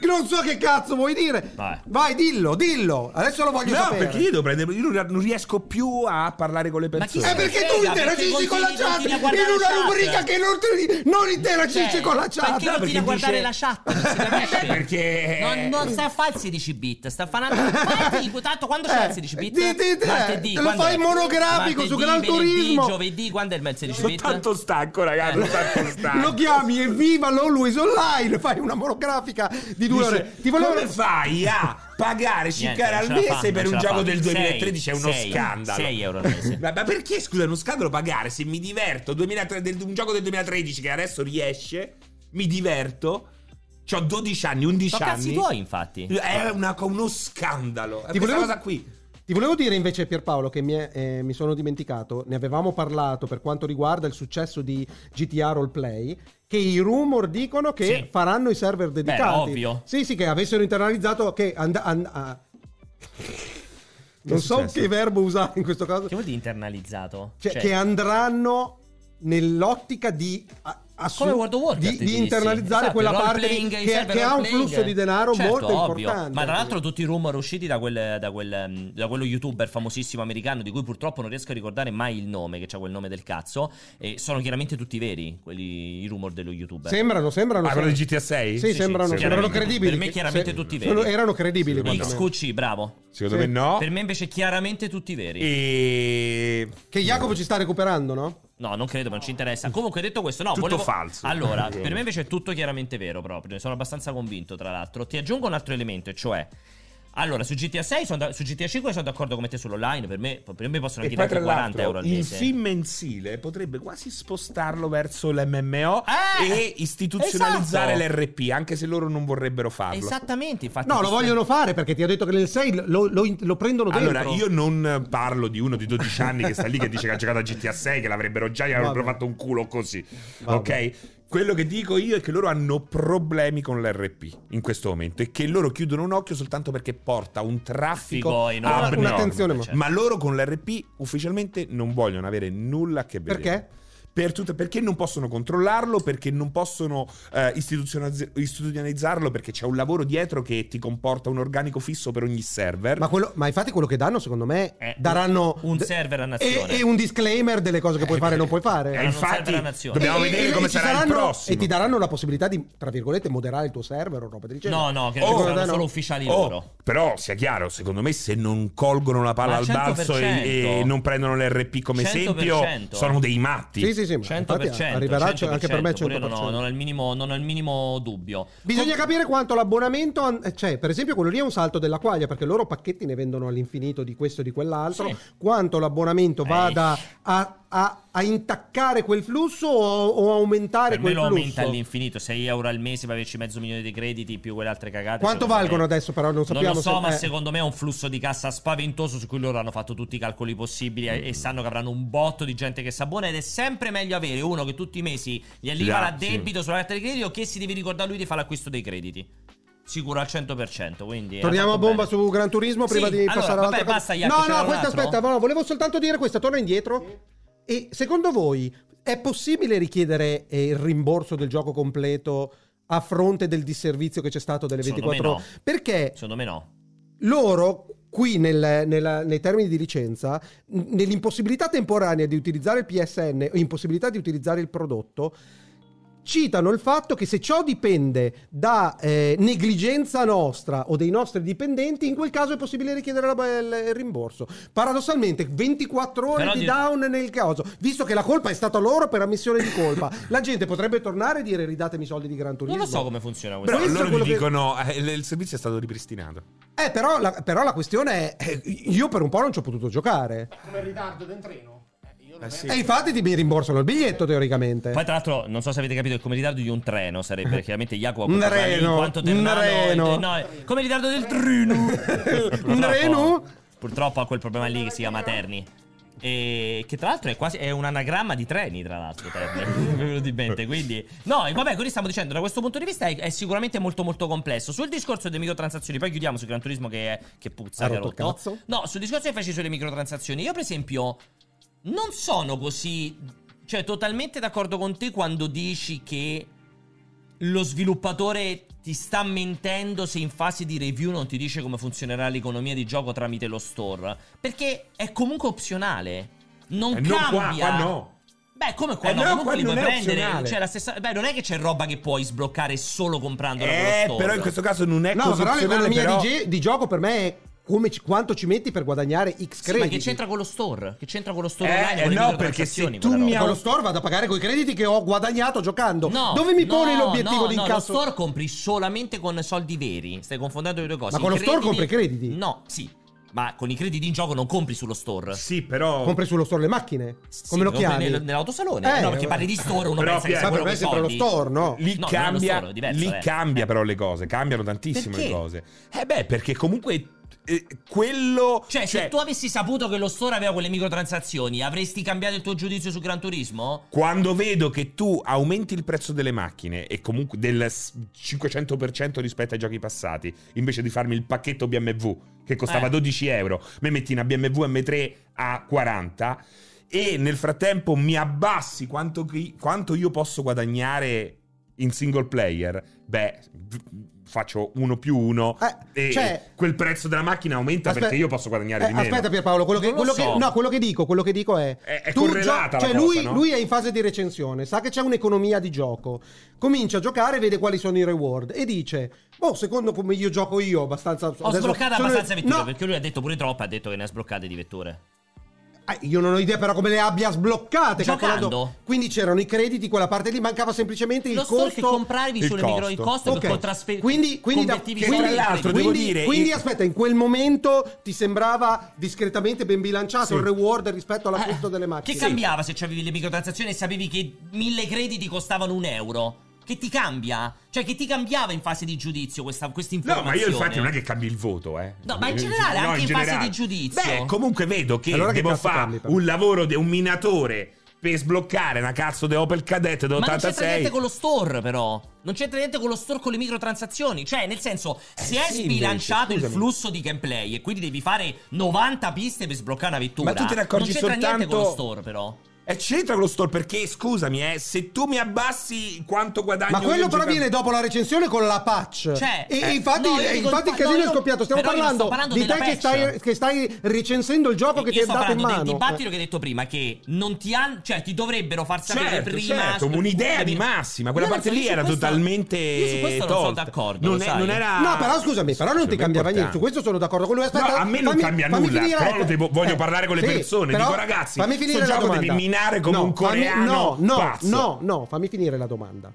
[SPEAKER 1] non so che cazzo vuoi dire.
[SPEAKER 2] Vabbè.
[SPEAKER 1] Vai, dillo, dillo. Adesso lo voglio
[SPEAKER 3] No,
[SPEAKER 1] sapere.
[SPEAKER 3] perché io devo prendere. Io non- non riesco più a parlare con le
[SPEAKER 2] Ma chi
[SPEAKER 3] persone.
[SPEAKER 1] Eh
[SPEAKER 2] se ne
[SPEAKER 1] perché tu
[SPEAKER 2] frega,
[SPEAKER 1] interagisci
[SPEAKER 2] perché
[SPEAKER 1] con la
[SPEAKER 2] continui-
[SPEAKER 1] chat in
[SPEAKER 2] continui a guardare
[SPEAKER 1] una
[SPEAKER 2] la chat.
[SPEAKER 1] rubrica che non, te- non interagisce
[SPEAKER 2] Cioè,
[SPEAKER 1] con la chat.
[SPEAKER 2] Perché continui a guardare la chat? Non si capisce.
[SPEAKER 3] Perché-
[SPEAKER 2] Non, non sta a fare il 16 bit, sta fanando. Fatti, tanto quando c'è
[SPEAKER 1] Eh,
[SPEAKER 2] il 16 bit?
[SPEAKER 1] di- di- eh,
[SPEAKER 2] Martedì,
[SPEAKER 1] lo
[SPEAKER 2] quando
[SPEAKER 1] fai
[SPEAKER 2] è?
[SPEAKER 1] monografico su
[SPEAKER 2] Martedì,
[SPEAKER 1] Gran
[SPEAKER 2] venerdì,
[SPEAKER 1] Turismo.
[SPEAKER 2] Giovedì, quando è il 16
[SPEAKER 3] Sono
[SPEAKER 2] bit?
[SPEAKER 3] tanto stanco, ragazzi. sono tanto stanco.
[SPEAKER 1] Lo chiami e viva l'Always Online. Fai una monografica di due
[SPEAKER 3] Dice,
[SPEAKER 1] ore. Ti volevo.
[SPEAKER 3] Come fai a pagare 5 euro al mese per un gioco del 2013? è uno scandalo.
[SPEAKER 2] 6 euro al mese.
[SPEAKER 3] Ma, ma perché, scusa, è uno scandalo pagare se mi diverto 2003 del- un gioco del 2013 che adesso riesce, mi diverto, ho 12 anni, 11
[SPEAKER 2] Ma cazzi
[SPEAKER 3] anni. Eh.
[SPEAKER 2] tuoi, infatti.
[SPEAKER 3] È una- uno scandalo. È
[SPEAKER 1] Ti
[SPEAKER 3] questa
[SPEAKER 1] volevo-
[SPEAKER 3] cosa qui.
[SPEAKER 1] Ti volevo dire invece, Pierpaolo, che mi, è- eh, mi sono dimenticato, ne avevamo parlato per quanto riguarda il successo di GTA Roleplay. Che i rumor dicono che
[SPEAKER 2] Sì.
[SPEAKER 1] faranno i server dedicati.
[SPEAKER 2] ovvio.
[SPEAKER 1] Sì, sì, che avessero internalizzato che and- and- ah. non
[SPEAKER 3] è
[SPEAKER 1] so
[SPEAKER 3] successo?
[SPEAKER 1] che verbo usare in questo caso.
[SPEAKER 2] Che vuol dire internalizzato?
[SPEAKER 1] Cioè, che andranno nell'ottica di a- assu-
[SPEAKER 2] Come World of Warcraft
[SPEAKER 1] di,
[SPEAKER 2] ti
[SPEAKER 1] di
[SPEAKER 2] dissi.
[SPEAKER 1] internalizzare
[SPEAKER 2] Esatto,
[SPEAKER 1] quella
[SPEAKER 2] il
[SPEAKER 1] parte di-
[SPEAKER 2] role-playing, il
[SPEAKER 1] che,
[SPEAKER 2] server
[SPEAKER 1] che ha un
[SPEAKER 2] role-playing.
[SPEAKER 1] flusso di denaro
[SPEAKER 2] Certo,
[SPEAKER 1] molto
[SPEAKER 2] ovvio.
[SPEAKER 1] importante.
[SPEAKER 2] Ma tra l'altro tutti i rumor usciti da, quel- da quel, mm, da quello youtuber famosissimo americano di cui purtroppo non riesco a ricordare mai il nome, che c'ha quel nome del cazzo, e sono chiaramente tutti veri, quelli, i rumor dello youtuber.
[SPEAKER 1] sembrano, sembrano,
[SPEAKER 3] Ah, quello
[SPEAKER 1] sembrano-
[SPEAKER 3] GTA 6?
[SPEAKER 1] Sì, sembrano,
[SPEAKER 3] sì,
[SPEAKER 1] sembrano
[SPEAKER 3] chiaramente.
[SPEAKER 1] credibili.
[SPEAKER 2] Per me chiaramente
[SPEAKER 1] Se-
[SPEAKER 2] tutti
[SPEAKER 1] sono-
[SPEAKER 2] veri.
[SPEAKER 1] erano credibili.
[SPEAKER 3] Secondo
[SPEAKER 1] quantomeno.
[SPEAKER 2] XQC, bravo.
[SPEAKER 3] Secondo
[SPEAKER 1] Sì.
[SPEAKER 3] me no.
[SPEAKER 2] Per me invece chiaramente tutti veri.
[SPEAKER 3] E...
[SPEAKER 1] Che Jacopo ci sta recuperando, no?
[SPEAKER 2] No, non credo, ma non ci
[SPEAKER 1] Mm.
[SPEAKER 2] interessa. Comunque, detto questo, no,
[SPEAKER 3] Tutto
[SPEAKER 2] volevo...
[SPEAKER 3] falso.
[SPEAKER 2] Allora, per me invece è tutto chiaramente vero proprio. Ne sono abbastanza convinto, tra l'altro. Ti aggiungo un altro elemento, e cioè... Allora, su GTA 6, sono da- su GTA 5 sono d'accordo come te sull'online, per me, per me possono
[SPEAKER 3] E
[SPEAKER 2] chiedere
[SPEAKER 3] poi
[SPEAKER 2] anche
[SPEAKER 3] tra
[SPEAKER 2] 40 euro
[SPEAKER 3] l'altro
[SPEAKER 2] al
[SPEAKER 3] il
[SPEAKER 2] mese.
[SPEAKER 3] film mensile potrebbe quasi spostarlo verso l'MMO
[SPEAKER 2] Eh!
[SPEAKER 3] e istituzionalizzare
[SPEAKER 2] Esatto.
[SPEAKER 3] l'RP, anche se loro non vorrebbero farlo.
[SPEAKER 2] Esattamente,
[SPEAKER 3] Ah,
[SPEAKER 2] infatti.
[SPEAKER 1] No, lo
[SPEAKER 2] questo-
[SPEAKER 1] vogliono fare perché ti ho detto che nel 6 lo, lo in- lo prendono dentro.
[SPEAKER 3] Allora, io non parlo di uno di 12 anni che sta lì che dice che ha giocato a GTA 6, che l'avrebbero già, gli avrebbero
[SPEAKER 1] Vabbè.
[SPEAKER 3] fatto un culo così.
[SPEAKER 1] Vabbè.
[SPEAKER 3] Ok? Quello che dico io è che loro hanno problemi con l'RP in questo momento e che loro chiudono un occhio soltanto perché porta un traffico
[SPEAKER 2] Figo
[SPEAKER 1] Ah,
[SPEAKER 2] enorme.
[SPEAKER 3] abnorme.
[SPEAKER 1] un'attenzione, ma-
[SPEAKER 2] Cioè,
[SPEAKER 3] Ma loro con l'RP ufficialmente non vogliono avere nulla a che vedere.
[SPEAKER 1] Perché?
[SPEAKER 3] Per tutto- perché non possono controllarlo, perché non possono eh, istituzionaz- istituzionalizzarlo, perché c'è un lavoro dietro che ti comporta un organico fisso per ogni server.
[SPEAKER 1] Ma, quello- ma infatti quello che danno, secondo me,
[SPEAKER 2] Eh,
[SPEAKER 1] daranno
[SPEAKER 2] un server a nazione.
[SPEAKER 1] e, e un disclaimer delle cose che puoi fare e non puoi fare.
[SPEAKER 3] Eh,
[SPEAKER 2] non serve
[SPEAKER 3] infatti,
[SPEAKER 2] la nazione.
[SPEAKER 3] dobbiamo
[SPEAKER 1] E-
[SPEAKER 3] vedere
[SPEAKER 1] e-
[SPEAKER 3] come
[SPEAKER 1] e ci
[SPEAKER 3] sarà il
[SPEAKER 1] saranno-
[SPEAKER 3] prossimo.
[SPEAKER 1] E ti daranno la possibilità di, tra virgolette, moderare il tuo server o roba del genere.
[SPEAKER 2] No, no, che
[SPEAKER 1] Secondo
[SPEAKER 2] sono
[SPEAKER 1] te cioè, oh, no?
[SPEAKER 2] solo ufficiali
[SPEAKER 3] Oh,
[SPEAKER 2] loro.
[SPEAKER 3] però sia chiaro, secondo me se non colgono la palla
[SPEAKER 2] Ma
[SPEAKER 3] al balzo e,
[SPEAKER 2] 100%.
[SPEAKER 3] e non prendono l'RP come
[SPEAKER 2] 100%.
[SPEAKER 3] esempio, sono dei matti.
[SPEAKER 1] Sì, sì, sì. ma infatti
[SPEAKER 2] 100%,
[SPEAKER 1] Arriverà c-
[SPEAKER 2] 100%,
[SPEAKER 1] anche per me
[SPEAKER 2] pure io
[SPEAKER 1] 100%.
[SPEAKER 2] Non ho, non ho il minimo, non ho il minimo dubbio.
[SPEAKER 1] Bisogna capire quanto l'abbonamento. an- Cioè, per esempio, quello lì è un salto della quaglia perché loro pacchetti ne vendono all'infinito di questo e di quell'altro.
[SPEAKER 2] Sì.
[SPEAKER 1] Quanto l'abbonamento
[SPEAKER 2] Eh.
[SPEAKER 1] vada a, a- a intaccare quel flusso o, o aumentare
[SPEAKER 2] Per me
[SPEAKER 1] quel
[SPEAKER 2] lo
[SPEAKER 1] flusso.
[SPEAKER 2] aumenta all'infinito, 6 euro al mese per averci mezzo milione di crediti più quelle altre cagate.
[SPEAKER 1] Quanto
[SPEAKER 2] secondo
[SPEAKER 1] valgono
[SPEAKER 2] me-
[SPEAKER 1] adesso, però? Non sappiamo
[SPEAKER 2] lo so,
[SPEAKER 1] se-
[SPEAKER 2] ma
[SPEAKER 1] eh.
[SPEAKER 2] secondo me è un flusso di cassa spaventoso su cui loro hanno fatto tutti i calcoli possibili e- e sanno che avranno un botto di gente che si abbona ed è sempre meglio avere uno che tutti i mesi gli arriva
[SPEAKER 3] Già,
[SPEAKER 2] a debito sulla carta di credito che si deve ricordare lui di fare l'acquisto dei crediti. sicuro al 100%, quindi...
[SPEAKER 1] Torniamo a bomba su Gran Turismo prima
[SPEAKER 2] Sì,
[SPEAKER 1] di
[SPEAKER 2] allora,
[SPEAKER 1] passare all'altra
[SPEAKER 2] vabbè, basta, Iacco,
[SPEAKER 1] No,
[SPEAKER 2] c'era
[SPEAKER 1] no,
[SPEAKER 2] un
[SPEAKER 1] questa
[SPEAKER 2] altro?
[SPEAKER 1] aspetta, no, volevo soltanto dire questa, torna indietro. E secondo voi è possibile richiedere eh, il rimborso del gioco completo a fronte del disservizio che c'è stato delle
[SPEAKER 2] Secondo me
[SPEAKER 1] 24 ore?
[SPEAKER 2] no.
[SPEAKER 1] Perché
[SPEAKER 2] Secondo me no.
[SPEAKER 1] loro qui nel- nella- nei termini di licenza, n- nell'impossibilità temporanea di utilizzare il PSN, o impossibilità di utilizzare il prodotto, citano il fatto che se ciò dipende da eh, negligenza nostra o dei nostri dipendenti, in quel caso è possibile richiedere la- il rimborso. Paradossalmente, 24 ore
[SPEAKER 2] Però
[SPEAKER 1] di
[SPEAKER 2] di-
[SPEAKER 1] down nel caso, visto che la colpa è stata loro per ammissione di colpa, la gente potrebbe tornare e dire ridatemi i soldi di
[SPEAKER 2] Non
[SPEAKER 1] Gran Turismo.
[SPEAKER 2] lo so come funziona questo.
[SPEAKER 3] Però
[SPEAKER 1] Questo è
[SPEAKER 3] loro
[SPEAKER 1] quello
[SPEAKER 3] gli
[SPEAKER 1] che-
[SPEAKER 3] dicono eh, il il servizio è stato ripristinato.
[SPEAKER 1] Eh, però la, però la questione è, eh, io per un po' non ci ho potuto giocare.
[SPEAKER 8] Come il ritardo del treno. Eh, io lo
[SPEAKER 3] Eh, sì.
[SPEAKER 1] E infatti ti mi rimborsano il biglietto teoricamente.
[SPEAKER 2] Poi, tra l'altro, non so se avete capito, è come il ritardo di un treno sarebbe. Chiaramente Jacopo
[SPEAKER 1] Un
[SPEAKER 2] ha portato
[SPEAKER 1] reno,
[SPEAKER 2] in quanto
[SPEAKER 1] un
[SPEAKER 2] Ternano-
[SPEAKER 1] reno.
[SPEAKER 2] no, è come il ritardo del treno.
[SPEAKER 1] Un
[SPEAKER 2] Purtroppo-
[SPEAKER 1] reno?
[SPEAKER 2] Purtroppo ha quel problema lì che si chiama Terni. E che tra l'altro è quasi è un anagramma di treni, tra l'altro, Terni. Mi è venuto in mente. Quindi. No, e vabbè, quindi stiamo dicendo, da questo punto di vista è, è sicuramente molto molto complesso. Sul discorso delle microtransazioni, poi chiudiamo su Gran Turismo che, è- che puzza,
[SPEAKER 1] Ha
[SPEAKER 2] che ha
[SPEAKER 1] rotto il
[SPEAKER 2] rotto.
[SPEAKER 1] cazzo.
[SPEAKER 2] No, sul discorso che feci sulle microtransazioni, io per esempio non sono così, cioè totalmente d'accordo con te quando dici che lo sviluppatore ti sta mentendo se in fase di review non ti dice come funzionerà l'economia di gioco tramite lo store, perché è comunque opzionale. Non
[SPEAKER 3] Eh, non
[SPEAKER 2] cambia.
[SPEAKER 3] qua, qua no.
[SPEAKER 2] Beh, come qua
[SPEAKER 3] Eh
[SPEAKER 2] no,
[SPEAKER 3] no,
[SPEAKER 2] comunque
[SPEAKER 3] qua
[SPEAKER 2] li puoi
[SPEAKER 3] non è
[SPEAKER 2] prendere.
[SPEAKER 3] opzionale.
[SPEAKER 2] Cioè, la stessa, beh, non è che c'è roba che puoi sbloccare solo comprando
[SPEAKER 3] Eh,
[SPEAKER 2] lo store.
[SPEAKER 3] però in questo caso non è
[SPEAKER 1] no,
[SPEAKER 3] così
[SPEAKER 1] però
[SPEAKER 3] opzionale,
[SPEAKER 1] l'economia
[SPEAKER 3] però-
[SPEAKER 1] di, ge- di gioco per me è come ci- quanto ci metti per guadagnare X
[SPEAKER 2] Sì, ma
[SPEAKER 1] crediti.
[SPEAKER 2] che c'entra con lo store? Che c'entra con lo store
[SPEAKER 3] Eh,
[SPEAKER 2] online? con
[SPEAKER 3] eh,
[SPEAKER 2] le
[SPEAKER 3] no, perché se
[SPEAKER 2] microtransazioni,
[SPEAKER 3] tu
[SPEAKER 2] quella
[SPEAKER 3] mi
[SPEAKER 2] roba?
[SPEAKER 1] Con lo store vado a pagare quei crediti che ho guadagnato giocando.
[SPEAKER 2] No,
[SPEAKER 1] Dove mi
[SPEAKER 2] no,
[SPEAKER 1] pone l'obiettivo
[SPEAKER 2] no,
[SPEAKER 1] di
[SPEAKER 2] no,
[SPEAKER 1] incasso?
[SPEAKER 2] Lo store compri solamente con soldi veri. Stai confondendo le due cose.
[SPEAKER 1] Ma con
[SPEAKER 2] I
[SPEAKER 1] lo store compri crediti?
[SPEAKER 2] No, sì. Ma con i crediti in gioco non compri sullo store.
[SPEAKER 3] Sì, però
[SPEAKER 1] Compri sullo store le macchine?
[SPEAKER 2] Sì,
[SPEAKER 1] Come lo
[SPEAKER 2] compri
[SPEAKER 1] chiami?
[SPEAKER 2] nel- nell'autosalone.
[SPEAKER 1] Eh,
[SPEAKER 2] no, perché
[SPEAKER 1] eh.
[SPEAKER 2] parli di store, uno
[SPEAKER 3] Però,
[SPEAKER 2] pensa che
[SPEAKER 3] Pier,
[SPEAKER 2] sia
[SPEAKER 1] Ma per
[SPEAKER 2] quello
[SPEAKER 1] me è
[SPEAKER 2] con
[SPEAKER 1] sempre lo
[SPEAKER 2] soldi.
[SPEAKER 1] store, no?
[SPEAKER 3] lì
[SPEAKER 2] No, non è lo
[SPEAKER 3] cambia,
[SPEAKER 2] store, è diverso,
[SPEAKER 3] lì
[SPEAKER 2] eh.
[SPEAKER 3] cambia
[SPEAKER 2] Eh.
[SPEAKER 3] però le cose, cambiano tantissimo
[SPEAKER 2] Perché?
[SPEAKER 3] le cose. Eh beh, perché comunque eh, quello
[SPEAKER 2] Cioè, se tu avessi saputo che lo store aveva quelle microtransazioni, avresti cambiato il tuo giudizio su Gran Turismo?
[SPEAKER 3] Quando vedo che tu aumenti il prezzo delle macchine e comunque del s- 500% rispetto ai giochi passati, invece di farmi il pacchetto BMW che costava
[SPEAKER 2] Eh.
[SPEAKER 3] 12 euro, me metti una BMW M3 a 40 e nel frattempo mi abbassi quanto, chi- quanto io posso guadagnare in single player, beh, v- faccio uno più uno
[SPEAKER 1] Eh,
[SPEAKER 3] e
[SPEAKER 1] cioè-
[SPEAKER 3] quel prezzo della macchina aumenta
[SPEAKER 1] Aspe-
[SPEAKER 3] perché io posso guadagnare
[SPEAKER 1] Eh,
[SPEAKER 3] di meno.
[SPEAKER 1] Aspetta, Pierpaolo, quello che,
[SPEAKER 2] Non lo
[SPEAKER 1] quello che-
[SPEAKER 2] so.
[SPEAKER 1] no, quello che dico, quello che dico è.
[SPEAKER 3] È- è
[SPEAKER 1] tu
[SPEAKER 3] correlata la
[SPEAKER 1] cioè,
[SPEAKER 3] cosa,
[SPEAKER 1] lui,
[SPEAKER 3] no?
[SPEAKER 1] lui è in fase di recensione, sa che c'è un'economia di gioco. Comincia a giocare, vede quali sono i reward e dice: Boh, secondo come io gioco io, abbastanza.
[SPEAKER 2] Ho sbloccato abbastanza vetture,
[SPEAKER 1] No,
[SPEAKER 2] perché lui ha detto pure troppo, ha detto che ne ha sbloccate di vetture.
[SPEAKER 1] eh, io non ho idea, però, come le abbia sbloccate.
[SPEAKER 2] Giocando?
[SPEAKER 1] calcolando. Quindi c'erano i crediti, quella parte lì, mancava semplicemente il
[SPEAKER 2] Lo store che
[SPEAKER 1] costo.
[SPEAKER 2] compravi
[SPEAKER 3] il
[SPEAKER 2] sulle micro
[SPEAKER 3] costo.
[SPEAKER 2] il costo
[SPEAKER 1] Ok,
[SPEAKER 2] che può trasferire.
[SPEAKER 1] quindi, quindi, da-
[SPEAKER 2] convertivi
[SPEAKER 1] quindi-
[SPEAKER 2] soldi in
[SPEAKER 3] tra l'altro
[SPEAKER 2] crediti.
[SPEAKER 3] devo
[SPEAKER 1] quindi-
[SPEAKER 3] dire-
[SPEAKER 1] quindi
[SPEAKER 3] io-
[SPEAKER 1] aspetta, in quel momento ti sembrava discretamente ben bilanciato
[SPEAKER 3] Sì.
[SPEAKER 1] il reward rispetto all'acquisto
[SPEAKER 2] Eh,
[SPEAKER 1] delle macchine.
[SPEAKER 2] Che cambiava se avevi le microtransazioni e sapevi che mille crediti costavano un euro? Che ti cambia? Cioè, che ti cambiava in fase di giudizio questa, questa
[SPEAKER 3] No, ma
[SPEAKER 2] informazione?
[SPEAKER 3] io infatti non è che cambi il voto, eh.
[SPEAKER 2] No, ma in generale, anche in fase di giudizio.
[SPEAKER 3] Beh, comunque vedo che
[SPEAKER 1] Allora che
[SPEAKER 3] devo
[SPEAKER 1] cazzo cambi,
[SPEAKER 3] fare
[SPEAKER 1] però?
[SPEAKER 3] un lavoro di un minatore per sbloccare una cazzo di Opel Cadet
[SPEAKER 2] Ma non c'entra niente
[SPEAKER 3] 86.
[SPEAKER 2] con lo store, però. Non c'entra niente con lo store con le microtransazioni. Cioè, nel senso, se è
[SPEAKER 3] Eh sì,
[SPEAKER 2] sbilanciato
[SPEAKER 3] invece, scusami.
[SPEAKER 2] il flusso di gameplay e quindi devi fare 90 piste per sbloccare una vettura.
[SPEAKER 3] Ma tu te ne accorgi
[SPEAKER 2] Non c'entra niente con lo
[SPEAKER 3] soltanto-
[SPEAKER 2] store, però.
[SPEAKER 3] E Eh, c'entra con lo store perché, scusami, eh, se tu mi abbassi quanto guadagno
[SPEAKER 1] Ma quello
[SPEAKER 3] io
[SPEAKER 1] però
[SPEAKER 3] giocando-
[SPEAKER 1] viene dopo la recensione con la patch.
[SPEAKER 2] Cioè,
[SPEAKER 1] e,
[SPEAKER 2] eh,
[SPEAKER 1] e infatti,
[SPEAKER 2] no, io
[SPEAKER 1] e
[SPEAKER 2] dico
[SPEAKER 1] infatti
[SPEAKER 2] il fa-
[SPEAKER 1] il
[SPEAKER 2] no,
[SPEAKER 1] casino è
[SPEAKER 2] io-
[SPEAKER 1] scoppiato. Stiamo
[SPEAKER 2] però io non sto
[SPEAKER 1] parlando,
[SPEAKER 2] parlando
[SPEAKER 1] di te
[SPEAKER 2] della
[SPEAKER 1] che stai,
[SPEAKER 2] patch.
[SPEAKER 1] che stai recensendo il gioco che ti
[SPEAKER 2] io
[SPEAKER 1] è
[SPEAKER 2] sto
[SPEAKER 1] dato in
[SPEAKER 2] parlando
[SPEAKER 1] mano.
[SPEAKER 2] del dibattito
[SPEAKER 1] Eh.
[SPEAKER 2] che ho detto prima, che non ti han- cioè, ti dovrebbero far sapere
[SPEAKER 3] Certo,
[SPEAKER 2] prima.
[SPEAKER 3] certo,
[SPEAKER 2] su-
[SPEAKER 3] un'idea di massima. Quella
[SPEAKER 2] Io non
[SPEAKER 3] parte
[SPEAKER 2] so,
[SPEAKER 3] lì
[SPEAKER 2] io su
[SPEAKER 3] era
[SPEAKER 2] questo-
[SPEAKER 3] totalmente
[SPEAKER 2] Io su questo non sono
[SPEAKER 3] tolta.
[SPEAKER 2] d'accordo.
[SPEAKER 3] Non,
[SPEAKER 2] lo
[SPEAKER 3] è-
[SPEAKER 2] sai.
[SPEAKER 3] non era...
[SPEAKER 1] No, però scusami, però non
[SPEAKER 3] Secondo
[SPEAKER 1] ti
[SPEAKER 3] me è
[SPEAKER 1] cambiava niente.
[SPEAKER 3] importante.
[SPEAKER 1] Su questo sono d'accordo con lui. Aspetta,
[SPEAKER 3] No, a me non
[SPEAKER 1] fammi-
[SPEAKER 3] cambia
[SPEAKER 1] fammi
[SPEAKER 3] nulla,
[SPEAKER 1] finire la-
[SPEAKER 3] però lo devo- voglio
[SPEAKER 1] eh,
[SPEAKER 3] parlare con le
[SPEAKER 1] sì,
[SPEAKER 3] persone,
[SPEAKER 1] però
[SPEAKER 3] dico, ragazzi,
[SPEAKER 1] fammi finire
[SPEAKER 3] sto
[SPEAKER 1] la
[SPEAKER 3] gioco
[SPEAKER 1] domanda.
[SPEAKER 3] devi minare come
[SPEAKER 1] No,
[SPEAKER 3] un
[SPEAKER 1] fammi-
[SPEAKER 3] coreano
[SPEAKER 1] No, no,
[SPEAKER 3] pazzo.
[SPEAKER 1] no, no, fammi finire la domanda.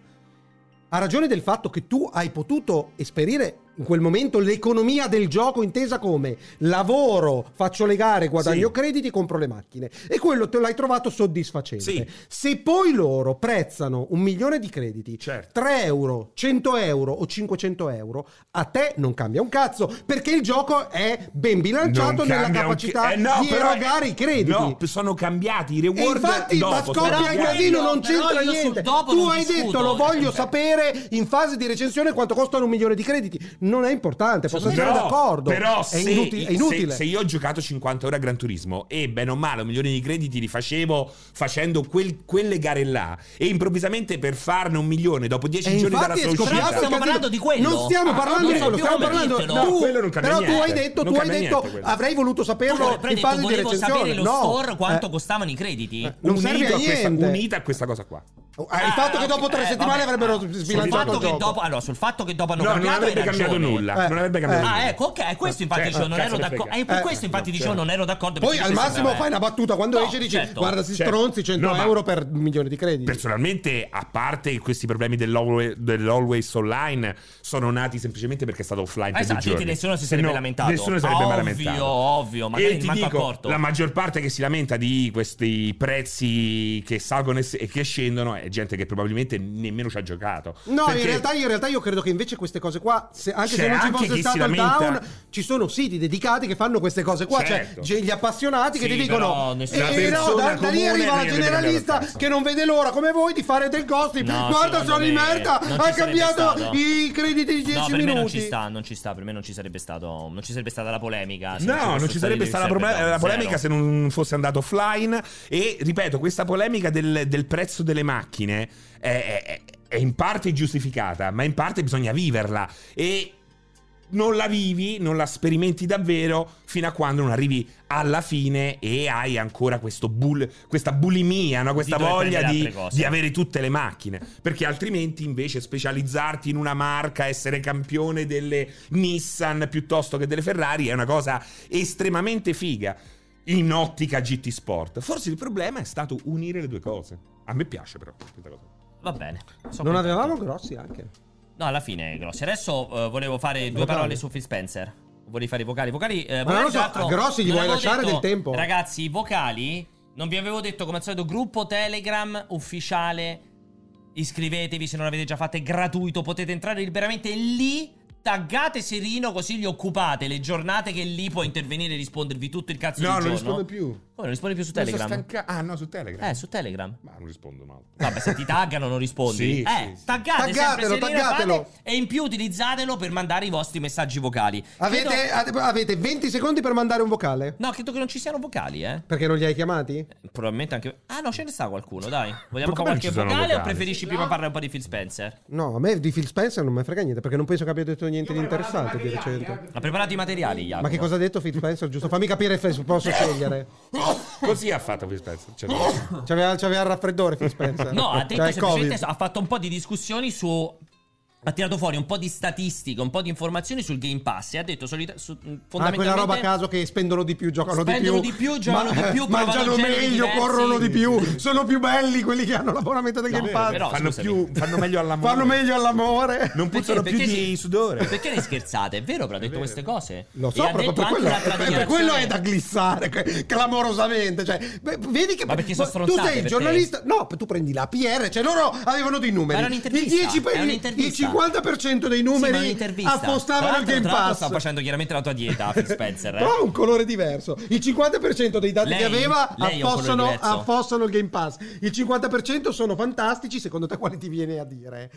[SPEAKER 1] Ha ragione del fatto che tu hai potuto esperire in quel momento l'economia del gioco intesa come lavoro, faccio le gare, guadagno
[SPEAKER 3] Sì.
[SPEAKER 1] crediti, compro le macchine. E quello te l'hai trovato soddisfacente.
[SPEAKER 3] Sì.
[SPEAKER 1] Se poi loro prezzano un milione di crediti,
[SPEAKER 3] Certo.
[SPEAKER 1] 3 euro, 100 euro o 500 euro, a te non cambia un cazzo, perché il gioco è ben bilanciato
[SPEAKER 3] Non
[SPEAKER 1] nella
[SPEAKER 3] cambia un chi-
[SPEAKER 1] capacità
[SPEAKER 3] eh, no,
[SPEAKER 1] di
[SPEAKER 3] però-
[SPEAKER 1] erogare i crediti.
[SPEAKER 3] No, sono cambiati i reward.
[SPEAKER 1] E infatti
[SPEAKER 3] dopo,
[SPEAKER 1] ma scoppia
[SPEAKER 3] sono
[SPEAKER 1] il
[SPEAKER 2] Però
[SPEAKER 3] cambiati.
[SPEAKER 1] casino, non
[SPEAKER 2] però
[SPEAKER 1] c'entra
[SPEAKER 2] io sul
[SPEAKER 1] niente.
[SPEAKER 2] dopo
[SPEAKER 1] Tu
[SPEAKER 2] non
[SPEAKER 1] hai
[SPEAKER 2] discuto,
[SPEAKER 1] detto, lo
[SPEAKER 2] eh,
[SPEAKER 1] voglio
[SPEAKER 2] beh.
[SPEAKER 1] sapere in fase di recensione quanto costano un milione di crediti. Non è importante, posso
[SPEAKER 3] Però-
[SPEAKER 1] essere d'accordo.
[SPEAKER 3] Però
[SPEAKER 1] è,
[SPEAKER 3] se,
[SPEAKER 1] inuti- è inutile.
[SPEAKER 3] Se, se io ho giocato 50 ore a Gran Turismo e bene o male un milione di crediti li facevo facendo quel- quelle gare là e improvvisamente per farne un milione dopo 10
[SPEAKER 1] E
[SPEAKER 3] giorni dalla
[SPEAKER 1] infatti è
[SPEAKER 3] sua
[SPEAKER 1] scoppiato
[SPEAKER 3] uscita
[SPEAKER 1] il
[SPEAKER 2] Stiamo
[SPEAKER 1] casino.
[SPEAKER 2] parlando di quello.
[SPEAKER 1] Non stiamo
[SPEAKER 2] Ah,
[SPEAKER 1] parlando
[SPEAKER 2] non
[SPEAKER 1] di quello,
[SPEAKER 2] so più
[SPEAKER 1] stiamo
[SPEAKER 2] come
[SPEAKER 1] parlando
[SPEAKER 2] dirtelo.
[SPEAKER 1] tu,
[SPEAKER 3] No, quello non cambia
[SPEAKER 1] Però tu hai
[SPEAKER 3] niente.
[SPEAKER 1] detto,
[SPEAKER 3] Non
[SPEAKER 1] tu hai
[SPEAKER 3] cambia
[SPEAKER 1] detto
[SPEAKER 3] niente quello.
[SPEAKER 1] avrei voluto saperlo
[SPEAKER 2] Però
[SPEAKER 1] in
[SPEAKER 2] detto,
[SPEAKER 1] fase di
[SPEAKER 2] volevo sapere
[SPEAKER 1] recensione.
[SPEAKER 2] lo
[SPEAKER 1] No.
[SPEAKER 2] store quanto
[SPEAKER 1] Eh,
[SPEAKER 2] costavano i crediti.
[SPEAKER 1] eh, non
[SPEAKER 3] unito
[SPEAKER 1] serve a
[SPEAKER 3] a questa-
[SPEAKER 1] niente.
[SPEAKER 3] unita a questa cosa qua.
[SPEAKER 1] Ah, il fatto che dopo tre
[SPEAKER 2] eh, vabbè.
[SPEAKER 1] settimane avrebbero
[SPEAKER 2] sul
[SPEAKER 1] sbilanciato
[SPEAKER 2] fatto,
[SPEAKER 1] il
[SPEAKER 2] che
[SPEAKER 1] gioco.
[SPEAKER 2] dopo, allora, sul fatto che dopo hanno
[SPEAKER 3] No, non
[SPEAKER 2] cambiato
[SPEAKER 3] avrebbe
[SPEAKER 2] hai
[SPEAKER 3] cambiato
[SPEAKER 2] ragione.
[SPEAKER 3] nulla.
[SPEAKER 1] Eh.
[SPEAKER 3] Non avrebbe cambiato
[SPEAKER 1] Eh.
[SPEAKER 3] nulla.
[SPEAKER 2] Ah, ecco, ok, questo infatti
[SPEAKER 3] Cioè,
[SPEAKER 2] dicevo, non
[SPEAKER 3] cazzo
[SPEAKER 2] ero
[SPEAKER 3] ne frega.
[SPEAKER 2] d'accordo. E per
[SPEAKER 1] Eh.
[SPEAKER 2] questo infatti
[SPEAKER 3] No,
[SPEAKER 2] dicevo
[SPEAKER 3] certo.
[SPEAKER 2] non ero d'accordo.
[SPEAKER 1] Poi
[SPEAKER 2] perché
[SPEAKER 1] al
[SPEAKER 2] mi
[SPEAKER 1] massimo
[SPEAKER 2] sembrava-
[SPEAKER 1] fai una battuta quando
[SPEAKER 2] No,
[SPEAKER 1] esce dici
[SPEAKER 2] certo.
[SPEAKER 1] guarda si
[SPEAKER 3] Certo.
[SPEAKER 1] stronzi 100
[SPEAKER 3] No, ma-
[SPEAKER 1] euro per un milione di crediti.
[SPEAKER 3] Personalmente, a parte questi problemi dell'alwe- dell'always online, sono nati semplicemente perché è stato offline per
[SPEAKER 2] Esatto,
[SPEAKER 3] due giorni.
[SPEAKER 2] quindi nessuno si
[SPEAKER 3] Se
[SPEAKER 2] sarebbe
[SPEAKER 3] no,
[SPEAKER 2] lamentato.
[SPEAKER 3] Nessuno si sarebbe mai
[SPEAKER 2] Ovvio,
[SPEAKER 3] lamentato.
[SPEAKER 2] ovvio, magari
[SPEAKER 3] e ti
[SPEAKER 2] manco
[SPEAKER 3] dico,
[SPEAKER 2] accorto.
[SPEAKER 3] la maggior parte che si lamenta di questi prezzi che salgono e s- e che scendono è gente che probabilmente nemmeno ci ha giocato.
[SPEAKER 1] No,
[SPEAKER 3] Perché-
[SPEAKER 1] in, realtà, in realtà io credo che invece queste cose qua, se- anche
[SPEAKER 2] Cioè,
[SPEAKER 3] C'è
[SPEAKER 1] se non ci
[SPEAKER 3] anche chi
[SPEAKER 1] fosse
[SPEAKER 3] si
[SPEAKER 1] stato il
[SPEAKER 3] lamenta.
[SPEAKER 1] down, ci sono siti dedicati che fanno queste cose qua,
[SPEAKER 3] Certo.
[SPEAKER 1] cioè ge- gli appassionati che
[SPEAKER 2] Sì,
[SPEAKER 1] ti
[SPEAKER 2] però
[SPEAKER 1] dicono,
[SPEAKER 2] nessuno-
[SPEAKER 3] La
[SPEAKER 1] eh, eh, no, da,
[SPEAKER 3] persona
[SPEAKER 1] da lì
[SPEAKER 3] comune
[SPEAKER 1] arriva
[SPEAKER 3] non
[SPEAKER 1] la
[SPEAKER 3] gliene frega
[SPEAKER 1] generalista
[SPEAKER 3] un cazzo.
[SPEAKER 1] che non vede l'ora come voi di fare del gossip,
[SPEAKER 2] No,
[SPEAKER 1] guarda
[SPEAKER 2] secondo
[SPEAKER 1] sono in
[SPEAKER 2] me non
[SPEAKER 1] merda,
[SPEAKER 2] ci
[SPEAKER 1] hai
[SPEAKER 2] sarebbe
[SPEAKER 1] cambiato
[SPEAKER 2] stato.
[SPEAKER 1] i crediti di 10
[SPEAKER 2] No, per me non ci
[SPEAKER 1] minuti.
[SPEAKER 2] sta, non ci sta, per me non ci sarebbe stato, non ci sarebbe stata la polemica. se
[SPEAKER 3] No, non
[SPEAKER 2] fosse
[SPEAKER 3] ci
[SPEAKER 2] stato
[SPEAKER 3] sarebbe
[SPEAKER 2] il
[SPEAKER 3] stata la,
[SPEAKER 2] server
[SPEAKER 3] prole-
[SPEAKER 2] down,
[SPEAKER 3] la polemica
[SPEAKER 2] zero.
[SPEAKER 3] se non fosse andato offline. E ripeto, questa polemica del, del prezzo delle macchine è, è- è- è in parte giustificata, ma in parte bisogna viverla. E non la vivi, non la sperimenti davvero fino a quando non arrivi alla fine e hai ancora questo bul- questa bulimia, no? questa
[SPEAKER 2] Di dover
[SPEAKER 3] voglia
[SPEAKER 2] prendere
[SPEAKER 3] di,
[SPEAKER 2] altre cose.
[SPEAKER 3] di avere tutte le macchine. Perché altrimenti invece specializzarti in una marca, essere campione delle Nissan piuttosto che delle Ferrari è una cosa estremamente figa in ottica GT Sport. Forse il problema è stato unire le due cose. A me piace però questa cosa.
[SPEAKER 2] Va bene. sono
[SPEAKER 1] Non
[SPEAKER 2] contento.
[SPEAKER 1] avevamo grossi anche.
[SPEAKER 2] No, alla fine, grossi. Adesso eh, volevo fare due
[SPEAKER 1] Vocali.
[SPEAKER 2] parole su Phil Spencer. Volevi fare i vocali? Vocali. eh,
[SPEAKER 1] Ma non lo so,
[SPEAKER 2] tra l'altro,
[SPEAKER 1] a Grossi gli
[SPEAKER 2] non
[SPEAKER 1] vuoi
[SPEAKER 2] avevo
[SPEAKER 1] lasciare del tempo?
[SPEAKER 2] Ragazzi, i vocali. Non vi avevo detto come al solito, gruppo Telegram ufficiale. Iscrivetevi se non l'avete già fatto, è gratuito. Potete entrare liberamente lì. Taggate Serino così gli occupate le giornate che lì può intervenire e rispondervi tutto il cazzo di giorno.
[SPEAKER 3] più.
[SPEAKER 2] Come non risponde più su
[SPEAKER 3] Mi sono
[SPEAKER 2] Telegram?
[SPEAKER 3] stanca- Ah, no, su Telegram.
[SPEAKER 2] Eh, su Telegram.
[SPEAKER 3] Ma non rispondo mai.
[SPEAKER 2] Vabbè, se ti taggano non rispondi.
[SPEAKER 3] Sì,
[SPEAKER 2] eh,
[SPEAKER 3] sì, sì.
[SPEAKER 2] taggate
[SPEAKER 1] Taggatelo,
[SPEAKER 2] sempre Serena
[SPEAKER 1] taggatelo.
[SPEAKER 2] Fate, e in più utilizzatelo per mandare i vostri messaggi vocali.
[SPEAKER 1] Avete,
[SPEAKER 2] Credo-
[SPEAKER 1] ave- avete 20 secondi per mandare un vocale?
[SPEAKER 2] No, credo che non ci siano vocali, eh.
[SPEAKER 1] Perché non li hai chiamati?
[SPEAKER 2] Probabilmente anche. Ah, no, ce ne sta qualcuno, dai. Vogliamo
[SPEAKER 3] Ma
[SPEAKER 2] fare
[SPEAKER 3] come non
[SPEAKER 2] qualche
[SPEAKER 3] ci sono
[SPEAKER 2] vocale, o
[SPEAKER 3] vocali?
[SPEAKER 2] preferisci prima parlare un po' di Phil Spencer?
[SPEAKER 1] No, a me di Phil Spencer non mi frega niente perché non penso che abbia detto niente di
[SPEAKER 8] Io ho preparato
[SPEAKER 1] interessante di
[SPEAKER 8] materiali,
[SPEAKER 1] recente.
[SPEAKER 8] eh,
[SPEAKER 2] Ha preparato i materiali, Jacopo.
[SPEAKER 1] Ma che cosa ha detto Phil Spencer? Giusto, fammi capire se posso scegliere.
[SPEAKER 3] Così ha fatto Phil Spencer. Cioè,
[SPEAKER 1] C'aveva, c'aveva il raffreddore Phil Spencer.
[SPEAKER 2] No, ha detto
[SPEAKER 1] Cioè, il
[SPEAKER 2] semplicemente
[SPEAKER 1] Covid.
[SPEAKER 2] ha fatto un po' di discussioni su. Ha tirato fuori un po' di statistiche, un po' di informazioni sul Game Pass e ha detto solita- su-
[SPEAKER 1] Ah,
[SPEAKER 2] fondamentalmente
[SPEAKER 1] quella roba a caso che spendono di più, giocano
[SPEAKER 2] Spendono
[SPEAKER 1] di
[SPEAKER 2] di
[SPEAKER 1] più,
[SPEAKER 2] più, giocano di più, provano
[SPEAKER 1] mangiano
[SPEAKER 2] generi
[SPEAKER 1] meglio,
[SPEAKER 2] diversi.
[SPEAKER 1] corrono di più, sono più belli quelli che hanno l'abbonamento del
[SPEAKER 2] No,
[SPEAKER 1] Game Pass.
[SPEAKER 2] però-
[SPEAKER 3] fanno,
[SPEAKER 2] scusami.
[SPEAKER 3] più, fanno meglio all'amore.
[SPEAKER 1] Fanno meglio all'amore.
[SPEAKER 3] Non
[SPEAKER 2] Perché-
[SPEAKER 3] puzzano più
[SPEAKER 2] perché
[SPEAKER 3] di
[SPEAKER 2] si-
[SPEAKER 3] sudore.
[SPEAKER 2] Perché ne scherzate? È vero, però ha detto queste cose.
[SPEAKER 1] Lo
[SPEAKER 2] E
[SPEAKER 1] so,
[SPEAKER 2] ha
[SPEAKER 1] proprio
[SPEAKER 2] detto
[SPEAKER 1] per
[SPEAKER 2] anche
[SPEAKER 1] quello,
[SPEAKER 2] un'altra
[SPEAKER 1] per- per quello è
[SPEAKER 2] dichiarazione-
[SPEAKER 1] da glissare che- clamorosamente. Cioè, beh, vedi che
[SPEAKER 2] Ma perché sono
[SPEAKER 1] tu
[SPEAKER 2] stronzate
[SPEAKER 1] sei il
[SPEAKER 2] per
[SPEAKER 1] giornalista, no, tu prendi la PR, cioè loro avevano dei numeri.
[SPEAKER 2] Ma era un'intervista,
[SPEAKER 1] il, 10
[SPEAKER 2] era
[SPEAKER 1] il
[SPEAKER 2] un'intervista.
[SPEAKER 1] 50% dei
[SPEAKER 2] Sì, ma è
[SPEAKER 1] numeri
[SPEAKER 2] un'intervista. Tra
[SPEAKER 1] affostavano il
[SPEAKER 2] l'altro-
[SPEAKER 1] Game
[SPEAKER 2] tra l'altro
[SPEAKER 1] Pass.
[SPEAKER 2] Sta facendo chiaramente la tua dieta, Phil Spencer. eh.
[SPEAKER 1] Però ha un colore diverso. Il 50% dei dati
[SPEAKER 2] Lei-
[SPEAKER 1] che aveva
[SPEAKER 2] lei ha un
[SPEAKER 1] affossano,
[SPEAKER 2] colore diverso.
[SPEAKER 1] affossano il Game Pass. Il 50% sono fantastici. Secondo te, quale ti viene a dire?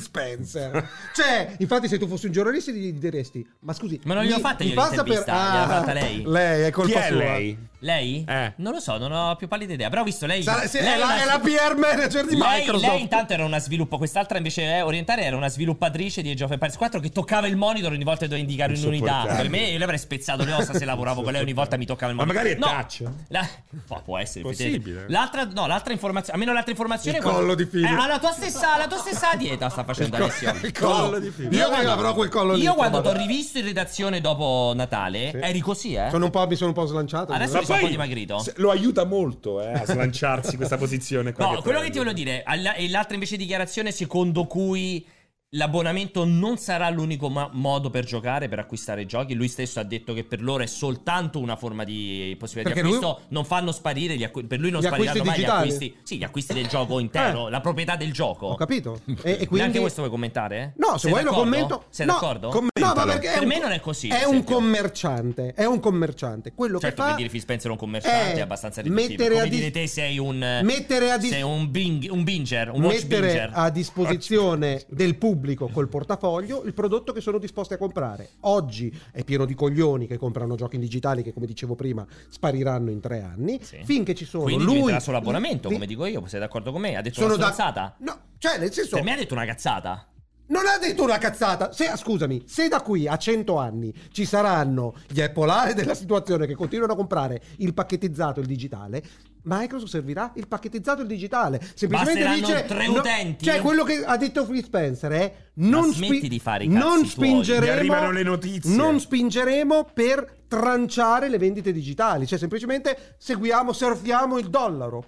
[SPEAKER 1] Spencer. cioè, infatti, se tu fossi un giornalista, gli diresti: Ma scusi,
[SPEAKER 2] Ma non
[SPEAKER 1] mi-
[SPEAKER 2] gliel'ho fatta
[SPEAKER 1] mi
[SPEAKER 2] io
[SPEAKER 1] passa Ah,
[SPEAKER 2] l'intervista, gliel'ha fatta lei.
[SPEAKER 1] Lei è
[SPEAKER 3] Chi
[SPEAKER 1] colpa
[SPEAKER 3] è
[SPEAKER 1] sua.
[SPEAKER 3] lei?
[SPEAKER 2] Lei?
[SPEAKER 3] Eh.
[SPEAKER 2] Non lo so, non ho più pallida idea. Però ho visto lei.
[SPEAKER 1] Sa- se-
[SPEAKER 2] lei
[SPEAKER 1] è,
[SPEAKER 2] una-
[SPEAKER 1] la, è la PR manager di
[SPEAKER 2] lei-
[SPEAKER 1] Microsoft.
[SPEAKER 2] lei intanto era una sviluppo, quest'altra invece eh, orientale era una sviluppatrice di Age of Empires 4 che toccava il monitor ogni volta che dovevo indicare un'unità.
[SPEAKER 3] Insopportabile.
[SPEAKER 2] Per me io le avrei spezzato le ossa se lavoravo con lei ogni volta mi toccava il
[SPEAKER 3] Ma
[SPEAKER 2] monitor.
[SPEAKER 3] magari è
[SPEAKER 2] No.
[SPEAKER 3] touch.
[SPEAKER 2] La- Ma può essere
[SPEAKER 3] Possibile.
[SPEAKER 2] effettivamente. L'altra no, l'altra informazione, almeno l'altra informazione
[SPEAKER 1] Il
[SPEAKER 2] è quando-
[SPEAKER 1] collo di Phil.
[SPEAKER 2] Eh, ha la tua stessa la tua stessa dieta sta facendo Alessio.
[SPEAKER 1] Il collo di Phil. Io
[SPEAKER 2] guarda-
[SPEAKER 1] avrò quel collo lì.
[SPEAKER 2] Io quando ti ho
[SPEAKER 1] guarda.
[SPEAKER 2] rivisto in redazione dopo Natale, eri così, eh?
[SPEAKER 1] Sono un po', mi sono un po' slanciato.
[SPEAKER 2] Adesso-
[SPEAKER 3] Ma
[SPEAKER 2] sono un po'
[SPEAKER 3] poi
[SPEAKER 2] dimagrito.
[SPEAKER 3] se- Lo aiuta molto eh, a slanciarsi questa posizione. Qua
[SPEAKER 2] No, quello che ti
[SPEAKER 3] prende.
[SPEAKER 2] volevo dire, alla- e l'altra invece dichiarazione secondo cui L'abbonamento non sarà l'unico ma- modo per giocare, per acquistare giochi. Lui stesso ha detto che per loro è soltanto una forma di possibilità
[SPEAKER 1] Perché
[SPEAKER 2] di
[SPEAKER 1] lui-
[SPEAKER 2] acquisto. Non fanno sparire gli acqui- per lui non
[SPEAKER 1] Gli
[SPEAKER 2] spariranno
[SPEAKER 1] acquisti
[SPEAKER 2] mai gli
[SPEAKER 1] digitali? Eh.
[SPEAKER 2] acquisti. Sì, gli acquisti del gioco intero, la proprietà del gioco.
[SPEAKER 1] Ho capito. E, e
[SPEAKER 2] Anche
[SPEAKER 1] quindi...
[SPEAKER 2] questo vuoi commentare?
[SPEAKER 1] No, se
[SPEAKER 2] Sei
[SPEAKER 1] vuoi lo
[SPEAKER 2] d'accordo?
[SPEAKER 1] commento.
[SPEAKER 2] Sei
[SPEAKER 1] No,
[SPEAKER 2] d'accordo?
[SPEAKER 3] com-
[SPEAKER 1] No, ma
[SPEAKER 3] Commentalo.
[SPEAKER 1] perché è
[SPEAKER 2] Per
[SPEAKER 1] un-
[SPEAKER 2] me non è così, per
[SPEAKER 1] È un
[SPEAKER 2] esempio.
[SPEAKER 1] commerciante. È un commerciante. Quello
[SPEAKER 2] certo
[SPEAKER 1] che fa.
[SPEAKER 2] che dire Phil Spencer è un commerciante
[SPEAKER 1] è
[SPEAKER 2] è abbastanza riduttivo.
[SPEAKER 1] mettere
[SPEAKER 2] Come
[SPEAKER 1] a dis-
[SPEAKER 2] dire te sei un eh,
[SPEAKER 1] mettere a dis-
[SPEAKER 2] sei un, bing- un binger, un watch
[SPEAKER 1] mettere
[SPEAKER 2] binger.
[SPEAKER 1] a disposizione del pubblico col portafoglio il prodotto che sono disposti a comprare. Oggi è pieno di coglioni che comprano giochi digitali che, come dicevo prima, spariranno in tre anni.
[SPEAKER 2] Sì.
[SPEAKER 1] Finché ci sono
[SPEAKER 2] Quindi
[SPEAKER 1] lui.
[SPEAKER 2] diventerà solo abbonamento,
[SPEAKER 1] Fi-
[SPEAKER 2] come dico io, sei d'accordo con me? Ha detto
[SPEAKER 1] sono
[SPEAKER 2] una
[SPEAKER 1] da-
[SPEAKER 2] cazzata?
[SPEAKER 1] No, cioè, nel senso.
[SPEAKER 2] Per me ha detto una cazzata.
[SPEAKER 1] Non ha detto una cazzata. Se, ah, scusami, se da qui a 100 anni ci saranno gli epolari della situazione che continuano a comprare il pacchettizzato e il digitale, Microsoft servirà il pacchettizzato e il digitale. Semplicemente
[SPEAKER 2] Basteranno
[SPEAKER 1] dice
[SPEAKER 2] tre
[SPEAKER 1] no-
[SPEAKER 2] utenti?
[SPEAKER 1] Cioè, quello che ha detto Free Spencer è non,
[SPEAKER 2] Ma smetti di fare i cazzi
[SPEAKER 1] non
[SPEAKER 2] tuoi,
[SPEAKER 1] spingeremo
[SPEAKER 3] gli arrivano le notizie.
[SPEAKER 1] Non spingeremo per tranciare le vendite digitali, cioè semplicemente seguiamo, surfiamo il dollaro.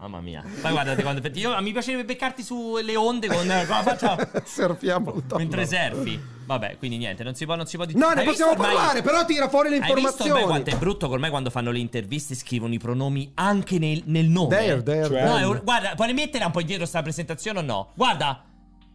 [SPEAKER 2] Mamma mia. Ma guardate quando io mi piacerebbe beccarti sulle onde con, con la faccia
[SPEAKER 1] surfiamo il dollaro.
[SPEAKER 2] Ah, mentre surfi. Vabbè, quindi niente, non si può, non si può dire.
[SPEAKER 1] No,
[SPEAKER 2] Hai
[SPEAKER 1] ne
[SPEAKER 2] visto
[SPEAKER 1] possiamo
[SPEAKER 2] ormai-
[SPEAKER 1] parlare, però tira fuori le
[SPEAKER 2] Hai visto ormai
[SPEAKER 1] informazioni.
[SPEAKER 2] quanto è brutto che ormai quando fanno le interviste scrivono i pronomi anche nel, nel nome?
[SPEAKER 1] There, there,
[SPEAKER 3] Cioè-
[SPEAKER 1] there.
[SPEAKER 2] No, è un- guarda, puoi rimettere un po' indietro sta presentazione o no? Guarda,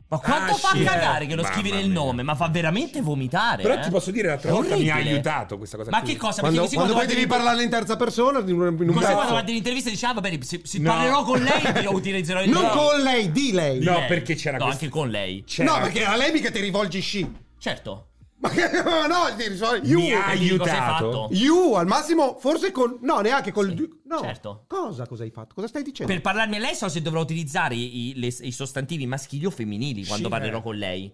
[SPEAKER 2] ma quanto
[SPEAKER 3] Ah,
[SPEAKER 2] fa
[SPEAKER 3] sì,
[SPEAKER 2] cagare
[SPEAKER 3] eh.
[SPEAKER 2] che lo
[SPEAKER 3] Mamma
[SPEAKER 2] scrivi nel
[SPEAKER 3] mia.
[SPEAKER 2] nome, ma fa veramente vomitare.
[SPEAKER 3] Però
[SPEAKER 2] eh.
[SPEAKER 3] ti posso dire, l'altra
[SPEAKER 2] È
[SPEAKER 3] volta mi ha
[SPEAKER 2] orribile.
[SPEAKER 3] aiutato questa cosa
[SPEAKER 2] Ma
[SPEAKER 3] qui.
[SPEAKER 2] che cosa? Perché
[SPEAKER 1] quando,
[SPEAKER 2] così
[SPEAKER 1] quando poi
[SPEAKER 2] va
[SPEAKER 1] devi
[SPEAKER 2] in-
[SPEAKER 1] parlare in terza persona in un, in un
[SPEAKER 2] Così
[SPEAKER 1] pezzo.
[SPEAKER 2] quando va all'intervista dice, ah, va bene, se, se
[SPEAKER 3] No.
[SPEAKER 2] parlerò con lei, io utilizzerò il
[SPEAKER 1] non
[SPEAKER 2] nome.
[SPEAKER 1] con lei di lei Cioè.
[SPEAKER 2] Di
[SPEAKER 3] No,
[SPEAKER 2] lei.
[SPEAKER 3] perché c'era
[SPEAKER 2] No,
[SPEAKER 3] questo-
[SPEAKER 2] anche con lei.
[SPEAKER 3] C'era-
[SPEAKER 1] no perché a lei mica ti rivolgi sci
[SPEAKER 2] Certo.
[SPEAKER 1] ma che ma no ti rivolgi you,
[SPEAKER 3] Mi ha
[SPEAKER 2] e dico, cosa hai
[SPEAKER 3] aiutato.
[SPEAKER 2] fatto?
[SPEAKER 1] you al massimo forse con no neanche col
[SPEAKER 2] Sì,
[SPEAKER 1] no
[SPEAKER 2] certo.
[SPEAKER 1] cosa cosa hai fatto cosa stai dicendo
[SPEAKER 2] Per parlarmi a lei so se dovrò utilizzare i, le- i sostantivi maschili o femminili quando
[SPEAKER 3] Sì,
[SPEAKER 2] parlerò
[SPEAKER 3] eh.
[SPEAKER 2] con lei.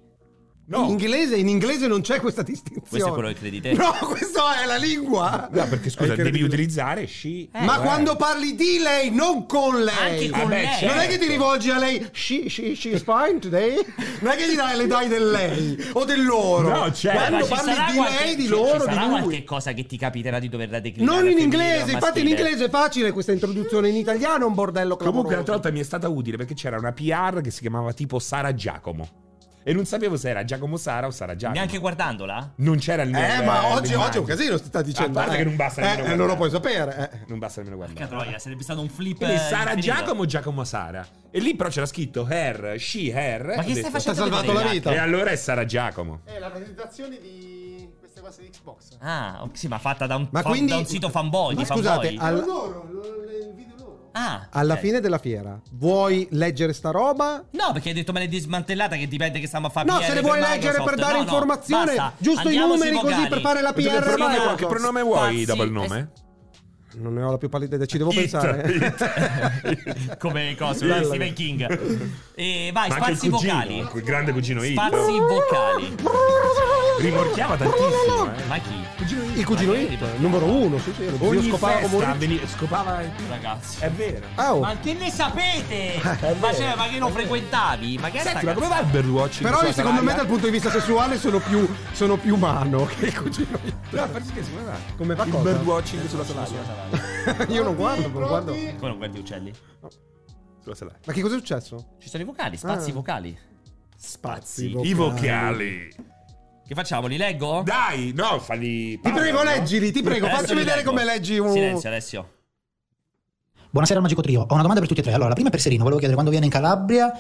[SPEAKER 3] No,
[SPEAKER 1] in inglese in inglese non c'è questa distinzione
[SPEAKER 2] Questo è quello che credi te.
[SPEAKER 1] no questa è la lingua
[SPEAKER 3] no, perché scusa,
[SPEAKER 1] È
[SPEAKER 3] devi
[SPEAKER 1] incredibile.
[SPEAKER 3] utilizzare sci.
[SPEAKER 1] ma
[SPEAKER 3] Eh.
[SPEAKER 1] quando parli di lei non con lei Eh
[SPEAKER 2] Anche con
[SPEAKER 3] Vabbè,
[SPEAKER 2] lei.
[SPEAKER 1] Non è che ti
[SPEAKER 3] Certo.
[SPEAKER 1] rivolgi a lei, she, she, she's fine today. Non è che gli dai, le dai del lei o del loro.
[SPEAKER 3] No, certo.
[SPEAKER 1] Quando
[SPEAKER 2] Ma ci
[SPEAKER 1] parli
[SPEAKER 2] sarà
[SPEAKER 1] di
[SPEAKER 2] qualche-
[SPEAKER 1] lei, di
[SPEAKER 2] ci-
[SPEAKER 1] loro,
[SPEAKER 2] ci sarà
[SPEAKER 1] di lui.
[SPEAKER 2] qualche cosa che ti capiterà di doverla declinare.
[SPEAKER 1] Non in
[SPEAKER 2] femminile
[SPEAKER 1] inglese,
[SPEAKER 2] o
[SPEAKER 1] infatti in
[SPEAKER 2] maschile?
[SPEAKER 1] inglese è facile questa introduzione, in italiano è un bordello
[SPEAKER 3] Comunque l'altra
[SPEAKER 1] clamoroso.
[SPEAKER 3] volta mi è stata utile perché c'era una PR che si chiamava tipo Sara Giacomo. E non sapevo se era Giacomo Sara o Sara Giacomo.
[SPEAKER 2] Neanche guardandola?
[SPEAKER 3] Non c'era il nome.
[SPEAKER 1] Eh, ma oggi, oggi è un casino, si sta dicendo.
[SPEAKER 3] A parte
[SPEAKER 1] eh.
[SPEAKER 3] che non basta nemmeno
[SPEAKER 1] Eh,
[SPEAKER 3] guardare.
[SPEAKER 1] non lo puoi sapere. eh.
[SPEAKER 3] Non basta nemmeno
[SPEAKER 2] Porca
[SPEAKER 3] guardare.
[SPEAKER 2] troia, sarebbe stato un flip.
[SPEAKER 3] Quindi
[SPEAKER 2] eh,
[SPEAKER 3] Sara
[SPEAKER 2] infinito.
[SPEAKER 3] Giacomo o Giacomo Sara. E lì però c'era scritto her, she, her.
[SPEAKER 2] Ma
[SPEAKER 3] Ho
[SPEAKER 2] che stai
[SPEAKER 3] detto-
[SPEAKER 2] facendo?
[SPEAKER 1] Ti ha salvato
[SPEAKER 2] vedere,
[SPEAKER 1] la vita.
[SPEAKER 3] E
[SPEAKER 2] Jack?
[SPEAKER 3] allora è Sara Giacomo.
[SPEAKER 1] Eh,
[SPEAKER 3] Cioè,
[SPEAKER 8] È la realizzazione di queste cose di Xbox.
[SPEAKER 2] Ah, ok, sì, ma fatta da un,
[SPEAKER 1] Ma
[SPEAKER 2] fa-
[SPEAKER 1] quindi-
[SPEAKER 2] da un sito fanboy.
[SPEAKER 1] Ma
[SPEAKER 2] di
[SPEAKER 1] scusate,
[SPEAKER 2] fanboy. Eh.
[SPEAKER 1] al-
[SPEAKER 8] Lo loro, lo- le- il video loro.
[SPEAKER 2] Ah,
[SPEAKER 1] Alla
[SPEAKER 2] ok.
[SPEAKER 1] fine della fiera, vuoi leggere sta roba?
[SPEAKER 2] No, perché hai detto me l'hai dismantellata che dipende che stiamo a fare
[SPEAKER 1] No,
[SPEAKER 2] PR
[SPEAKER 1] se le
[SPEAKER 2] per
[SPEAKER 1] vuoi
[SPEAKER 2] Microsoft.
[SPEAKER 1] leggere per dare
[SPEAKER 2] No, no,
[SPEAKER 1] informazione,
[SPEAKER 2] basta.
[SPEAKER 1] giusto
[SPEAKER 2] Andiamo
[SPEAKER 1] i numeri
[SPEAKER 2] sui
[SPEAKER 1] così
[SPEAKER 2] vocali.
[SPEAKER 1] per fare la
[SPEAKER 3] Che
[SPEAKER 1] PR.
[SPEAKER 3] pronome-
[SPEAKER 1] vai.
[SPEAKER 3] che pronome vuoi
[SPEAKER 2] Spazi-
[SPEAKER 3] dopo il nome?
[SPEAKER 1] Non ne ho la più pallida idea, ci devo
[SPEAKER 3] It,
[SPEAKER 1] Eh, pensare.
[SPEAKER 2] Ah,
[SPEAKER 3] it.
[SPEAKER 2] Come cosa,
[SPEAKER 3] Bella.
[SPEAKER 2] Stephen King. E vai,
[SPEAKER 3] Ma anche il
[SPEAKER 2] spazi
[SPEAKER 3] cugino,
[SPEAKER 2] vocali.
[SPEAKER 3] quel grande cugino It.
[SPEAKER 2] Spazi vocali.
[SPEAKER 3] Rimorchiava tantissimo, eh.
[SPEAKER 2] Ma chi?
[SPEAKER 1] Il cugino It, numero uno, sì, sì, lo zio
[SPEAKER 3] Ogni
[SPEAKER 1] scopava
[SPEAKER 3] festa
[SPEAKER 1] come un-
[SPEAKER 3] veni- scopava...
[SPEAKER 2] Ragazzi.
[SPEAKER 3] È vero.
[SPEAKER 1] Ah, oh. Eh,
[SPEAKER 2] Ma che ne sapete?
[SPEAKER 3] vero.
[SPEAKER 2] ma, cioè, ma che non frequentavi? Ma che è
[SPEAKER 3] Senti,
[SPEAKER 2] sta
[SPEAKER 3] ma come
[SPEAKER 2] cazzo?
[SPEAKER 3] va il Birdwatch?
[SPEAKER 1] Però io, secondo me dal punto di vista sessuale sono più, sono più umano che il cugino It.
[SPEAKER 3] No, per scherzo, come va?
[SPEAKER 1] Come va
[SPEAKER 3] il
[SPEAKER 1] cosa?
[SPEAKER 3] birdwatching sulla salaria.
[SPEAKER 1] Io non guardo, non guardo.
[SPEAKER 8] Pronti?
[SPEAKER 2] Come non guardi uccelli?
[SPEAKER 3] Sulla salaria.
[SPEAKER 1] Ma che cos'è successo?
[SPEAKER 2] Ci sono i vocali, spazi
[SPEAKER 1] Ah.
[SPEAKER 2] vocali.
[SPEAKER 1] Spazi.
[SPEAKER 3] I vocali.
[SPEAKER 2] Che facciamo? Li leggo?
[SPEAKER 3] Dai, no, falli...
[SPEAKER 1] Ti prego, leggili, ti prego,
[SPEAKER 2] Adesso
[SPEAKER 1] facci
[SPEAKER 2] li
[SPEAKER 1] vedere
[SPEAKER 2] leggo.
[SPEAKER 1] come leggi un.
[SPEAKER 2] Silenzio, Alessio.
[SPEAKER 9] Buonasera al Magico Trio, ho una domanda per tutti e tre. Allora, la prima è per Serino, volevo chiedere quando viene in Calabria.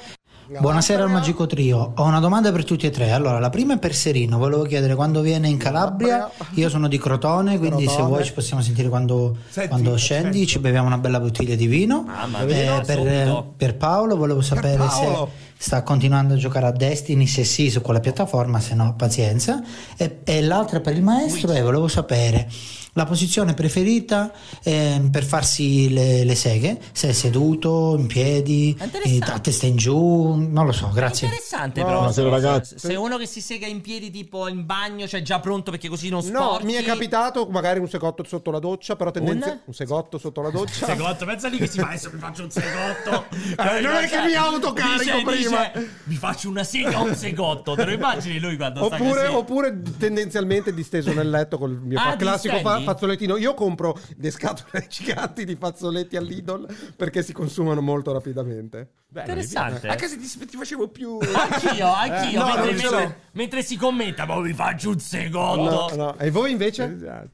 [SPEAKER 9] Buonasera al Magico Trio, ho una domanda per tutti e tre. Allora, la prima è per Serino, volevo chiedere quando viene in Calabria. Io sono di Crotone, quindi se
[SPEAKER 1] Crotone.
[SPEAKER 9] vuoi ci possiamo sentire quando,
[SPEAKER 3] Senti,
[SPEAKER 9] quando scendi,
[SPEAKER 3] sento.
[SPEAKER 9] ci beviamo una bella bottiglia di vino.
[SPEAKER 2] Mamma
[SPEAKER 9] Eh,
[SPEAKER 2] mia,
[SPEAKER 9] per,
[SPEAKER 2] subito.
[SPEAKER 9] per Paolo volevo sapere
[SPEAKER 1] Paolo.
[SPEAKER 9] se sta continuando a giocare a Destiny, se sì su quella piattaforma, se no pazienza. E, e l'altra per il maestro e volevo sapere la posizione preferita ehm, per farsi le, le seghe, se è seduto, in piedi,
[SPEAKER 2] È interessante.
[SPEAKER 9] eh, a testa in giù, non lo so, grazie.
[SPEAKER 2] Interessante,
[SPEAKER 1] No,
[SPEAKER 2] però.
[SPEAKER 1] buonasera,
[SPEAKER 2] ragazzi. Sei uno che si sega in piedi, tipo in bagno, cioè già pronto perché così non
[SPEAKER 1] No,
[SPEAKER 2] sporchi.
[SPEAKER 1] mi è capitato magari un segotto sotto la doccia, però tendenza.
[SPEAKER 2] Un?
[SPEAKER 1] Un, segotto sotto la doccia.
[SPEAKER 2] Segotto, pensa lì che si fa adesso mi faccio un segotto.
[SPEAKER 1] Eh, non è che mi autocarico
[SPEAKER 2] dice,
[SPEAKER 1] prima. prima.
[SPEAKER 2] dice mi faccio una sega un segotto. Te lo immagini lui quando
[SPEAKER 1] Oppure,
[SPEAKER 2] sta così?
[SPEAKER 1] oppure tendenzialmente disteso nel letto col mio
[SPEAKER 2] Ah,
[SPEAKER 1] fa- classico fa-
[SPEAKER 2] distendi?
[SPEAKER 1] fazzolettino. Io compro le scatole giganti di fazzoletti all'Idol perché si consumano molto rapidamente.
[SPEAKER 2] Interessante.
[SPEAKER 1] Eh,
[SPEAKER 3] Anche se ti, ti facevo più...
[SPEAKER 2] Anch'io, anch'io.
[SPEAKER 1] No,
[SPEAKER 2] mentre,
[SPEAKER 1] non ce l'ho.
[SPEAKER 2] mentre- mentre si commenta, ma vi faccio un
[SPEAKER 1] No,
[SPEAKER 2] secondo. No,
[SPEAKER 1] no. E voi
[SPEAKER 2] Eh,
[SPEAKER 1] invece?
[SPEAKER 3] Esatto.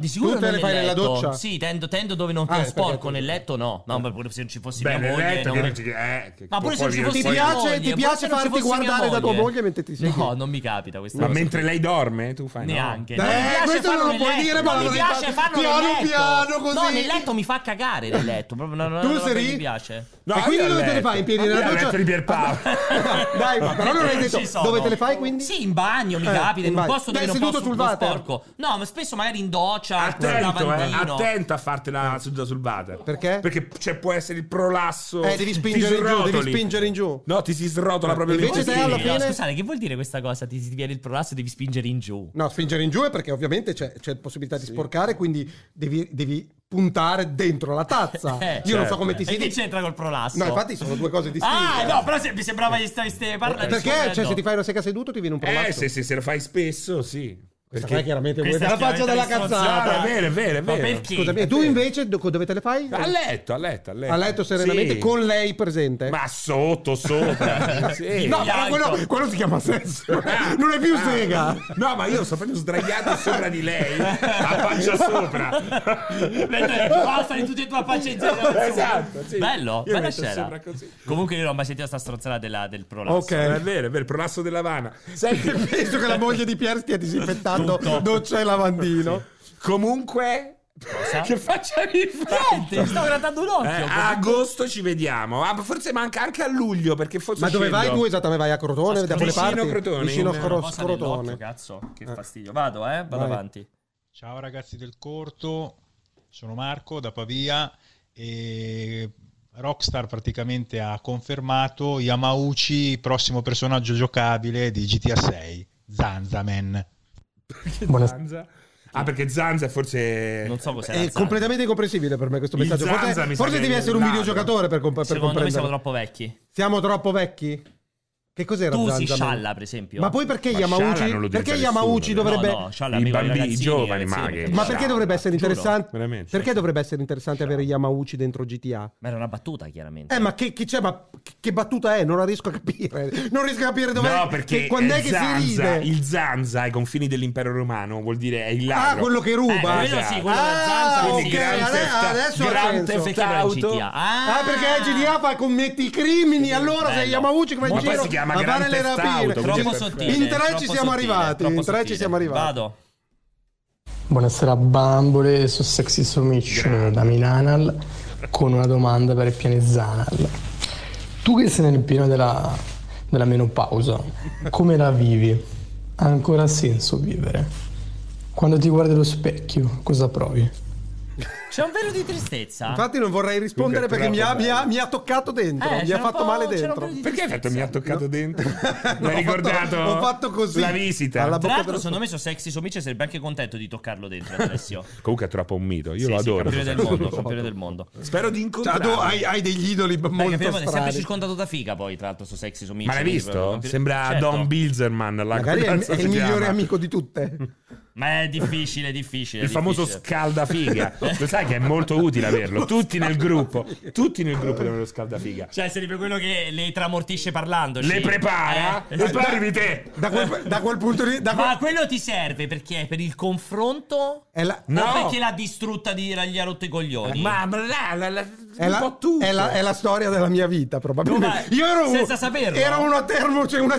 [SPEAKER 2] di sicuro
[SPEAKER 1] Tu te
[SPEAKER 2] non
[SPEAKER 1] le
[SPEAKER 2] nel
[SPEAKER 1] fai nella
[SPEAKER 2] letto.
[SPEAKER 1] doccia?
[SPEAKER 2] Sì, tendo, tendo dove non
[SPEAKER 1] Ah,
[SPEAKER 2] sono
[SPEAKER 1] eh,
[SPEAKER 2] sporco.
[SPEAKER 1] perché-
[SPEAKER 2] Nel letto no. No, ma pure se non ci fosse
[SPEAKER 3] Beh,
[SPEAKER 2] mia
[SPEAKER 3] nel
[SPEAKER 2] moglie.
[SPEAKER 3] letto
[SPEAKER 2] non-
[SPEAKER 3] che non ci- eh, che
[SPEAKER 2] Ma pure se
[SPEAKER 3] poi
[SPEAKER 2] ci
[SPEAKER 3] io-
[SPEAKER 2] fosse
[SPEAKER 1] Ti
[SPEAKER 3] poi-
[SPEAKER 2] mia
[SPEAKER 1] piace-
[SPEAKER 2] moglie,
[SPEAKER 1] ti
[SPEAKER 2] ma
[SPEAKER 1] piace
[SPEAKER 2] se non ci
[SPEAKER 1] farti
[SPEAKER 2] fosse mia
[SPEAKER 1] guardare da tua
[SPEAKER 2] moglie?
[SPEAKER 1] moglie mentre ti siedi?
[SPEAKER 2] No, non mi capita questa
[SPEAKER 3] Ma
[SPEAKER 2] cosa.
[SPEAKER 3] mentre lei dorme, tu fai... no?
[SPEAKER 2] Neanche.
[SPEAKER 1] Eh, questo non lo puoi dire, ma
[SPEAKER 2] ma mi
[SPEAKER 1] l'avrei
[SPEAKER 2] piace farlo
[SPEAKER 1] fatto piano
[SPEAKER 2] nel letto.
[SPEAKER 1] piano,
[SPEAKER 2] No,
[SPEAKER 1] così.
[SPEAKER 2] nel letto mi fa cagare nel letto. Proprio non, non,
[SPEAKER 1] Tu
[SPEAKER 2] non
[SPEAKER 1] sei lì?
[SPEAKER 2] mi piace.
[SPEAKER 3] No,
[SPEAKER 1] e quindi
[SPEAKER 3] Eh, io
[SPEAKER 1] dove
[SPEAKER 3] al
[SPEAKER 1] te le fai in
[SPEAKER 3] letto.
[SPEAKER 1] piedi nella
[SPEAKER 3] Io al
[SPEAKER 1] doccia? Ah,
[SPEAKER 3] letto di Pierpaolo.
[SPEAKER 1] Dai, ma però non hai detto
[SPEAKER 2] Ci sono.
[SPEAKER 1] dove te le fai quindi?
[SPEAKER 2] Sì, in bagno mi
[SPEAKER 1] Eh,
[SPEAKER 2] capita, in
[SPEAKER 1] in
[SPEAKER 2] un
[SPEAKER 1] bagno.
[SPEAKER 2] posto dove
[SPEAKER 1] Dai,
[SPEAKER 2] non
[SPEAKER 1] seduto
[SPEAKER 2] posso
[SPEAKER 1] sul
[SPEAKER 2] sullo
[SPEAKER 1] water.
[SPEAKER 2] sporco. No, ma spesso magari in doccia, sul
[SPEAKER 3] Attento, eh,
[SPEAKER 2] lavandino.
[SPEAKER 3] attento a fartela seduta sul water.
[SPEAKER 1] Perché?
[SPEAKER 3] Perché cioè, può essere il prolasso.
[SPEAKER 1] Eh, devi
[SPEAKER 3] ti
[SPEAKER 1] spingere in giù, devi
[SPEAKER 3] srotoli.
[SPEAKER 1] spingere in giù. Eh,
[SPEAKER 3] No, ti si srotola proprio
[SPEAKER 1] Invece
[SPEAKER 3] l'intestino.
[SPEAKER 1] te Cioè, alla
[SPEAKER 2] No,
[SPEAKER 1] fine-
[SPEAKER 2] scusate, che vuol dire questa cosa? Ti, ti viene il prolasso e devi spingere in giù.
[SPEAKER 1] No, spingere in giù è perché ovviamente c'è, c'è possibilità di sporcare, quindi devi, devi puntare dentro la tazza.
[SPEAKER 2] Eh,
[SPEAKER 1] Io non so
[SPEAKER 3] certo.
[SPEAKER 1] come ti
[SPEAKER 2] E che
[SPEAKER 1] siedi.
[SPEAKER 2] c'entra col prolasso?
[SPEAKER 1] No, infatti sono due cose distinte.
[SPEAKER 2] Ah, no, però se- mi sembrava gli stesse parlando.
[SPEAKER 1] Perché? Cioè, se ti fai una seca seduto ti viene un prolasso.
[SPEAKER 3] Eh, se, se- se lo fai spesso, sì.
[SPEAKER 1] Questa qua è
[SPEAKER 3] Perché...
[SPEAKER 1] chiaramente
[SPEAKER 2] Questa
[SPEAKER 1] questa
[SPEAKER 2] è
[SPEAKER 1] la faccia della
[SPEAKER 2] chiaramente
[SPEAKER 1] cazzata.
[SPEAKER 3] Ah, è vero, è vero, è
[SPEAKER 2] Ma
[SPEAKER 3] vero.
[SPEAKER 2] perché?
[SPEAKER 1] Scusami, e tu invece do- dove te le fai?
[SPEAKER 3] A letto, a letto, a letto.
[SPEAKER 1] A letto serenamente
[SPEAKER 3] Sì.
[SPEAKER 1] con lei presente.
[SPEAKER 3] Ma sotto, sopra. sì.
[SPEAKER 1] No,
[SPEAKER 2] Di
[SPEAKER 1] però
[SPEAKER 2] alto.
[SPEAKER 1] quello, quello si chiama sesso. Non è più
[SPEAKER 3] Ah.
[SPEAKER 1] sega.
[SPEAKER 3] No, ma io sto proprio sdraiato sopra di lei, a faccia sopra.
[SPEAKER 2] Mentre passano tutti e due a faccia in giro.
[SPEAKER 3] Esatto, sì.
[SPEAKER 2] Bello,
[SPEAKER 3] Io
[SPEAKER 2] bella
[SPEAKER 3] metto
[SPEAKER 2] scena.
[SPEAKER 3] sopra così.
[SPEAKER 2] Comunque io non ho mai sentito sta stronzata della, del prolasso.
[SPEAKER 1] Ok.
[SPEAKER 3] È vero, è vero, prolasso della vana. Senti,
[SPEAKER 1] Penso che la moglie di Pier stia disinfettando
[SPEAKER 2] Tutto.
[SPEAKER 1] doccia e lavandino.
[SPEAKER 3] comunque... Che faccia mi fai?
[SPEAKER 2] Niente, mi stavo grattando un
[SPEAKER 3] Eh,
[SPEAKER 2] occhio.
[SPEAKER 3] a agosto ci vediamo. Ah, forse manca anche a luglio perché forse
[SPEAKER 1] Ma dove vai
[SPEAKER 3] scendo.
[SPEAKER 1] tu esattamente? Vai a Crotone? Da quelle
[SPEAKER 3] Vicino
[SPEAKER 1] parti?
[SPEAKER 3] Crotone,
[SPEAKER 1] Vicino
[SPEAKER 3] in-
[SPEAKER 1] a Cro-
[SPEAKER 2] Cosa nell'occhio,
[SPEAKER 1] Crotone.
[SPEAKER 2] cazzo, che fastidio. Vado, eh, vado
[SPEAKER 1] Vai.
[SPEAKER 2] avanti.
[SPEAKER 10] Ciao ragazzi del corto, sono Marco da Pavia e Rockstar praticamente ha confermato Yamauchi prossimo personaggio giocabile di GTA 6, Zanzaman.
[SPEAKER 9] Buonasera.
[SPEAKER 3] Zanza. Ah, perché Zanza è forse.
[SPEAKER 2] Non so cos'è.
[SPEAKER 1] È
[SPEAKER 2] la zanza.
[SPEAKER 1] completamente incomprensibile per me questo
[SPEAKER 3] Il
[SPEAKER 1] messaggio.
[SPEAKER 3] Zanza
[SPEAKER 1] Forse,
[SPEAKER 3] mi sa
[SPEAKER 1] forse
[SPEAKER 3] che
[SPEAKER 1] devi
[SPEAKER 3] è
[SPEAKER 1] essere un
[SPEAKER 3] ladro.
[SPEAKER 1] videogiocatore per, comp- per
[SPEAKER 2] Secondo me
[SPEAKER 1] comprendere.
[SPEAKER 2] siamo troppo vecchi.
[SPEAKER 1] Siamo troppo vecchi? Che cos'era
[SPEAKER 2] Tu
[SPEAKER 1] Zanza?
[SPEAKER 2] si scialla, per esempio.
[SPEAKER 1] Ma poi perché
[SPEAKER 3] Ma scialla non lo
[SPEAKER 1] Yamauchi?
[SPEAKER 3] utilizza
[SPEAKER 1] Perché
[SPEAKER 3] nessuno, eh.
[SPEAKER 1] Yamauchi
[SPEAKER 3] no,
[SPEAKER 1] dovrebbe.
[SPEAKER 2] No, no, scialla,
[SPEAKER 3] I
[SPEAKER 2] amico,
[SPEAKER 3] bambini,
[SPEAKER 2] ragazzini,
[SPEAKER 3] i giovani, maghi.
[SPEAKER 2] ragazzini, ragazzini.
[SPEAKER 1] Ma
[SPEAKER 3] Scialla,
[SPEAKER 1] perché dovrebbe essere
[SPEAKER 2] giuro.
[SPEAKER 1] interessante?
[SPEAKER 3] veramente.
[SPEAKER 1] Perché dovrebbe essere interessante avere Yamauchi dentro GTA?
[SPEAKER 2] Ma era una battuta, chiaramente.
[SPEAKER 1] Eh, ma che, che c'è? Ma che battuta è? Non la riesco a capire. Non riesco a capire dov'è.
[SPEAKER 3] No, perché
[SPEAKER 1] che- quando è
[SPEAKER 3] il
[SPEAKER 1] che
[SPEAKER 3] Zanza,
[SPEAKER 1] si ride?
[SPEAKER 3] il Zanza ai confini dell'impero romano vuol dire è il
[SPEAKER 1] Ah,
[SPEAKER 3] ladro.
[SPEAKER 1] quello che ruba.
[SPEAKER 2] Eh, quello sì, quello
[SPEAKER 1] ah,
[SPEAKER 2] della Zanza,
[SPEAKER 1] ok,
[SPEAKER 2] quindi Grand
[SPEAKER 1] ade-
[SPEAKER 3] Theft-
[SPEAKER 1] adesso ha
[SPEAKER 3] Grand
[SPEAKER 1] senso.
[SPEAKER 3] Theft
[SPEAKER 2] perché era in
[SPEAKER 3] auto.
[SPEAKER 2] GTA? Ah,
[SPEAKER 1] Ah, perché GTA fa commetti i crimini, allora sei
[SPEAKER 2] bello.
[SPEAKER 1] Yamauchi che va in
[SPEAKER 3] Ma poi
[SPEAKER 1] giro
[SPEAKER 3] si chiama
[SPEAKER 1] a
[SPEAKER 3] Grand
[SPEAKER 1] fare le
[SPEAKER 3] Theft
[SPEAKER 1] rapine.
[SPEAKER 3] Auto,
[SPEAKER 2] Troppo
[SPEAKER 3] Cioè,
[SPEAKER 2] sottile.
[SPEAKER 1] in tre
[SPEAKER 2] troppo
[SPEAKER 1] ci siamo
[SPEAKER 2] sottile,
[SPEAKER 1] arrivati,
[SPEAKER 2] troppo
[SPEAKER 1] in tre ci
[SPEAKER 2] sottile.
[SPEAKER 1] siamo arrivati.
[SPEAKER 2] Vado.
[SPEAKER 9] Buonasera bambole su Sexy Submission da Milanal con una domanda per il pianezzanal. Tu che sei nel pieno della, della menopausa, come la vivi? Ha ancora senso vivere? Quando ti guardi allo specchio, cosa provi?
[SPEAKER 2] C'è un velo di tristezza.
[SPEAKER 1] Infatti non vorrei rispondere
[SPEAKER 3] Comunque,
[SPEAKER 1] perché mi ha,
[SPEAKER 3] però,
[SPEAKER 1] mi ha- mi ha toccato dentro,
[SPEAKER 2] Eh,
[SPEAKER 1] mi
[SPEAKER 2] c'era
[SPEAKER 1] ha
[SPEAKER 2] un
[SPEAKER 1] fatto
[SPEAKER 2] po'-
[SPEAKER 1] male
[SPEAKER 2] c'era un po'
[SPEAKER 1] dentro.
[SPEAKER 2] di
[SPEAKER 3] Perché hai fatto mi ha toccato dentro?
[SPEAKER 1] No,
[SPEAKER 3] Mi
[SPEAKER 1] ho
[SPEAKER 3] ha ricordato
[SPEAKER 1] fatto- ho fatto così.
[SPEAKER 3] la visita.
[SPEAKER 1] Alla bo-
[SPEAKER 2] Tra l'altro, secondo me, su Sexy Somice sarebbe anche contento di toccarlo dentro, Alessio.
[SPEAKER 3] Comunque è troppo un mito, io
[SPEAKER 2] Sì,
[SPEAKER 3] lo
[SPEAKER 2] sì,
[SPEAKER 3] adoro.
[SPEAKER 2] Campione del
[SPEAKER 3] Zanza.
[SPEAKER 2] mondo, campione del mondo.
[SPEAKER 3] Spero di
[SPEAKER 1] Cioè,
[SPEAKER 3] incontrarlo.
[SPEAKER 1] tu hai, hai degli idoli b-
[SPEAKER 2] Beh,
[SPEAKER 1] molto
[SPEAKER 2] capiamo, è sempre
[SPEAKER 1] strani.
[SPEAKER 2] circondato da figa, poi, tra l'altro, su Sexy Somice.
[SPEAKER 3] Ma l'hai
[SPEAKER 2] quindi
[SPEAKER 3] visto?
[SPEAKER 2] proprio-
[SPEAKER 3] Sembra
[SPEAKER 2] Certo.
[SPEAKER 3] Don Bilzerman. la-
[SPEAKER 1] Magari è, il-
[SPEAKER 3] cazzo
[SPEAKER 1] è il
[SPEAKER 3] si
[SPEAKER 1] migliore
[SPEAKER 3] chiama.
[SPEAKER 1] amico di tutte.
[SPEAKER 2] Ma è difficile, difficile.
[SPEAKER 3] Il famoso
[SPEAKER 2] difficile.
[SPEAKER 3] scaldafiga. Lo sai che è molto utile averlo. Tutti nel gruppo. Tutti nel gruppo devono lo scaldafiga.
[SPEAKER 2] Cioè, sarebbe quello che le tramortisce parlandoci.
[SPEAKER 3] Le prepara.
[SPEAKER 2] Eh,
[SPEAKER 3] Le prepari te.
[SPEAKER 1] Da quel, da quel punto di da quel-
[SPEAKER 2] Ma quello ti serve perché? Per il confronto?
[SPEAKER 1] è la-
[SPEAKER 3] No.
[SPEAKER 2] O perché l'ha distrutta di gli ha rotto i coglioni?
[SPEAKER 3] Ma, ma la, la, la-
[SPEAKER 1] È
[SPEAKER 3] un
[SPEAKER 1] la,
[SPEAKER 3] po' tutto.
[SPEAKER 1] è la- è la storia della mia vita, probabilmente.
[SPEAKER 2] No, ma
[SPEAKER 1] Io ero, un-
[SPEAKER 2] senza saperlo.
[SPEAKER 1] ero una, termo, cioè una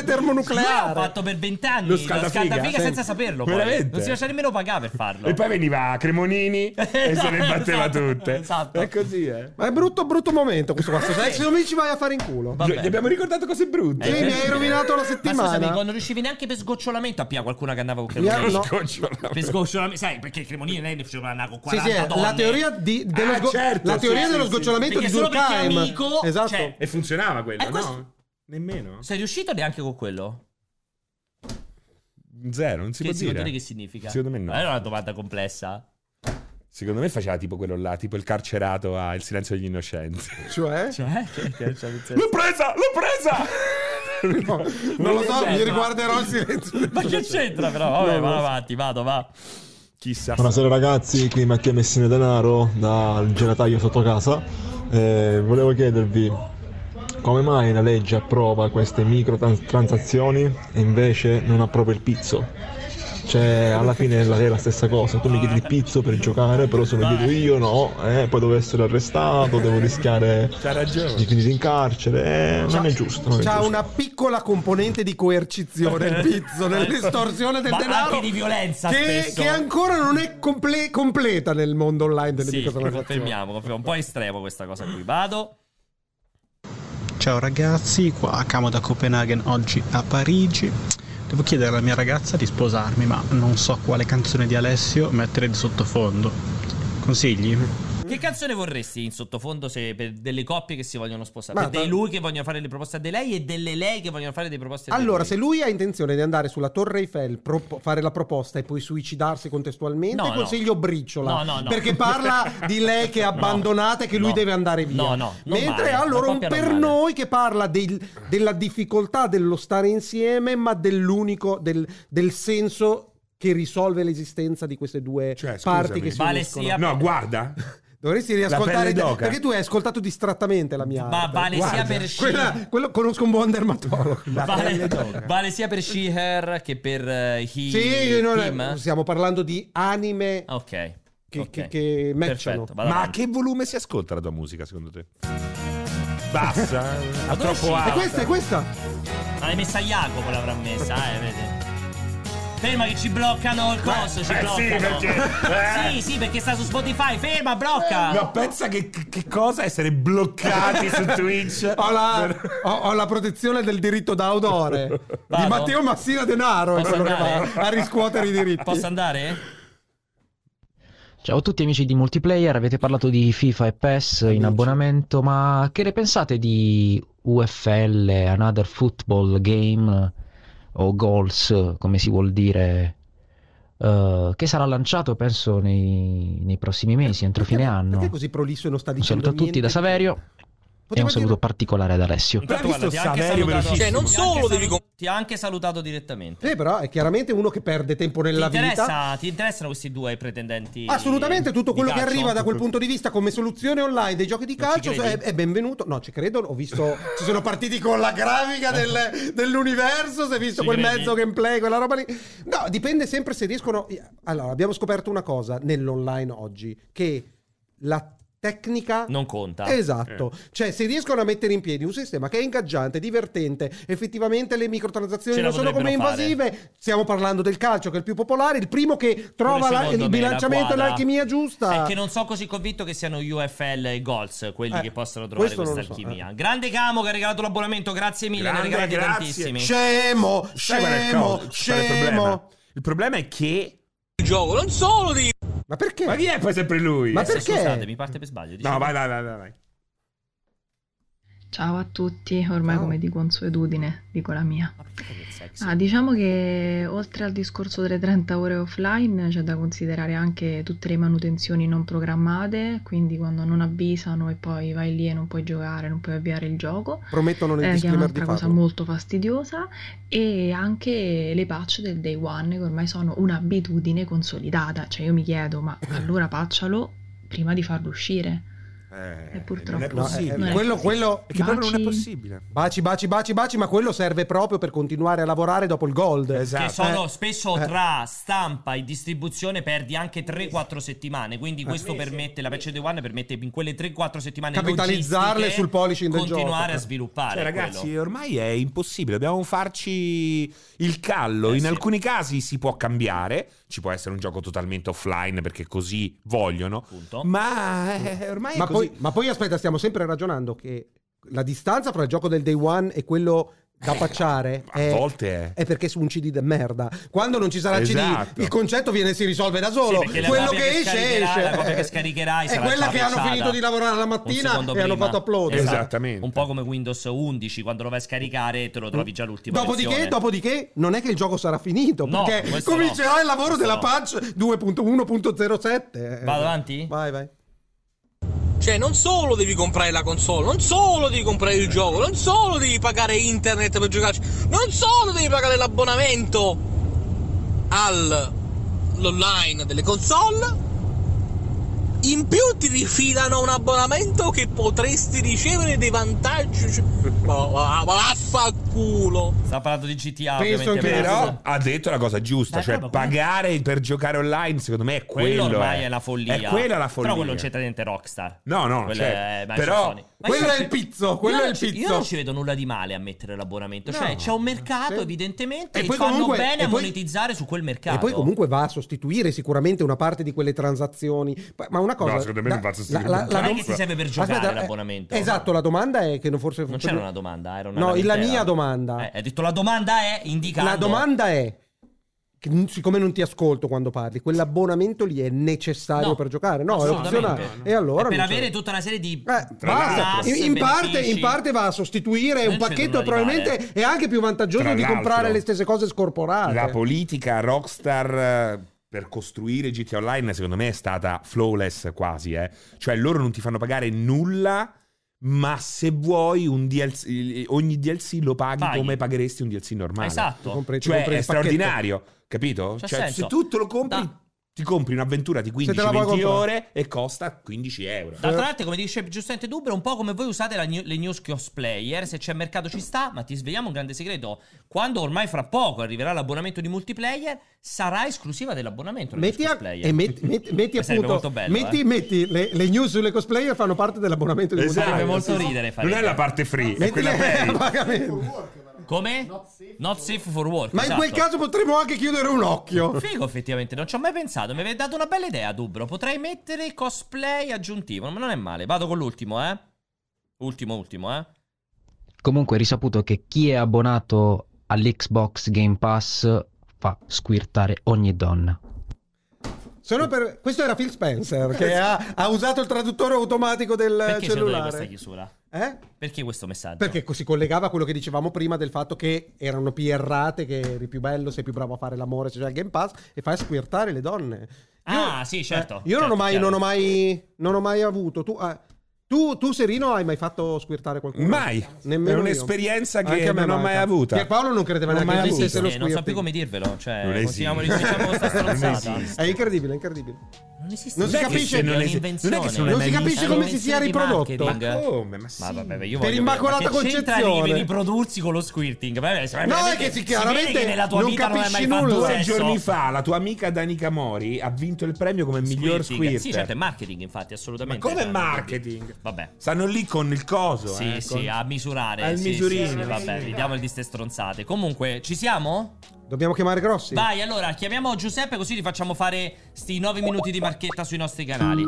[SPEAKER 2] Lui l'ha
[SPEAKER 1] termonucleare.
[SPEAKER 2] fatto per vent'anni
[SPEAKER 3] Lo
[SPEAKER 2] lo
[SPEAKER 3] scaldafiga,
[SPEAKER 2] scaldafiga
[SPEAKER 3] sì.
[SPEAKER 2] senza saperlo. Poi.
[SPEAKER 3] Veramente?
[SPEAKER 2] Non si lascia nemmeno pagare per farlo.
[SPEAKER 3] E poi veniva Cremonini e se ne
[SPEAKER 2] Esatto,
[SPEAKER 3] batteva tutte.
[SPEAKER 2] esatto.
[SPEAKER 3] È così, eh.
[SPEAKER 1] Ma è brutto, brutto momento questo qua. Se se non mi ci vai a fare in culo.
[SPEAKER 2] Vabbè.
[SPEAKER 3] Gli abbiamo ricordato cose brutte.
[SPEAKER 1] Sì, mi hai rovinato la
[SPEAKER 2] Ma
[SPEAKER 1] settimana.
[SPEAKER 2] scusami, non riuscivi neanche per sgocciolamento a pia qualcuna che andava con
[SPEAKER 1] Mi
[SPEAKER 2] Cremonini.
[SPEAKER 1] ha- no.
[SPEAKER 3] Sgocciola.
[SPEAKER 2] Per sgocciolamento, sai, perché Cremonini lei ne faceva una con
[SPEAKER 1] Sì,
[SPEAKER 2] 40
[SPEAKER 1] sì, è
[SPEAKER 2] donne.
[SPEAKER 1] la teoria, di- dello,
[SPEAKER 3] Ah,
[SPEAKER 1] sgo-
[SPEAKER 3] certo,
[SPEAKER 1] la teoria
[SPEAKER 3] sì,
[SPEAKER 1] dello
[SPEAKER 3] sì,
[SPEAKER 1] sgocciolamento
[SPEAKER 2] Perché
[SPEAKER 1] di
[SPEAKER 2] solo perché
[SPEAKER 1] Durkheim.
[SPEAKER 2] amico,
[SPEAKER 1] esatto.
[SPEAKER 2] cioè-
[SPEAKER 3] E funzionava quello,
[SPEAKER 2] Eh, questo-
[SPEAKER 3] no? Nemmeno?
[SPEAKER 2] Sei riuscito neanche con quello?
[SPEAKER 3] Zero, non si
[SPEAKER 2] che
[SPEAKER 3] può
[SPEAKER 2] secondo
[SPEAKER 3] dire.
[SPEAKER 2] te che significa?
[SPEAKER 3] Secondo me no.
[SPEAKER 2] Ma era una domanda complessa.
[SPEAKER 3] Secondo me faceva tipo quello là, tipo il carcerato a Il silenzio degli innocenti.
[SPEAKER 1] Cioè?
[SPEAKER 2] Cioè, che, che, cioè,
[SPEAKER 3] L'ho presa! L'ho presa!
[SPEAKER 1] No, non lo so, mi riguarderò il silenzio.
[SPEAKER 2] Ma che c'entra però? Vabbè,
[SPEAKER 1] No,
[SPEAKER 2] vado
[SPEAKER 1] no.
[SPEAKER 2] avanti, vado, va.
[SPEAKER 3] Chissà.
[SPEAKER 11] Buonasera ragazzi, qui Mattia Messina Denaro dal gelataio sotto casa. Eh, volevo chiedervi come mai la legge approva queste micro trans- transazioni e invece non approva il pizzo? Cioè, alla fine è la, è la stessa cosa, tu mi chiedi il pizzo per giocare, però se lo chiedo io no, eh, poi devo essere arrestato, devo rischiare
[SPEAKER 3] C'ha ragione.
[SPEAKER 11] di finire in carcere, eh, non
[SPEAKER 2] cioè,
[SPEAKER 11] è giusto. non è
[SPEAKER 1] C'ha
[SPEAKER 11] giusto.
[SPEAKER 1] una piccola componente di coercizione il pizzo, nell'estorsione del
[SPEAKER 2] Ma
[SPEAKER 1] denaro.
[SPEAKER 2] anche di violenza
[SPEAKER 1] che,
[SPEAKER 2] spesso.
[SPEAKER 1] che ancora non è comple- completa nel mondo online delle
[SPEAKER 2] Sì,
[SPEAKER 1] microtransazioni.
[SPEAKER 2] confermiamo, confermiamo. Un po' estremo questa cosa qui. Vado.
[SPEAKER 12] Ciao ragazzi, qua a Camo da Copenaghen, oggi a Parigi. Devo chiedere alla mia ragazza di sposarmi, ma non so quale canzone di Alessio mettere di sottofondo. Consigli?
[SPEAKER 2] Che canzone vorresti in sottofondo se per delle coppie che si vogliono sposare?
[SPEAKER 1] Ma
[SPEAKER 2] Per dei lui che vogliono fare le proposte a dei lei e delle lei che vogliono fare delle proposte a dei
[SPEAKER 1] Allora,
[SPEAKER 2] lui.
[SPEAKER 1] se lui ha intenzione di andare sulla Torre Eiffel, propo- fare la proposta e poi suicidarsi contestualmente,
[SPEAKER 2] No, no.
[SPEAKER 1] consiglio Briciola.
[SPEAKER 2] No, no, no.
[SPEAKER 1] Perché parla di lei che è abbandonata e che lui
[SPEAKER 2] No.
[SPEAKER 1] deve andare via.
[SPEAKER 2] No, no, non
[SPEAKER 1] Mentre
[SPEAKER 2] vale.
[SPEAKER 1] allora
[SPEAKER 2] La
[SPEAKER 1] un
[SPEAKER 2] coppia
[SPEAKER 1] per
[SPEAKER 2] non vale.
[SPEAKER 1] noi che parla del- della difficoltà dello stare insieme, ma dell'unico, del, del senso che risolve l'esistenza di queste due
[SPEAKER 3] Cioè,
[SPEAKER 1] parti
[SPEAKER 3] scusami.
[SPEAKER 1] che si
[SPEAKER 2] Vale
[SPEAKER 1] uniscono.
[SPEAKER 2] sia-
[SPEAKER 3] No, guarda.
[SPEAKER 1] Dovresti
[SPEAKER 3] pelle
[SPEAKER 1] riascoltare
[SPEAKER 3] d'oca.
[SPEAKER 1] perché tu hai ascoltato distrattamente la mia.
[SPEAKER 2] Ma
[SPEAKER 1] arte.
[SPEAKER 2] vale sia per Sci-
[SPEAKER 1] Quella- quello conosco un buon dermatologo.
[SPEAKER 2] Vale, vale sia per She-Her che per eh, He
[SPEAKER 1] Sì, non è-
[SPEAKER 2] Him?
[SPEAKER 1] stiamo parlando di anime
[SPEAKER 2] Ah, Ok.
[SPEAKER 1] che,
[SPEAKER 2] ok.
[SPEAKER 1] che, che matchano.
[SPEAKER 2] Perfetto, vado
[SPEAKER 3] Ma a
[SPEAKER 2] avanti.
[SPEAKER 3] che volume si ascolta la tua musica, secondo te? Basta. eh.
[SPEAKER 2] Ma
[SPEAKER 3] Ha
[SPEAKER 2] dove
[SPEAKER 3] troppo
[SPEAKER 2] uscite?
[SPEAKER 3] alto.
[SPEAKER 1] E questa è questa.
[SPEAKER 2] Ma l'hai messa Jacopo l'avrà messa, eh, vedi. Ferma che ci bloccano il coso, ci
[SPEAKER 3] eh,
[SPEAKER 2] bloccano.
[SPEAKER 3] sì, perché- eh.
[SPEAKER 2] Sì, sì, perché sta su Spotify. Ferma, blocca.
[SPEAKER 3] No, pensa che, che cosa essere bloccati su Twitch.
[SPEAKER 1] Ho la, ho- ho la protezione del diritto d'autore
[SPEAKER 2] Vado?
[SPEAKER 1] di Matteo Massina Denaro è
[SPEAKER 2] Posso
[SPEAKER 1] quello che
[SPEAKER 2] andare?
[SPEAKER 1] va a riscuotere i diritti.
[SPEAKER 2] Posso andare?
[SPEAKER 13] Ciao a tutti amici di multiplayer, avete parlato di FIFA e PES in abbonamento, ma che ne pensate di UFL, Another Football Game o Goals, come si vuol dire, eh, che sarà lanciato penso nei, nei prossimi mesi, entro fine anno.
[SPEAKER 1] Perché è così prolisso e non sta
[SPEAKER 13] Un saluto a
[SPEAKER 1] dicendo
[SPEAKER 13] tutti da
[SPEAKER 1] niente?
[SPEAKER 13] Saverio e
[SPEAKER 1] Poteva
[SPEAKER 13] un saluto particolare ad Alessio.
[SPEAKER 2] Intanto,
[SPEAKER 3] visto
[SPEAKER 2] ti ha anche
[SPEAKER 3] Saverio
[SPEAKER 2] salutato.
[SPEAKER 3] velocissimo? Cioè, non
[SPEAKER 2] Ti ha anche salu- Ti ha anche salutato direttamente.
[SPEAKER 1] Eh, però è chiaramente uno che perde tempo
[SPEAKER 2] Ti,
[SPEAKER 1] nella vita.
[SPEAKER 2] interessa- ti interessano questi due pretendenti?
[SPEAKER 1] Assolutamente, tutto
[SPEAKER 2] di
[SPEAKER 1] quello che
[SPEAKER 2] calcio?
[SPEAKER 1] arriva da quel punto di vista come soluzione online dei giochi di
[SPEAKER 2] Non ci
[SPEAKER 1] calcio
[SPEAKER 2] credi?
[SPEAKER 1] è, è benvenuto. No, ci credo, ho visto. ci sono partiti con la grafica del- dell'universo, si è visto
[SPEAKER 2] Ci
[SPEAKER 1] quel
[SPEAKER 2] credi?
[SPEAKER 1] mezzo gameplay, quella roba lì. No, dipende sempre se riescono. Allora, abbiamo scoperto una cosa nell'online oggi, che la tecnica
[SPEAKER 2] Non conta.
[SPEAKER 1] Esatto,
[SPEAKER 2] Eh.
[SPEAKER 1] cioè se riescono a mettere in piedi un sistema che è ingaggiante, divertente, effettivamente le microtransazioni
[SPEAKER 2] Ce la
[SPEAKER 1] non sono come
[SPEAKER 2] potrebbero fare.
[SPEAKER 1] invasive, stiamo parlando del calcio che è il più popolare, il primo che trova la-
[SPEAKER 2] Secondo
[SPEAKER 1] il
[SPEAKER 2] me
[SPEAKER 1] bilanciamento e
[SPEAKER 2] la quadra
[SPEAKER 1] l'alchimia giusta.
[SPEAKER 2] È che non sono così convinto che siano UFL e Goals quelli
[SPEAKER 1] Eh,
[SPEAKER 2] che possono trovare
[SPEAKER 1] questo
[SPEAKER 2] questa
[SPEAKER 1] non lo so, eh.
[SPEAKER 2] alchimia. Grande Camo che ha regalato l'abbonamento, grazie mille, ne ha
[SPEAKER 3] Grande,
[SPEAKER 2] regalati
[SPEAKER 3] grazie.
[SPEAKER 2] tantissimi.
[SPEAKER 1] Cioè, Scemo,
[SPEAKER 3] Sai qual è il
[SPEAKER 1] scemo,
[SPEAKER 3] cavolo? Sai qual è il problema?
[SPEAKER 1] scemo.
[SPEAKER 3] Il problema è che.
[SPEAKER 2] gioco, non solo di.
[SPEAKER 1] Ma perché?
[SPEAKER 3] Ma chi è poi sempre lui?
[SPEAKER 1] Ma
[SPEAKER 3] Eh,
[SPEAKER 1] perché?
[SPEAKER 2] Scusate, mi parte per sbaglio. diciamo.
[SPEAKER 3] No,
[SPEAKER 2] dicevo.
[SPEAKER 3] vai, vai, vai, vai. vai.
[SPEAKER 14] Ciao a tutti, ormai
[SPEAKER 1] Ciao.
[SPEAKER 14] come di consuetudine dico la mia.
[SPEAKER 2] Ma perché che sexy?
[SPEAKER 14] Ah, diciamo che oltre al discorso delle 30 ore offline c'è da considerare anche tutte le manutenzioni non programmate, quindi quando non avvisano e poi vai lì e non puoi giocare, non puoi avviare il gioco,
[SPEAKER 1] Promettono nel
[SPEAKER 14] eh, che è
[SPEAKER 1] disclaimer di
[SPEAKER 14] un'altra cosa
[SPEAKER 1] farlo.
[SPEAKER 14] molto fastidiosa, e anche le patch del day one che ormai sono un'abitudine consolidata, cioè io mi chiedo ma allora paccialo prima di farlo uscire.
[SPEAKER 3] Eh,
[SPEAKER 14] E purtroppo
[SPEAKER 3] non è
[SPEAKER 1] no,
[SPEAKER 3] possibile.
[SPEAKER 14] non è
[SPEAKER 1] quello- quello-
[SPEAKER 3] È che proprio non
[SPEAKER 14] Baci.
[SPEAKER 3] è possibile.
[SPEAKER 1] Baci, baci, baci, baci, ma quello serve proprio per continuare a lavorare dopo il gold.
[SPEAKER 3] Esatto.
[SPEAKER 2] Che sono
[SPEAKER 1] Eh,
[SPEAKER 2] spesso
[SPEAKER 1] eh.
[SPEAKER 2] tra stampa e distribuzione perdi anche 3-4 settimane.
[SPEAKER 1] Eh,
[SPEAKER 2] Quindi questo permette, la patch day one permette in quelle 3-4 settimane
[SPEAKER 1] Capitalizzarle
[SPEAKER 2] logistiche
[SPEAKER 1] sul polishing del gioco.
[SPEAKER 2] Continuare a
[SPEAKER 1] Cioè,
[SPEAKER 2] sviluppare.
[SPEAKER 3] Cioè, ragazzi,
[SPEAKER 2] quello.
[SPEAKER 3] ormai è impossibile. Dobbiamo farci il callo.
[SPEAKER 2] Eh,
[SPEAKER 3] In
[SPEAKER 2] sì.
[SPEAKER 3] alcuni casi si può cambiare. Ci può essere un gioco totalmente offline perché così vogliono.
[SPEAKER 2] Appunto.
[SPEAKER 3] Ma eh, ormai
[SPEAKER 1] ma,
[SPEAKER 3] è così.
[SPEAKER 1] poi, ma poi aspetta, stiamo sempre ragionando che la distanza fra il gioco del day one e quello
[SPEAKER 2] Eh,
[SPEAKER 1] da pacciare
[SPEAKER 3] a volte eh, è.
[SPEAKER 1] è perché su un CD de merda. Quando non ci sarà
[SPEAKER 3] Esatto.
[SPEAKER 1] CD, il concetto viene si risolve da solo.
[SPEAKER 2] Sì, perché la
[SPEAKER 1] Quello
[SPEAKER 2] copia
[SPEAKER 1] che
[SPEAKER 2] che
[SPEAKER 1] esce,
[SPEAKER 2] scaricherà-
[SPEAKER 1] esce.
[SPEAKER 2] la copia che scaricherai
[SPEAKER 1] è
[SPEAKER 2] sarà
[SPEAKER 1] quella
[SPEAKER 2] già
[SPEAKER 1] che hanno
[SPEAKER 2] pacciata.
[SPEAKER 1] finito di lavorare la
[SPEAKER 2] Un
[SPEAKER 1] mattina e
[SPEAKER 2] secondo prima.
[SPEAKER 1] hanno fatto upload.
[SPEAKER 2] Esatto. Un po' come Windows 11, quando lo vai a scaricare te lo trovi già l'ultima
[SPEAKER 1] Dopodiché,
[SPEAKER 2] versione.
[SPEAKER 1] dopodiché, non è che il gioco sarà finito,
[SPEAKER 2] No,
[SPEAKER 1] perché
[SPEAKER 2] questo
[SPEAKER 1] comincerà
[SPEAKER 2] no.
[SPEAKER 1] il lavoro
[SPEAKER 2] Questo
[SPEAKER 1] della
[SPEAKER 2] no.
[SPEAKER 1] patch 2.1.07.
[SPEAKER 2] Vado avanti?
[SPEAKER 1] Eh. Vai, vai.
[SPEAKER 15] Cioè, non solo devi comprare la console, non solo devi comprare il gioco, non solo devi pagare internet per giocarci, non solo devi pagare l'abbonamento all'online delle console. In più ti rifilano un abbonamento che potresti ricevere dei vantaggi. Cioè, Ma ma- ma vaffanculo!
[SPEAKER 2] Sta parlando di GTA,
[SPEAKER 3] Penso
[SPEAKER 2] ovviamente.
[SPEAKER 3] che
[SPEAKER 2] Max.
[SPEAKER 3] però ha detto la cosa giusta,
[SPEAKER 2] Dai,
[SPEAKER 3] cioè
[SPEAKER 2] proprio, come-
[SPEAKER 3] pagare per giocare online secondo me è quello.
[SPEAKER 2] Quello ormai è.
[SPEAKER 3] eh.
[SPEAKER 2] la follia.
[SPEAKER 3] È quella la follia.
[SPEAKER 2] Però quello non c'entra niente Rockstar.
[SPEAKER 3] No, no,
[SPEAKER 2] Quello
[SPEAKER 3] certo.
[SPEAKER 2] è Microsoft
[SPEAKER 3] Però
[SPEAKER 2] Sony. Ma
[SPEAKER 3] quello
[SPEAKER 2] io
[SPEAKER 3] è
[SPEAKER 2] non
[SPEAKER 3] il
[SPEAKER 2] ci-
[SPEAKER 3] pizzo, quello
[SPEAKER 2] io
[SPEAKER 3] è
[SPEAKER 2] non
[SPEAKER 3] il
[SPEAKER 2] ci- Io
[SPEAKER 3] pizzo.
[SPEAKER 2] non ci vedo nulla di male a mettere l'abbonamento. Cioè,
[SPEAKER 1] No.
[SPEAKER 2] c'è un mercato,
[SPEAKER 1] Sì.
[SPEAKER 2] evidentemente,
[SPEAKER 1] E
[SPEAKER 2] e,
[SPEAKER 1] poi
[SPEAKER 2] fanno
[SPEAKER 1] comunque-
[SPEAKER 2] bene
[SPEAKER 1] e
[SPEAKER 2] a
[SPEAKER 1] poi-
[SPEAKER 2] monetizzare su quel mercato.
[SPEAKER 1] E poi comunque va a sostituire sicuramente una parte di quelle transazioni. Pa- Ma una cosa...
[SPEAKER 2] No, secondo me non va a sostituire. Non è che ti serve per giocare l'abbonamento.
[SPEAKER 1] Esatto, la domanda è che non forse...
[SPEAKER 2] Non c'era una domanda, era una
[SPEAKER 1] No, la
[SPEAKER 2] lamentela.
[SPEAKER 1] mia domanda.
[SPEAKER 2] Eh, hai detto la domanda è indicando.
[SPEAKER 1] La domanda è... che n- Siccome non ti ascolto quando parli, quell'abbonamento lì è necessario
[SPEAKER 2] No,
[SPEAKER 1] per giocare? No, è
[SPEAKER 2] assolutamente.
[SPEAKER 1] opzionale.
[SPEAKER 2] No,
[SPEAKER 1] E allora
[SPEAKER 2] È per
[SPEAKER 1] non c'è. Eh,
[SPEAKER 2] avere tutta una serie di
[SPEAKER 1] Basta.
[SPEAKER 2] plus,
[SPEAKER 1] In, in parte,
[SPEAKER 2] benefici.
[SPEAKER 1] in parte va a sostituire
[SPEAKER 2] Non
[SPEAKER 1] un
[SPEAKER 2] c'è
[SPEAKER 1] pacchetto
[SPEAKER 2] nulla
[SPEAKER 1] e
[SPEAKER 2] di
[SPEAKER 1] probabilmente
[SPEAKER 2] male.
[SPEAKER 1] è anche più vantaggioso
[SPEAKER 3] Tra
[SPEAKER 1] di
[SPEAKER 3] l'altro,
[SPEAKER 1] comprare le stesse cose
[SPEAKER 2] Ah,
[SPEAKER 1] scorporate.
[SPEAKER 3] La politica Rockstar eh, per costruire GTA Online, secondo me, è stata flawless quasi. Eh. Cioè, loro non ti fanno pagare nulla. Ma se vuoi un DLC, il- ogni DLC lo paghi,
[SPEAKER 2] Paghi.
[SPEAKER 3] come pagheresti un DLC normale.
[SPEAKER 2] Esatto. Ti compri- ti
[SPEAKER 3] cioè,
[SPEAKER 1] compri
[SPEAKER 3] è
[SPEAKER 1] il pacchetto.
[SPEAKER 3] straordinario, capito?
[SPEAKER 2] C'ha
[SPEAKER 3] Cioè,
[SPEAKER 2] senso.
[SPEAKER 3] se tu te lo compri,
[SPEAKER 2] Da-
[SPEAKER 3] ti compri un'avventura di
[SPEAKER 1] te la vuoi
[SPEAKER 3] 15-20
[SPEAKER 1] comprare.
[SPEAKER 3] ore e costa 15 euro.
[SPEAKER 2] D'altra parte, come dice giustamente Dubro, è un po' come voi usate la new- le news cosplayer. Se c'è mercato ci sta, ma ti svegliamo un grande segreto. Quando ormai fra poco arriverà l'abbonamento di multiplayer, sarà esclusiva dell'abbonamento. la
[SPEAKER 1] Metti,
[SPEAKER 2] news
[SPEAKER 1] a-
[SPEAKER 3] eh.
[SPEAKER 2] cosplayer.
[SPEAKER 1] e metti, metti- metti
[SPEAKER 2] Sarebbe molto
[SPEAKER 1] appunto
[SPEAKER 2] bello,
[SPEAKER 1] metti,
[SPEAKER 2] eh.
[SPEAKER 1] metti le, le news sulle cosplayer fanno parte dell'abbonamento di
[SPEAKER 3] Esatto.
[SPEAKER 1] multiplayer.
[SPEAKER 2] Farebbe molto ridere.
[SPEAKER 3] Non
[SPEAKER 2] farebbe.
[SPEAKER 3] è la parte free, è
[SPEAKER 1] Metti
[SPEAKER 3] quella
[SPEAKER 1] le-
[SPEAKER 3] paid.
[SPEAKER 1] a pagamento.
[SPEAKER 2] Come? Not safe, for work.
[SPEAKER 1] Ma in
[SPEAKER 2] esatto.
[SPEAKER 1] quel caso potremmo anche chiudere un occhio.
[SPEAKER 2] Figo, effettivamente, non ci ho mai pensato. Mi avete dato una bella idea, Dubro. Potrei mettere cosplay aggiuntivo, ma non è male. Vado con l'ultimo, eh. Ultimo, ultimo, eh.
[SPEAKER 13] Comunque, è risaputo che chi è abbonato all'Xbox Game Pass fa squirtare ogni donna.
[SPEAKER 1] Solo per- Questo era Phil Spencer che ha, ha usato il traduttore automatico del
[SPEAKER 2] Perché ce lo dai questa
[SPEAKER 1] cellulare.
[SPEAKER 2] chiusura?
[SPEAKER 1] Eh?
[SPEAKER 2] Perché questo messaggio?
[SPEAKER 1] Perché si collegava a quello che dicevamo prima del fatto che erano più errate, che eri più bello, sei più bravo a fare l'amore se c'è il Game Pass e fai squirtare le donne. eh,
[SPEAKER 2] Ah, sì, certo.
[SPEAKER 1] Io non,
[SPEAKER 2] Certo,
[SPEAKER 1] ho mai,
[SPEAKER 2] chiaro.
[SPEAKER 1] non ho mai, non ho mai avuto. Tu, ah, tu, tu, Serino, hai mai fatto squirtare qualcuno?
[SPEAKER 3] Mai.
[SPEAKER 1] Nemmeno
[SPEAKER 3] È
[SPEAKER 1] io.
[SPEAKER 3] un'esperienza che
[SPEAKER 1] Anche a me
[SPEAKER 3] non ho mai
[SPEAKER 1] manca.
[SPEAKER 3] avuta.
[SPEAKER 1] Pierpaolo non credeva
[SPEAKER 3] Non ho mai
[SPEAKER 1] neanche che esistesse
[SPEAKER 3] avuto.
[SPEAKER 1] lo
[SPEAKER 2] Eh, non so più
[SPEAKER 1] squirting.
[SPEAKER 2] come dirvelo. Cioè,
[SPEAKER 3] Non esiste.
[SPEAKER 2] continuiamo diciamo questa
[SPEAKER 3] Non
[SPEAKER 2] stronzata.
[SPEAKER 3] esiste.
[SPEAKER 1] È incredibile, è incredibile.
[SPEAKER 2] Non esiste.
[SPEAKER 1] Non si
[SPEAKER 2] è che
[SPEAKER 1] capisce-
[SPEAKER 2] se
[SPEAKER 1] non
[SPEAKER 2] è
[SPEAKER 1] esiste-
[SPEAKER 2] un'invenzione. eh.
[SPEAKER 1] non è che se non è mai visto. È un'invenzione di
[SPEAKER 2] Ma
[SPEAKER 1] marketing.
[SPEAKER 2] come? Ma,
[SPEAKER 3] sì.
[SPEAKER 2] vabbè, io
[SPEAKER 1] Per
[SPEAKER 2] voglio-
[SPEAKER 1] immacolata
[SPEAKER 2] ma che c'entra
[SPEAKER 1] concezione.
[SPEAKER 2] di riprodursi con lo squirting. Vabbè, se-
[SPEAKER 1] No, è
[SPEAKER 2] veramente
[SPEAKER 1] che si
[SPEAKER 2] si
[SPEAKER 1] chiaramente
[SPEAKER 2] vede che nella tua
[SPEAKER 1] non
[SPEAKER 2] vita non hai mai
[SPEAKER 1] capisci
[SPEAKER 2] fatto
[SPEAKER 1] nulla.
[SPEAKER 3] Due
[SPEAKER 2] sesso.
[SPEAKER 3] giorni fa la tua amica Danica Mori ha vinto il premio come miglior
[SPEAKER 2] Squirting.
[SPEAKER 3] squirter.
[SPEAKER 2] Sì, certo, è marketing, infatti,
[SPEAKER 3] Ma
[SPEAKER 2] assolutamente.
[SPEAKER 3] come
[SPEAKER 2] Eh,
[SPEAKER 3] marketing?
[SPEAKER 2] Vabbè.
[SPEAKER 3] Stanno lì con il coso.
[SPEAKER 2] Sì,
[SPEAKER 3] eh,
[SPEAKER 2] sì, ah.
[SPEAKER 3] con-
[SPEAKER 2] a misurare.
[SPEAKER 3] Al
[SPEAKER 2] sì,
[SPEAKER 3] misurino.
[SPEAKER 2] sì, sì, vabbè, vediamo il di ste stronzate. Comunque, ci siamo?
[SPEAKER 1] Dobbiamo chiamare Grossi?
[SPEAKER 2] Vai, allora, chiamiamo Giuseppe così gli facciamo fare sti 9 minuti di marchetta sui nostri canali.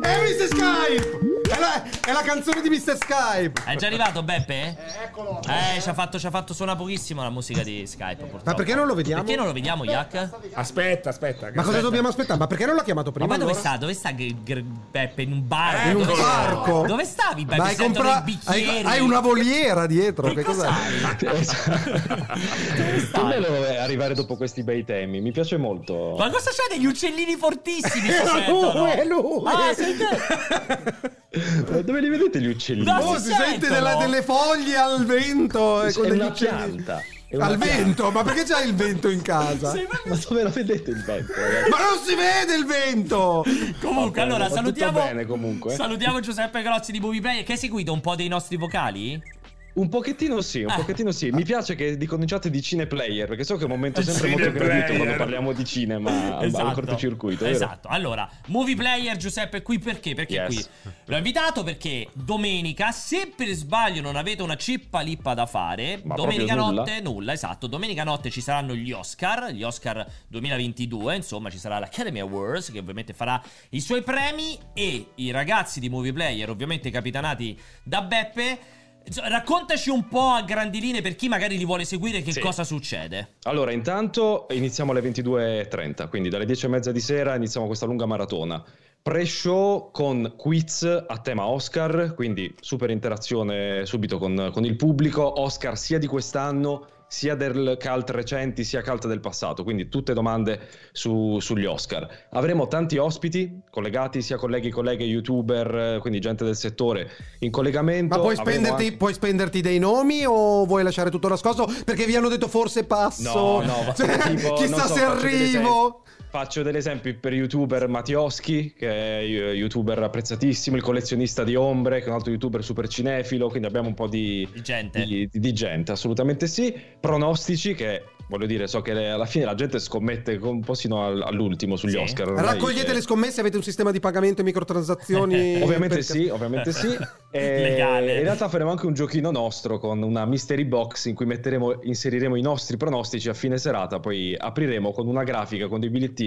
[SPEAKER 1] È Mr. Skype! È la, è la canzone di Mr. Skype!
[SPEAKER 2] È già arrivato Beppe?
[SPEAKER 8] Eccolo.
[SPEAKER 2] Eh, ci ha fatto, ci ha fatto suona pochissimo la musica di Skype, purtroppo.
[SPEAKER 1] Ma perché non lo vediamo?
[SPEAKER 2] Perché non lo vediamo, Yak?
[SPEAKER 3] Aspetta, aspetta.
[SPEAKER 1] Ma cosa dobbiamo aspettare? Ma perché non l'ha chiamato
[SPEAKER 2] Ma
[SPEAKER 1] prima?
[SPEAKER 2] poi dove
[SPEAKER 1] allora?
[SPEAKER 2] sta? Dove sta Gr- Gr- Beppe? In un bar?
[SPEAKER 1] In un
[SPEAKER 2] Dove-
[SPEAKER 1] parco?
[SPEAKER 2] Dove stavi, Beppe?
[SPEAKER 1] Ma hai,
[SPEAKER 2] Mi sentono
[SPEAKER 1] compra-
[SPEAKER 2] i
[SPEAKER 1] hai,
[SPEAKER 2] bicchieri.
[SPEAKER 1] hai una voliera dietro. Che, cos'è?
[SPEAKER 16] eh, cioè, Come lo è arrivare dopo questi bei temi? Mi piace molto.
[SPEAKER 2] Ma cosa c'è degli uccellini fortissimi? che
[SPEAKER 1] Era
[SPEAKER 2] sentono?
[SPEAKER 1] lui, è lui.
[SPEAKER 2] Ah, sei te?
[SPEAKER 16] Eh, Dove li vedete gli uccellini?
[SPEAKER 1] No, si sente della- delle foglie al vento e
[SPEAKER 16] È
[SPEAKER 1] con degli
[SPEAKER 16] una
[SPEAKER 1] uccelli.
[SPEAKER 16] pianta. È una
[SPEAKER 1] Al
[SPEAKER 16] pianta.
[SPEAKER 1] vento? Ma perché c'hai il vento in casa?
[SPEAKER 2] Sei
[SPEAKER 16] Ma dove lo vedete il vento? eh?
[SPEAKER 1] Ma non si vede il vento!
[SPEAKER 2] Comunque, allora salutiamo.
[SPEAKER 16] Tutto bene comunque.
[SPEAKER 2] Salutiamo Giuseppe Grozzi di Movie Player. Che hai seguito un po' dei nostri vocali?
[SPEAKER 16] Un pochettino sì, un
[SPEAKER 2] Ah.
[SPEAKER 16] pochettino sì. Mi piace che ricominciate di cineplayer, perché so che è un momento sempre molto
[SPEAKER 2] Cineplayer.
[SPEAKER 16] gradito quando parliamo di cinema al- al cortocircuito. vero?
[SPEAKER 2] Esatto. Allora, Movie Player Giuseppe è qui perché? Perché è
[SPEAKER 16] Yes.
[SPEAKER 2] qui l'ho invitato perché domenica, se per sbaglio non avete una cippa lippa da fare,
[SPEAKER 16] Ma
[SPEAKER 2] domenica
[SPEAKER 16] proprio nulla.
[SPEAKER 2] notte nulla, esatto. Domenica notte ci saranno gli Oscar, gli Oscar 2022, insomma, ci sarà l'Academy Awards che ovviamente farà i suoi premi e i ragazzi di Movie Player, ovviamente capitanati da Beppe Insomma, Raccontaci un po' a grandi linee per chi magari li vuole seguire che cosa succede.
[SPEAKER 16] Allora, intanto iniziamo alle 22.30, quindi dalle 10.30 di sera iniziamo questa lunga maratona. Pre-show con quiz a tema Oscar, quindi super interazione subito con, con il pubblico, Oscar sia di quest'anno sia del cult recenti sia cult del passato, quindi tutte domande su- sugli Oscar. Avremo tanti ospiti collegati, sia colleghi, colleghe, youtuber, eh, quindi gente del settore in collegamento.
[SPEAKER 1] Ma puoi
[SPEAKER 16] Avremo
[SPEAKER 1] spenderti,
[SPEAKER 16] anche-
[SPEAKER 1] puoi spenderti dei nomi o vuoi lasciare tutto nascosto? Perché vi hanno detto forse
[SPEAKER 16] No,
[SPEAKER 1] passo.
[SPEAKER 16] no, va-
[SPEAKER 1] Cioè,
[SPEAKER 16] tipo,
[SPEAKER 1] chissà
[SPEAKER 16] non so,
[SPEAKER 1] se
[SPEAKER 16] faccio degli
[SPEAKER 1] arrivo.
[SPEAKER 16] esempi- Faccio degli esempi per youtuber Mattioschi, che è eh, youtuber apprezzatissimo, il collezionista di ombre, che è un altro youtuber super cinefilo, quindi abbiamo un po' di
[SPEAKER 2] gente.
[SPEAKER 16] Di, di gente, assolutamente sì. Pronostici, che voglio dire, so che alla fine la gente scommette un po' sino al- all'ultimo sugli Oscar. ormai,
[SPEAKER 1] Raccogliete
[SPEAKER 16] eh,
[SPEAKER 1] le scommesse, avete un sistema di pagamento e microtransazioni?
[SPEAKER 16] Ovviamente
[SPEAKER 1] Per-
[SPEAKER 16] sì, ovviamente sì. E
[SPEAKER 2] Legale.
[SPEAKER 16] In realtà faremo anche un giochino nostro con una mystery box in cui metteremo, inseriremo i nostri pronostici a fine serata, poi apriremo con una grafica con dei bigliettini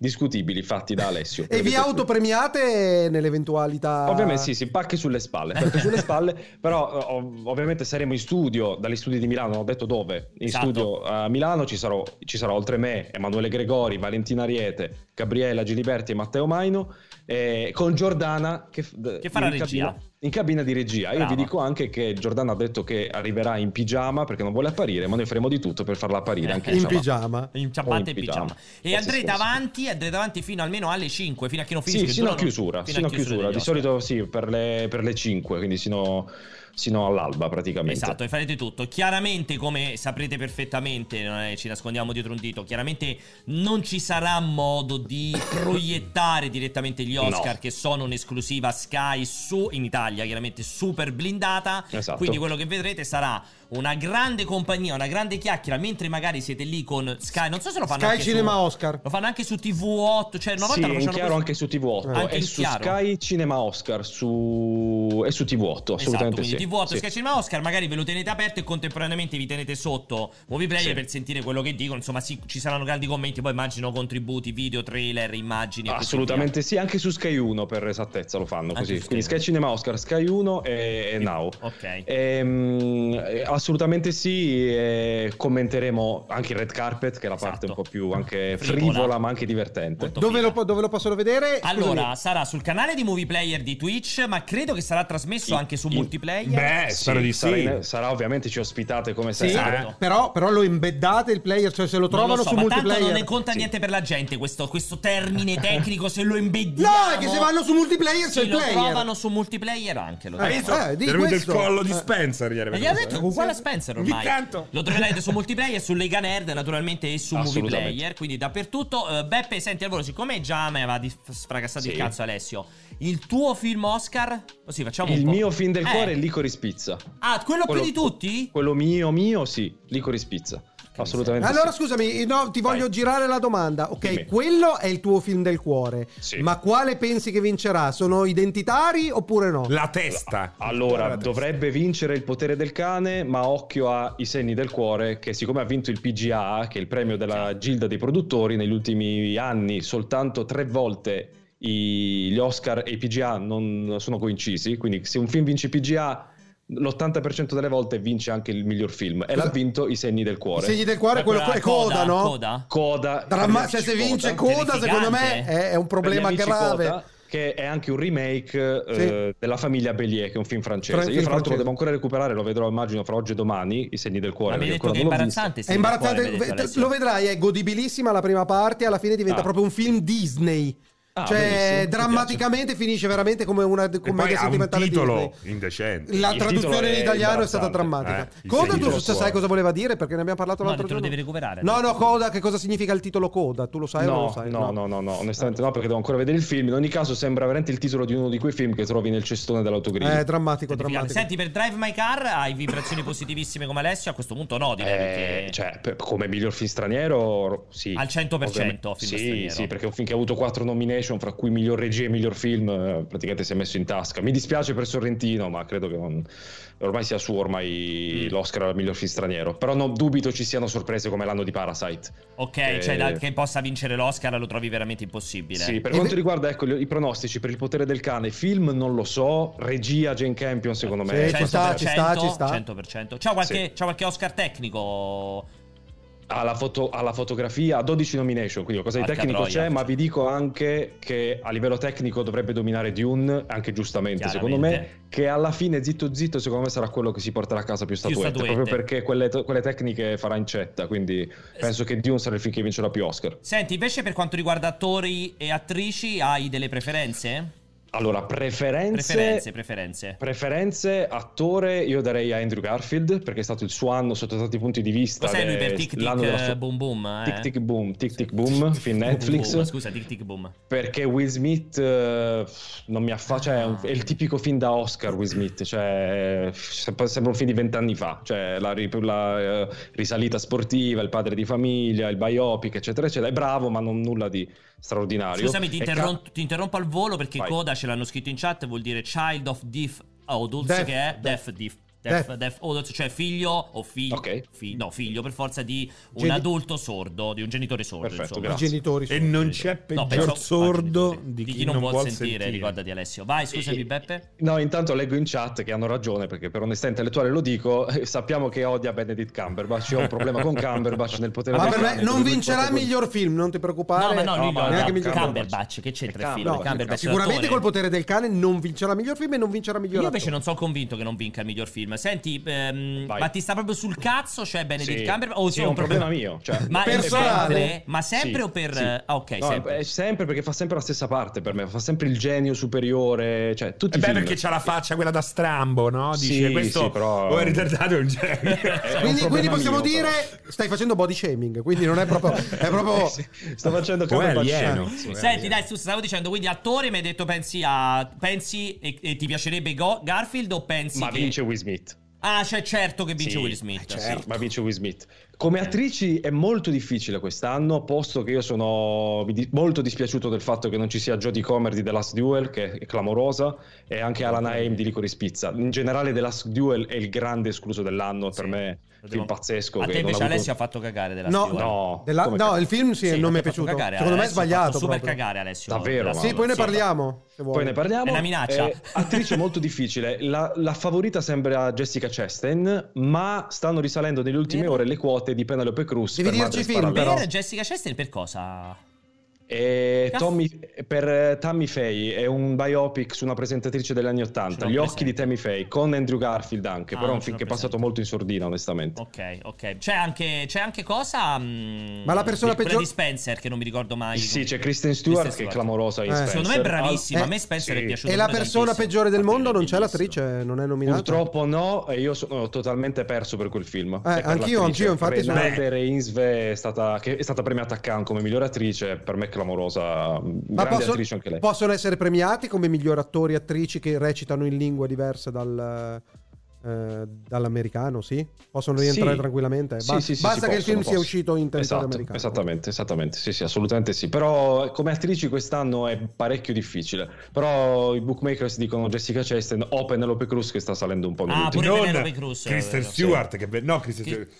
[SPEAKER 16] discutibili fatti da Alessio.
[SPEAKER 1] E vi autopremiate nell'eventualità?
[SPEAKER 16] Ovviamente sì, si pacchi sulle spalle, pacchi sulle spalle, però eh, ov- ovviamente saremo in studio, dagli studi di Milano, non ho detto dove, in
[SPEAKER 2] Esatto.
[SPEAKER 16] studio a Milano ci sarò, ci sarò oltre me Emanuele Gregori, Valentina Ariete, Gabriela Giliberti e Matteo Maino, eh, con Giordana che, f- d-
[SPEAKER 2] Che farà
[SPEAKER 16] in
[SPEAKER 2] regia.
[SPEAKER 16] cabina- in cabina di regia. Io
[SPEAKER 2] Brava.
[SPEAKER 16] vi dico anche che Giordana ha detto che arriverà in pigiama perché non vuole apparire, ma noi faremo di tutto per farla
[SPEAKER 2] Eh,
[SPEAKER 16] apparire anche
[SPEAKER 1] In
[SPEAKER 16] ciabatta.
[SPEAKER 1] pigiama.
[SPEAKER 2] In ciabatta
[SPEAKER 16] O
[SPEAKER 2] e
[SPEAKER 16] in
[SPEAKER 2] pigiama.
[SPEAKER 16] pigiama.
[SPEAKER 2] E
[SPEAKER 16] Qualsiasi
[SPEAKER 2] andrete
[SPEAKER 16] cosa.
[SPEAKER 2] avanti, andrete avanti fino almeno alle 5, fino a che non finisce.
[SPEAKER 16] Sì,
[SPEAKER 2] che
[SPEAKER 16] sino a
[SPEAKER 2] durano-
[SPEAKER 16] chiusura,
[SPEAKER 2] fino
[SPEAKER 16] sino
[SPEAKER 2] a
[SPEAKER 16] a chiusura.
[SPEAKER 2] degli
[SPEAKER 16] Di
[SPEAKER 2] Oscar.
[SPEAKER 16] solito sì, per le, per le 5, quindi sino, sino all'alba praticamente.
[SPEAKER 2] Esatto, e farete tutto. Chiaramente, come saprete perfettamente, non è- ci nascondiamo dietro un dito, chiaramente non ci sarà modo di proiettare direttamente gli Oscar
[SPEAKER 16] No.
[SPEAKER 2] che sono un'esclusiva Sky su in Italia, chiaramente super blindata.
[SPEAKER 16] Esatto.
[SPEAKER 2] Quindi quello che vedrete sarà una grande compagnia, una grande chiacchiera, mentre magari siete lì con Sky, non so se lo fanno
[SPEAKER 1] Sky
[SPEAKER 2] anche
[SPEAKER 1] Cinema
[SPEAKER 2] su,
[SPEAKER 1] Oscar.
[SPEAKER 2] lo fanno anche su TV8, cioè una volta
[SPEAKER 16] sì,
[SPEAKER 2] lo
[SPEAKER 16] è in
[SPEAKER 2] facevano
[SPEAKER 16] chiaro
[SPEAKER 2] così.
[SPEAKER 16] anche su TV8
[SPEAKER 2] Anche
[SPEAKER 16] e
[SPEAKER 2] in
[SPEAKER 16] su
[SPEAKER 2] chiaro.
[SPEAKER 16] Sky Cinema Oscar su... e su TV8
[SPEAKER 2] Esatto,
[SPEAKER 16] assolutamente
[SPEAKER 2] quindi
[SPEAKER 16] sì.
[SPEAKER 2] TV8
[SPEAKER 16] Sì.
[SPEAKER 2] Sky Cinema Oscar, magari ve lo tenete aperto e contemporaneamente vi tenete sotto Movie Player
[SPEAKER 16] Sì.
[SPEAKER 2] per sentire quello che dicono. Insomma, sì, ci saranno grandi commenti, poi immagino contributi, video, trailer, immagini. e così
[SPEAKER 16] Assolutamente sì, anche su Sky 1 per esattezza lo fanno
[SPEAKER 2] Anche
[SPEAKER 16] così.
[SPEAKER 2] su
[SPEAKER 16] Quindi
[SPEAKER 2] Sky
[SPEAKER 16] Sky Cinema Oscar, Sky 1 e, e Now.
[SPEAKER 2] via. Ok.
[SPEAKER 16] Ehm, eh, assolutamente sì, eh, commenteremo anche il red carpet che è la
[SPEAKER 2] esatto.
[SPEAKER 16] parte un po' più anche
[SPEAKER 2] Frivola.
[SPEAKER 16] frivola, ma anche divertente.
[SPEAKER 1] Dove lo, po- dove lo possono vedere? Scusami.
[SPEAKER 2] Allora, sarà sul canale di Movie Player di Twitch, ma credo che sarà trasmesso anche su multiplayer.
[SPEAKER 3] Beh, Eh, spero di
[SPEAKER 16] sarà
[SPEAKER 3] sì.
[SPEAKER 16] in- sarà ovviamente ci ospitate come
[SPEAKER 1] Sì,
[SPEAKER 16] sempre.
[SPEAKER 1] eh, però, però lo embeddate il player, cioè se lo
[SPEAKER 2] Non
[SPEAKER 1] trovano
[SPEAKER 2] lo so,
[SPEAKER 1] su
[SPEAKER 2] ma
[SPEAKER 1] multiplayer.
[SPEAKER 2] tanto non ne conta niente per la gente questo, questo termine tecnico se lo imbediamo.
[SPEAKER 1] No, è che se vanno su multiplayer
[SPEAKER 2] Sì,
[SPEAKER 1] c'è il
[SPEAKER 2] lo
[SPEAKER 1] player.
[SPEAKER 2] trovano su multiplayer anche. Lo
[SPEAKER 1] Hai
[SPEAKER 2] trovano.
[SPEAKER 1] visto? Eh, di
[SPEAKER 3] Era venuto il
[SPEAKER 1] questo.
[SPEAKER 3] collo di
[SPEAKER 1] Eh.
[SPEAKER 3] Spencer ieri.
[SPEAKER 2] E gli ho detto con uguale a Spencer
[SPEAKER 3] Ogni
[SPEAKER 2] ormai.
[SPEAKER 3] tanto.
[SPEAKER 2] Lo troverete su multiplayer, su Lega Nerd naturalmente e su Movie
[SPEAKER 16] Assolutamente.
[SPEAKER 2] Player, quindi dappertutto. Eh, Beppe, senti al volo, siccome già me aveva dif- sfragassato il
[SPEAKER 16] Sì.
[SPEAKER 2] cazzo Alessio, il tuo film Oscar? Così facciamo un
[SPEAKER 16] Il
[SPEAKER 2] po'.
[SPEAKER 16] mio film del
[SPEAKER 2] Eh.
[SPEAKER 16] cuore è Licorice Pizza.
[SPEAKER 2] Ah, quello,
[SPEAKER 16] quello-
[SPEAKER 2] più di tutti?
[SPEAKER 16] Quello mio, mio, sì, licorice pizza. Assolutamente.
[SPEAKER 1] Allora
[SPEAKER 16] sì.
[SPEAKER 1] scusami, no, ti voglio girare la domanda. Ok,
[SPEAKER 16] Dimmi.
[SPEAKER 1] quello è il tuo film del cuore.
[SPEAKER 16] Sì.
[SPEAKER 1] Ma quale pensi che vincerà? Sono identitari oppure no?
[SPEAKER 3] La testa.
[SPEAKER 16] Allora, dovrebbe vincere il potere del cane, ma occhio ai segni del cuore, che siccome ha vinto il PGA, che è il premio della Gilda dei produttori, negli ultimi anni soltanto tre volte i- gli Oscar e i PGA non sono coincisi, quindi se un film vince i PGA, l'80% delle volte vince anche il miglior film. E l'ha vinto i segni del
[SPEAKER 1] I
[SPEAKER 16] cuore.
[SPEAKER 1] segni del cuore,
[SPEAKER 2] Ma
[SPEAKER 1] quello
[SPEAKER 2] quella
[SPEAKER 1] è coda, no?
[SPEAKER 2] Coda?
[SPEAKER 16] Coda.
[SPEAKER 1] Dramma- cioè, se vince coda, secondo me
[SPEAKER 2] Terrificante.
[SPEAKER 1] è, è un problema
[SPEAKER 16] Per gli amici
[SPEAKER 1] grave.
[SPEAKER 16] Coda, che è anche un remake eh,
[SPEAKER 1] Sì.
[SPEAKER 16] della famiglia Bellier, che è un film francese.
[SPEAKER 1] Fra-
[SPEAKER 16] Io,
[SPEAKER 1] film
[SPEAKER 16] fra l'altro,
[SPEAKER 1] francese.
[SPEAKER 16] lo devo ancora recuperare, lo vedrò immagino fra oggi e domani. I segni del cuore.
[SPEAKER 2] Ma mi hai
[SPEAKER 16] perché
[SPEAKER 2] detto che è
[SPEAKER 16] ancora non l'ho
[SPEAKER 2] imbarazzante.
[SPEAKER 16] visto.
[SPEAKER 1] È
[SPEAKER 2] sì,
[SPEAKER 1] imbarazzante,
[SPEAKER 2] del cuore, mi hai detto, Alessio.
[SPEAKER 1] lo vedrai, è godibilissima la prima parte, alla fine diventa
[SPEAKER 16] Ah.
[SPEAKER 1] proprio un film Disney.
[SPEAKER 16] Ah, benissimo, mi
[SPEAKER 1] cioè,
[SPEAKER 16] piace.
[SPEAKER 1] drammaticamente finisce veramente come una
[SPEAKER 3] E poi
[SPEAKER 1] commedia
[SPEAKER 3] ha un
[SPEAKER 1] sentimentale
[SPEAKER 3] titolo
[SPEAKER 1] Disney.
[SPEAKER 3] indecente.
[SPEAKER 1] La
[SPEAKER 16] Il titolo
[SPEAKER 1] traduzione in
[SPEAKER 16] è
[SPEAKER 1] italiano è stata
[SPEAKER 16] imbarazzante,
[SPEAKER 1] drammatica.
[SPEAKER 3] eh. Il
[SPEAKER 1] Coda,
[SPEAKER 3] titolo
[SPEAKER 1] tu
[SPEAKER 3] fuori.
[SPEAKER 1] sai cosa voleva dire? Perché ne abbiamo parlato
[SPEAKER 2] No,
[SPEAKER 1] l'altro
[SPEAKER 2] te lo
[SPEAKER 1] giorno.
[SPEAKER 2] devi recuperare.
[SPEAKER 1] No, no,
[SPEAKER 2] adesso.
[SPEAKER 1] Coda, che cosa significa il titolo Coda? Tu lo sai o non eh, lo
[SPEAKER 16] No,
[SPEAKER 1] sai?
[SPEAKER 16] no, no, no, no, onestamente no, perché devo ancora vedere il film. In ogni caso, sembra veramente il titolo di uno di quei film che trovi nel cestone dell'autogrill.
[SPEAKER 1] È drammatico,
[SPEAKER 2] Terrificante.
[SPEAKER 1] drammatico.
[SPEAKER 2] Senti, per Drive My Car hai vibrazioni positivissime come Alessio? A questo punto no, direi.
[SPEAKER 16] Eh,
[SPEAKER 2] perché...
[SPEAKER 16] cioè, per- come miglior film straniero, sì.
[SPEAKER 2] Al 100%
[SPEAKER 16] Ovviamente.
[SPEAKER 2] film
[SPEAKER 16] sì,
[SPEAKER 2] straniero.
[SPEAKER 16] sì, perché è un film che ha avuto quattro nomination nomination, fra cui miglior regia e miglior film, eh, praticamente si è messo in tasca. Mi dispiace per Sorrentino, ma credo che non- ormai sia suo ormai
[SPEAKER 2] Mm.
[SPEAKER 16] l'Oscar al miglior film straniero. Però non dubito ci siano sorprese come l'anno di Parasite.
[SPEAKER 2] Ok,
[SPEAKER 16] Eh,
[SPEAKER 2] cioè da- che possa vincere l'Oscar lo trovi veramente impossibile.
[SPEAKER 16] Sì, per quanto riguarda ecco, gli- i pronostici per il potere del cane, film non lo so, regia Jane Campion secondo me.
[SPEAKER 2] 100%, 100%. C'è qualche, c'è qualche Oscar tecnico?
[SPEAKER 16] alla, foto- alla fotografia ha 12 nomination, quindi qualcosa di
[SPEAKER 2] Porca
[SPEAKER 16] tecnico
[SPEAKER 2] troia.
[SPEAKER 16] c'è, ma vi dico anche che a livello tecnico dovrebbe dominare Dune, anche giustamente secondo me,
[SPEAKER 2] Chiaramente.
[SPEAKER 16] che alla fine zitto zitto secondo me sarà quello che si porterà a casa più statuette,
[SPEAKER 2] statuette.
[SPEAKER 16] proprio perché quelle, quelle tecniche farà incetta, quindi penso che Dune sarà il film che vincerà più Oscar.
[SPEAKER 2] Senti, invece per quanto riguarda attori e attrici hai delle preferenze?
[SPEAKER 16] Allora, preferenze...
[SPEAKER 2] Preferenze, preferenze.
[SPEAKER 16] Preferenze, attore, io darei a Andrew Garfield perché è stato il suo anno sotto tanti punti di vista.
[SPEAKER 2] Cos'è lui
[SPEAKER 16] ed è
[SPEAKER 2] per Tic Tic
[SPEAKER 16] l'anno della sua-
[SPEAKER 2] eh, Boom Boom? eh?
[SPEAKER 16] Tic Tic Boom, Tic Tic Boom, film Netflix.
[SPEAKER 2] Boom, scusa, Tic Tic Boom.
[SPEAKER 16] Perché Will Smith eh, non mi affaccia, cioè, è un- è il tipico film da Oscar Will Smith, cioè, eh, sembra sembra un film di vent'anni fa, cioè la, ri- la, eh, risalita sportiva, il padre di famiglia, il biopic, eccetera, eccetera, è bravo ma non nulla di straordinario.
[SPEAKER 2] Scusami, ti,
[SPEAKER 16] E ca-
[SPEAKER 2] interrom- ti interrompo al volo perché
[SPEAKER 16] Vai.
[SPEAKER 2] coda ce l'hanno scritto in chat, vuol dire Child of Deaf Adults,
[SPEAKER 16] Deaf,
[SPEAKER 2] che è
[SPEAKER 16] deaf.
[SPEAKER 2] Deaf Deaf.
[SPEAKER 16] Deaf.
[SPEAKER 2] Deaf, deaf adults, cioè figlio o figlio, no, figlio per forza di un
[SPEAKER 3] Geni-
[SPEAKER 2] adulto sordo, di un genitore sordo. insomma.
[SPEAKER 3] E non c'è
[SPEAKER 2] No,
[SPEAKER 3] peggior
[SPEAKER 2] penso-
[SPEAKER 3] sordo di
[SPEAKER 2] Di chi non, vuol sentire, ricordati Alessio. Vai,
[SPEAKER 16] E-
[SPEAKER 2] scusami, Beppe.
[SPEAKER 16] No, intanto leggo in chat che hanno ragione, perché per onestà intellettuale lo dico, eh, sappiamo che odia Benedict Cumberbatch, io ho un problema con Cumberbatch nel potere
[SPEAKER 1] Ma
[SPEAKER 16] del
[SPEAKER 1] per me
[SPEAKER 16] cane,
[SPEAKER 1] non
[SPEAKER 16] quindi
[SPEAKER 1] vincerà
[SPEAKER 16] proprio-
[SPEAKER 1] miglior film, non ti
[SPEAKER 2] No,
[SPEAKER 1] preoccupare.
[SPEAKER 2] ma no, lui no,
[SPEAKER 1] neanche
[SPEAKER 2] no,
[SPEAKER 1] miglior
[SPEAKER 2] Cumberbatch, che c'entra il film?
[SPEAKER 1] No,
[SPEAKER 2] Cumberbatch è
[SPEAKER 1] sicuramente
[SPEAKER 2] l'attore.
[SPEAKER 1] col potere del cane non vincerà miglior film e non vincerà miglior
[SPEAKER 2] Io invece
[SPEAKER 1] attore.
[SPEAKER 2] non sono convinto che non vinca il miglior film. Senti, ehm, ma ti sta proprio sul cazzo, cioè Benedict
[SPEAKER 16] Sì.
[SPEAKER 2] Cumberbatch? O
[SPEAKER 16] Sì,
[SPEAKER 2] solo
[SPEAKER 16] è un problema mio, cioè-
[SPEAKER 2] ma
[SPEAKER 16] Personale.
[SPEAKER 2] sempre? Ma sempre
[SPEAKER 16] Sì,
[SPEAKER 2] o per...
[SPEAKER 16] sì.
[SPEAKER 2] Ah, ok,
[SPEAKER 16] No,
[SPEAKER 2] sempre.
[SPEAKER 16] è sempre perché fa sempre la stessa parte per me, fa sempre il genio superiore, cioè tutti
[SPEAKER 3] Eh
[SPEAKER 16] i
[SPEAKER 3] beh,
[SPEAKER 16] film.
[SPEAKER 3] perché c'ha la faccia quella da strambo, no? Dice
[SPEAKER 16] Sì,
[SPEAKER 3] questo
[SPEAKER 16] sì, però-
[SPEAKER 3] o è ritardato o è un genio.
[SPEAKER 1] Quindi, quindi possiamo
[SPEAKER 3] dire
[SPEAKER 1] dire stai facendo body shaming, quindi non è proprio è
[SPEAKER 2] Eh,
[SPEAKER 1] proprio
[SPEAKER 16] Eh, sto facendo
[SPEAKER 3] O è alieno.
[SPEAKER 2] Senti, dai, tu stavo dicendo, quindi attore mi hai detto pensi a... Pensi e, e ti piacerebbe Go- Garfield o pensi
[SPEAKER 16] Ma
[SPEAKER 2] che...
[SPEAKER 16] vince Will Smith.
[SPEAKER 2] Ah, cioè certo che vince
[SPEAKER 16] Sì,
[SPEAKER 2] Will Smith. sì.
[SPEAKER 16] eh,
[SPEAKER 2] Eh.
[SPEAKER 16] certo, ma vince Will Smith. Come attrici è molto difficile quest'anno, posto che io sono mi di- molto dispiaciuto del fatto che non ci sia Jodie Comer di The Last Duel, che è clamorosa, e anche Alana Haim di Licorice Pizza. In generale The Last Duel è il grande escluso dell'anno, per me film pazzesco.
[SPEAKER 2] A
[SPEAKER 16] che
[SPEAKER 2] te
[SPEAKER 16] non ha
[SPEAKER 2] invece
[SPEAKER 16] avuto-
[SPEAKER 2] Alessio ha fatto cagare della
[SPEAKER 16] No,
[SPEAKER 2] Stewart.
[SPEAKER 16] no.
[SPEAKER 1] Della-
[SPEAKER 16] Come
[SPEAKER 1] no,
[SPEAKER 16] cazzo?
[SPEAKER 1] il film sì,
[SPEAKER 2] Sì,
[SPEAKER 1] non mi
[SPEAKER 2] ti
[SPEAKER 1] è
[SPEAKER 2] ha fatto
[SPEAKER 1] piaciuto.
[SPEAKER 2] cagare,
[SPEAKER 1] Secondo me è
[SPEAKER 2] Alessio, ha fatto
[SPEAKER 1] sbagliato.
[SPEAKER 2] super
[SPEAKER 1] proprio.
[SPEAKER 2] cagare Alessio.
[SPEAKER 16] Davvero,
[SPEAKER 1] Sì, poi ne parliamo. se vuoi.
[SPEAKER 16] Poi ne parliamo.
[SPEAKER 2] È una minaccia.
[SPEAKER 16] Eh, attrice molto difficile. La, la favorita sembra Jessica Chastain, ma stanno risalendo nelle ultime ore le quote di Penelope Cruz.
[SPEAKER 2] Devi
[SPEAKER 16] per Madre
[SPEAKER 2] dirci film
[SPEAKER 16] Sparabella.
[SPEAKER 2] Per Jessica Chastain per cosa?
[SPEAKER 16] E Eh, Tommy- per eh, Tammy Faye è un biopic su una presentatrice degli anni 80,
[SPEAKER 2] l'ho
[SPEAKER 16] Gli occhi di Tammy Faye, con Andrew Garfield anche,
[SPEAKER 2] Ah,
[SPEAKER 16] però è
[SPEAKER 2] non
[SPEAKER 16] un
[SPEAKER 2] ce l'ho
[SPEAKER 16] film che è passato molto in sordina onestamente.
[SPEAKER 2] Ok, ok. C'è anche, c'è anche cosa...
[SPEAKER 16] Ma la persona
[SPEAKER 2] peggiore
[SPEAKER 16] peggior-
[SPEAKER 2] di Spencer che non mi ricordo mai.
[SPEAKER 16] Sì, c'è Kristen Stewart
[SPEAKER 2] Kristen
[SPEAKER 16] che è clamorosa in
[SPEAKER 2] Eh.
[SPEAKER 16] Spencer.
[SPEAKER 2] Secondo me è bravissima,
[SPEAKER 16] Al-
[SPEAKER 2] a me Spencer è piaciuto
[SPEAKER 1] E la
[SPEAKER 2] pure
[SPEAKER 1] persona
[SPEAKER 2] tantissimo.
[SPEAKER 1] peggiore del mondo non c'è l'attrice, non è nominata.
[SPEAKER 16] Purtroppo no, e io sono totalmente perso per quel film. E per
[SPEAKER 1] Eh, anch'io,
[SPEAKER 16] l'attrice.
[SPEAKER 1] anch'io, infatti, sono-
[SPEAKER 16] Renate Reinsve è stata, che è stata premiata a Cannes come migliore attrice, per me è clamorosa,
[SPEAKER 1] Ma
[SPEAKER 16] grande
[SPEAKER 1] possono,
[SPEAKER 16] attrice anche lei.
[SPEAKER 1] possono essere premiati come miglior attori e attrici che recitano in lingua diversa dal, eh, dall'americano, sì? Possono rientrare
[SPEAKER 16] Sì.
[SPEAKER 1] tranquillamente?
[SPEAKER 16] Sì,
[SPEAKER 1] Ba-
[SPEAKER 16] sì, sì,
[SPEAKER 1] basta
[SPEAKER 16] sì,
[SPEAKER 1] che il
[SPEAKER 16] possono,
[SPEAKER 1] film sia
[SPEAKER 16] possono.
[SPEAKER 1] uscito in territorio
[SPEAKER 16] Esatto,
[SPEAKER 1] americano.
[SPEAKER 16] Esattamente, esattamente, sì, sì, assolutamente sì. Però come attrici quest'anno è parecchio difficile. Però i bookmakers dicono Jessica Chastain o Penelope Cruz che sta salendo un po'
[SPEAKER 2] Ah,
[SPEAKER 16] nell'ultimo.
[SPEAKER 2] pure Non Penelope Cruz, è
[SPEAKER 3] Kristen
[SPEAKER 2] vero.
[SPEAKER 3] Stewart, che ve- no, Kristen
[SPEAKER 2] Chi-
[SPEAKER 3] Stewart.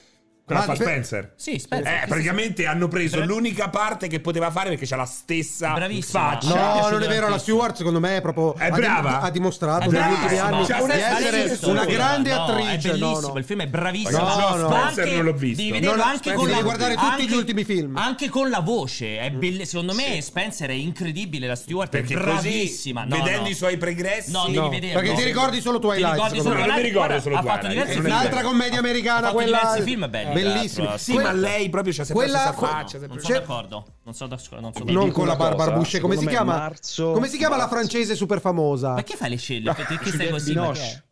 [SPEAKER 3] Quella
[SPEAKER 2] Ah,
[SPEAKER 3] fa
[SPEAKER 2] di-
[SPEAKER 3] Spencer.
[SPEAKER 2] Sì, Spencer.
[SPEAKER 3] Eh,
[SPEAKER 2] Sì,
[SPEAKER 3] praticamente hanno preso
[SPEAKER 2] Bra-
[SPEAKER 3] l'unica parte che poteva fare perché c'ha la stessa
[SPEAKER 2] Bravissima.
[SPEAKER 3] faccia.
[SPEAKER 1] No, non è vero, la Stewart secondo me è proprio...
[SPEAKER 3] È
[SPEAKER 1] ha
[SPEAKER 3] brava.
[SPEAKER 1] dim- Ha dimostrato
[SPEAKER 3] È
[SPEAKER 1] negli
[SPEAKER 3] bravissima.
[SPEAKER 1] ultimi anni
[SPEAKER 3] Cioè,
[SPEAKER 1] di
[SPEAKER 3] Spencer
[SPEAKER 1] essere
[SPEAKER 3] Stewart.
[SPEAKER 1] una grande
[SPEAKER 2] No,
[SPEAKER 1] attrice.
[SPEAKER 2] È
[SPEAKER 1] no,
[SPEAKER 2] bellissimo,
[SPEAKER 1] no.
[SPEAKER 2] il film è bravissimo.
[SPEAKER 1] Ragazzi, no,
[SPEAKER 2] Ma
[SPEAKER 1] no, Spencer
[SPEAKER 2] anche-
[SPEAKER 1] non l'ho visto.
[SPEAKER 2] Devi vederlo
[SPEAKER 1] Non-
[SPEAKER 2] anche
[SPEAKER 1] Spencer,
[SPEAKER 2] con
[SPEAKER 1] devi
[SPEAKER 2] la,
[SPEAKER 1] guardare tutti
[SPEAKER 2] anche-
[SPEAKER 1] gli ultimi film.
[SPEAKER 2] Anche con la voce.
[SPEAKER 1] Mm.
[SPEAKER 2] È belle- secondo me Spencer è incredibile, la Stewart
[SPEAKER 3] Perché
[SPEAKER 2] è
[SPEAKER 3] così,
[SPEAKER 2] bravissima. No,
[SPEAKER 3] vedendo
[SPEAKER 2] no.
[SPEAKER 3] i suoi pregressi-
[SPEAKER 2] No, devi
[SPEAKER 3] No,
[SPEAKER 2] vederlo.
[SPEAKER 1] perché ti ricordi solo Twilight,
[SPEAKER 2] Ti ricordi
[SPEAKER 1] secondo
[SPEAKER 2] solo
[SPEAKER 1] me.
[SPEAKER 2] Twilight?
[SPEAKER 1] Non mi ricordo
[SPEAKER 3] solo
[SPEAKER 2] Ha fatto
[SPEAKER 3] Twilight.
[SPEAKER 2] diversi
[SPEAKER 3] Non è
[SPEAKER 2] film.
[SPEAKER 3] Un'altra
[SPEAKER 1] commedia americana,
[SPEAKER 2] Ha fatto
[SPEAKER 1] quella-
[SPEAKER 2] diversi film belli. tra l'altro,
[SPEAKER 1] Bellissimi.
[SPEAKER 2] eh,
[SPEAKER 1] Sì, ma
[SPEAKER 3] lei proprio c'ha sempre la stessa faccia,
[SPEAKER 2] Non
[SPEAKER 3] sempre-
[SPEAKER 2] sono
[SPEAKER 3] C'è-
[SPEAKER 2] d'accordo. Non sono d'accordo. Non, sono
[SPEAKER 1] Non
[SPEAKER 2] d'accordo.
[SPEAKER 1] con la Barbara Bush, come si
[SPEAKER 2] Secondo me
[SPEAKER 1] chiama?
[SPEAKER 2] marzo-
[SPEAKER 1] come si chiama la francese super famosa?
[SPEAKER 2] Perché fai le scelle? Perché perché stai così?
[SPEAKER 1] Binoche.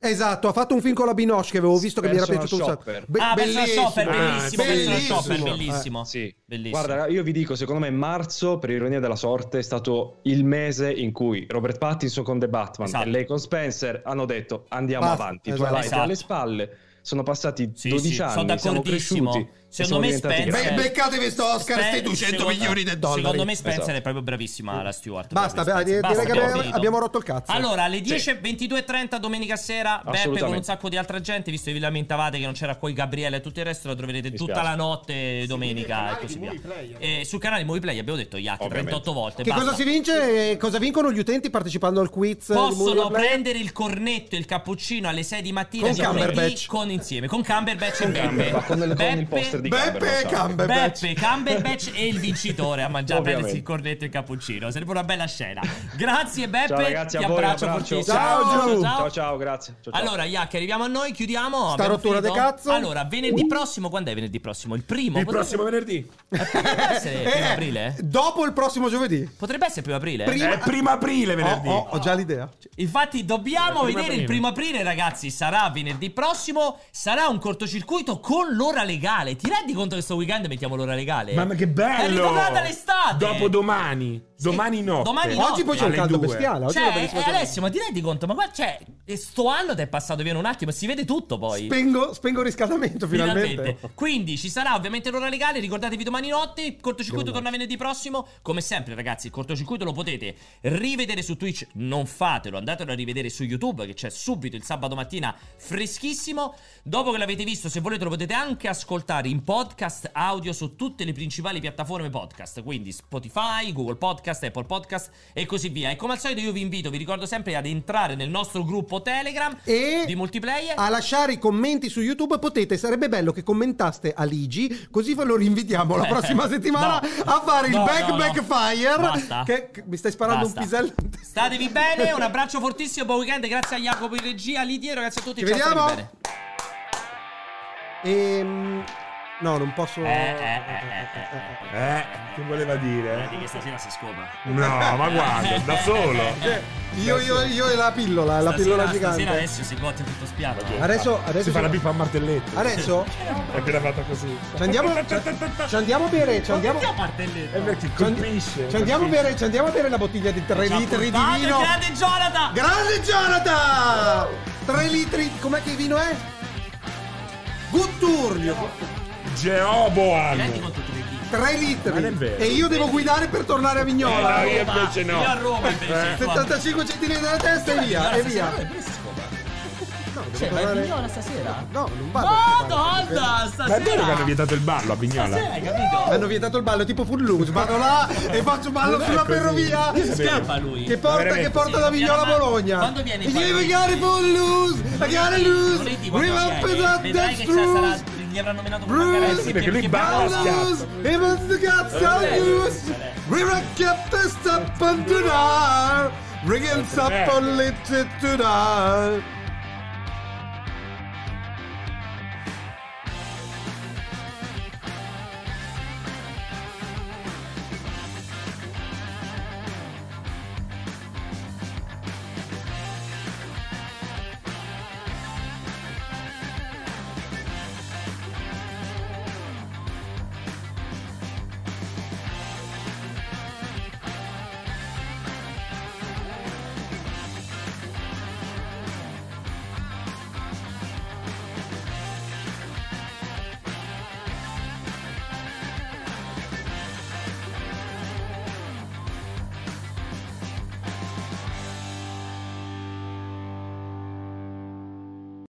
[SPEAKER 1] Esatto, ha fatto un film con la Binoche che avevo visto che mi era
[SPEAKER 16] Personal
[SPEAKER 1] piaciuto un sacco.
[SPEAKER 16] Shopper.
[SPEAKER 1] Be-
[SPEAKER 2] Ah, Personal
[SPEAKER 1] bellissimo.
[SPEAKER 2] Shopper, bellissimo,
[SPEAKER 1] Ah,
[SPEAKER 2] Personal
[SPEAKER 1] bellissimo.
[SPEAKER 2] Shopper, bellissimo.
[SPEAKER 16] Eh, sì.
[SPEAKER 2] Bellissimo.
[SPEAKER 16] Guarda, io vi dico, secondo me marzo, per ironia della sorte, è stato il mese in cui Robert Pattinson con The Batman
[SPEAKER 2] Esatto.
[SPEAKER 16] e lei con Spencer hanno detto andiamo
[SPEAKER 2] Basta,
[SPEAKER 16] avanti,
[SPEAKER 2] esatto.
[SPEAKER 16] Twilight è
[SPEAKER 2] Esatto.
[SPEAKER 16] alle spalle, sono passati
[SPEAKER 2] Sì,
[SPEAKER 16] 12
[SPEAKER 2] sì,
[SPEAKER 16] anni,
[SPEAKER 2] sono
[SPEAKER 16] siamo
[SPEAKER 2] d'accordissimo.
[SPEAKER 16] cresciuti. e
[SPEAKER 2] Secondo
[SPEAKER 16] siamo
[SPEAKER 2] me
[SPEAKER 16] diventati
[SPEAKER 2] Spencer...
[SPEAKER 16] grandi.
[SPEAKER 17] Beh, beccatevi sto Oscar,
[SPEAKER 2] Spen-
[SPEAKER 17] sti 200
[SPEAKER 2] secondo-
[SPEAKER 17] milioni di dollari.
[SPEAKER 2] Secondo me Spencer
[SPEAKER 17] Esatto.
[SPEAKER 2] è proprio bravissima la Stewart.
[SPEAKER 1] Basta,
[SPEAKER 2] proprio
[SPEAKER 1] beh, direi
[SPEAKER 2] Spencer.
[SPEAKER 1] che
[SPEAKER 2] Basta,
[SPEAKER 1] abbiamo-
[SPEAKER 2] finito.
[SPEAKER 1] abbiamo rotto il cazzo. eh.
[SPEAKER 2] Allora, alle
[SPEAKER 1] Sì.
[SPEAKER 2] 10, 22.30 domenica sera, Beppe
[SPEAKER 1] Assolutamente.
[SPEAKER 2] con un sacco di altra gente, visto che vi lamentavate che non c'era poi Gabriele e tutto il resto, la troverete
[SPEAKER 1] Mi
[SPEAKER 2] tutta
[SPEAKER 1] spiace.
[SPEAKER 2] la notte domenica e
[SPEAKER 8] canali
[SPEAKER 2] così
[SPEAKER 8] di
[SPEAKER 2] via.
[SPEAKER 8] Movieplayer.
[SPEAKER 2] Eh, sul canale Movie Play abbiamo detto Yacht 38 volte.
[SPEAKER 1] Che
[SPEAKER 2] basta.
[SPEAKER 1] cosa si vince? e Cosa vincono gli utenti partecipando al quiz? di
[SPEAKER 2] Possono
[SPEAKER 1] Movie Player?
[SPEAKER 2] prendere il cornetto e il cappuccino alle 6 di mattina
[SPEAKER 1] Con
[SPEAKER 2] di lunedì
[SPEAKER 1] Cumberbatch.
[SPEAKER 2] con insieme con Cumberbatch e
[SPEAKER 16] Con
[SPEAKER 2] Beppe.
[SPEAKER 16] Cumberbatch, con il- con il poster di Beppe Cumberbatch. e Cumberbatch.
[SPEAKER 2] Beppe, Cumberbatch e il vincitore a mangiare a
[SPEAKER 16] Ovviamente.
[SPEAKER 2] prendersi il cornetto e il cappuccino. Sarebbe una bella scena. Grazie Beppe,
[SPEAKER 16] Ciao ragazzi,
[SPEAKER 2] ti
[SPEAKER 16] a voi, un
[SPEAKER 2] abbraccio
[SPEAKER 16] abbraccio.
[SPEAKER 2] fortissimo.
[SPEAKER 16] ciao, ciao, ciao, grazie. Ciao, ciao.
[SPEAKER 2] Allora, Iac, arriviamo a noi, chiudiamo.
[SPEAKER 16] Sta
[SPEAKER 2] abbiamo
[SPEAKER 16] rottura
[SPEAKER 2] finito?
[SPEAKER 16] de cazzo.
[SPEAKER 2] Allora, venerdì prossimo, quando è venerdì prossimo? Il primo?
[SPEAKER 3] Il
[SPEAKER 2] Potrebbe-
[SPEAKER 3] prossimo venerdì.
[SPEAKER 2] Potrebbe essere il primo aprile?
[SPEAKER 1] Eh, Dopo il prossimo giovedì.
[SPEAKER 2] Potrebbe essere il primo aprile?
[SPEAKER 1] Prima- È primo
[SPEAKER 3] Eh,
[SPEAKER 2] Oh,
[SPEAKER 3] aprile
[SPEAKER 1] venerdì. ho- ho già l'idea.
[SPEAKER 2] Infatti dobbiamo
[SPEAKER 1] Prima
[SPEAKER 2] vedere il
[SPEAKER 1] aprile.
[SPEAKER 2] primo aprile ragazzi, sarà venerdì prossimo, sarà un cortocircuito con l'ora legale. Ti rendi conto che sto weekend mettiamo l'ora legale?
[SPEAKER 3] Mamma che
[SPEAKER 2] È
[SPEAKER 3] bello!
[SPEAKER 2] ritornata l'estate!
[SPEAKER 3] Dopo domani. Domani no.
[SPEAKER 2] Domani notte.
[SPEAKER 1] Oggi poi c'è un
[SPEAKER 3] Alle
[SPEAKER 1] caldo
[SPEAKER 3] due.
[SPEAKER 1] bestiale. Oggi è una
[SPEAKER 2] Cioè,
[SPEAKER 1] bellissima
[SPEAKER 2] eh,
[SPEAKER 1] giornata.
[SPEAKER 2] Alessio, ma ti rendi conto? Ma qua c'è. e Sto anno ti è passato via in un attimo e si vede tutto poi.
[SPEAKER 1] Spengo, spengo il riscaldamento finalmente.
[SPEAKER 2] Quindi ci sarà ovviamente l'ora legale, ricordatevi domani notte, il cortocircuito torna venerdì prossimo. Come sempre ragazzi, il cortocircuito lo potete rivedere su Twitch, non fatelo, andatelo a rivedere su YouTube che c'è subito il sabato mattina freschissimo. Dopo che l'avete visto, se volete lo potete anche ascoltare in podcast audio su tutte le principali piattaforme podcast, quindi Spotify, Google Podcast, Apple Podcast e così via. E come al solito io vi invito, vi ricordo sempre ad entrare nel nostro gruppo Telegram
[SPEAKER 1] E
[SPEAKER 2] di multiplayer.
[SPEAKER 1] A lasciare i commenti su YouTube potete, sarebbe bello che commentaste Aligi, così ve lo rinvitiamo la prossima
[SPEAKER 2] Eh,
[SPEAKER 1] settimana
[SPEAKER 2] no.
[SPEAKER 1] a fare
[SPEAKER 2] No,
[SPEAKER 1] il back
[SPEAKER 2] no, no.
[SPEAKER 1] back fire.
[SPEAKER 2] Basta.
[SPEAKER 1] Che, che mi stai sparando
[SPEAKER 2] Basta.
[SPEAKER 1] un pisello.
[SPEAKER 2] Statevi bene, un abbraccio fortissimo, buon weekend, grazie a Jacopo in regia, Lidia, grazie a tutti.
[SPEAKER 1] Ci
[SPEAKER 2] ciao,
[SPEAKER 1] vediamo.
[SPEAKER 2] statevi bene.
[SPEAKER 1] Ehm, no, non posso.
[SPEAKER 2] Eh, eh, eh, eh, eh, eh.
[SPEAKER 3] Eh, che voleva dire?
[SPEAKER 2] Vedi che stasera si scopa.
[SPEAKER 3] No, ma guarda, da solo.
[SPEAKER 1] Cioè, Io, io, io e la pillola, la
[SPEAKER 2] Stasera-
[SPEAKER 1] pillola gigante.
[SPEAKER 2] Stasera adesso si cotte tutto spiato.
[SPEAKER 1] Adesso, adesso
[SPEAKER 3] Si fa la pipa a martelletto.
[SPEAKER 1] Adesso?
[SPEAKER 3] È appena fatta così.
[SPEAKER 1] Ci andiamo, ci- ci andiamo a bere, ci andiamo. Eh,
[SPEAKER 2] martelletto?
[SPEAKER 3] È perché
[SPEAKER 1] Ci and-
[SPEAKER 3] colpisce.
[SPEAKER 1] Ci andiamo a bere, ci andiamo a bere la bottiglia di 3
[SPEAKER 3] Ci ha
[SPEAKER 1] litri di
[SPEAKER 3] portato il
[SPEAKER 1] vino.
[SPEAKER 2] grande Jonathan!
[SPEAKER 1] Grande Jonathan! 3 litri, com'è che vino è? Gutturnio!
[SPEAKER 3] Geoboan.
[SPEAKER 1] 3
[SPEAKER 3] Ma non è
[SPEAKER 1] litri!
[SPEAKER 3] vero.
[SPEAKER 1] E io devo guidare per tornare a
[SPEAKER 3] Eh,
[SPEAKER 1] Vignola.
[SPEAKER 3] no, io invece no. Io a Roma
[SPEAKER 2] eh,
[SPEAKER 3] invece.
[SPEAKER 1] 75 centimetri dalla testa e Eh, via, e via.
[SPEAKER 2] Cioè, vai a Vignola stasera?
[SPEAKER 1] No, non
[SPEAKER 2] vado. Madonna, stasera!
[SPEAKER 3] Ma è vero che hanno vietato il ballo a Vignola?
[SPEAKER 2] Stasera, hai capito?
[SPEAKER 1] Hanno vietato il ballo tipo full loose, vado là e faccio ballo
[SPEAKER 3] Non è
[SPEAKER 1] sulla
[SPEAKER 3] così.
[SPEAKER 1] ferrovia.
[SPEAKER 3] Io sapevo.
[SPEAKER 2] Scappa lui.
[SPEAKER 1] Che porta,
[SPEAKER 3] Veramente.
[SPEAKER 1] che porta da
[SPEAKER 2] Sì,
[SPEAKER 1] Vignola a
[SPEAKER 2] ma-
[SPEAKER 1] Bologna.
[SPEAKER 2] quando vieni
[SPEAKER 1] E
[SPEAKER 2] qua-
[SPEAKER 1] devi chiare full loose, la chiare loose.
[SPEAKER 2] Lunedì,
[SPEAKER 1] We
[SPEAKER 2] quando
[SPEAKER 1] want
[SPEAKER 2] vieni,
[SPEAKER 1] to
[SPEAKER 2] vedrai
[SPEAKER 1] dance
[SPEAKER 2] che c'è- sarà-
[SPEAKER 1] loose.
[SPEAKER 2] gli avranno nominato
[SPEAKER 1] Bruce,
[SPEAKER 2] Margarelli,
[SPEAKER 1] perché lui
[SPEAKER 2] parla
[SPEAKER 1] balla
[SPEAKER 2] schiaffo.
[SPEAKER 1] loose, e must cazzo
[SPEAKER 2] Eh,
[SPEAKER 1] loose. We rock up the step on tonight. Bring it up a little tonight.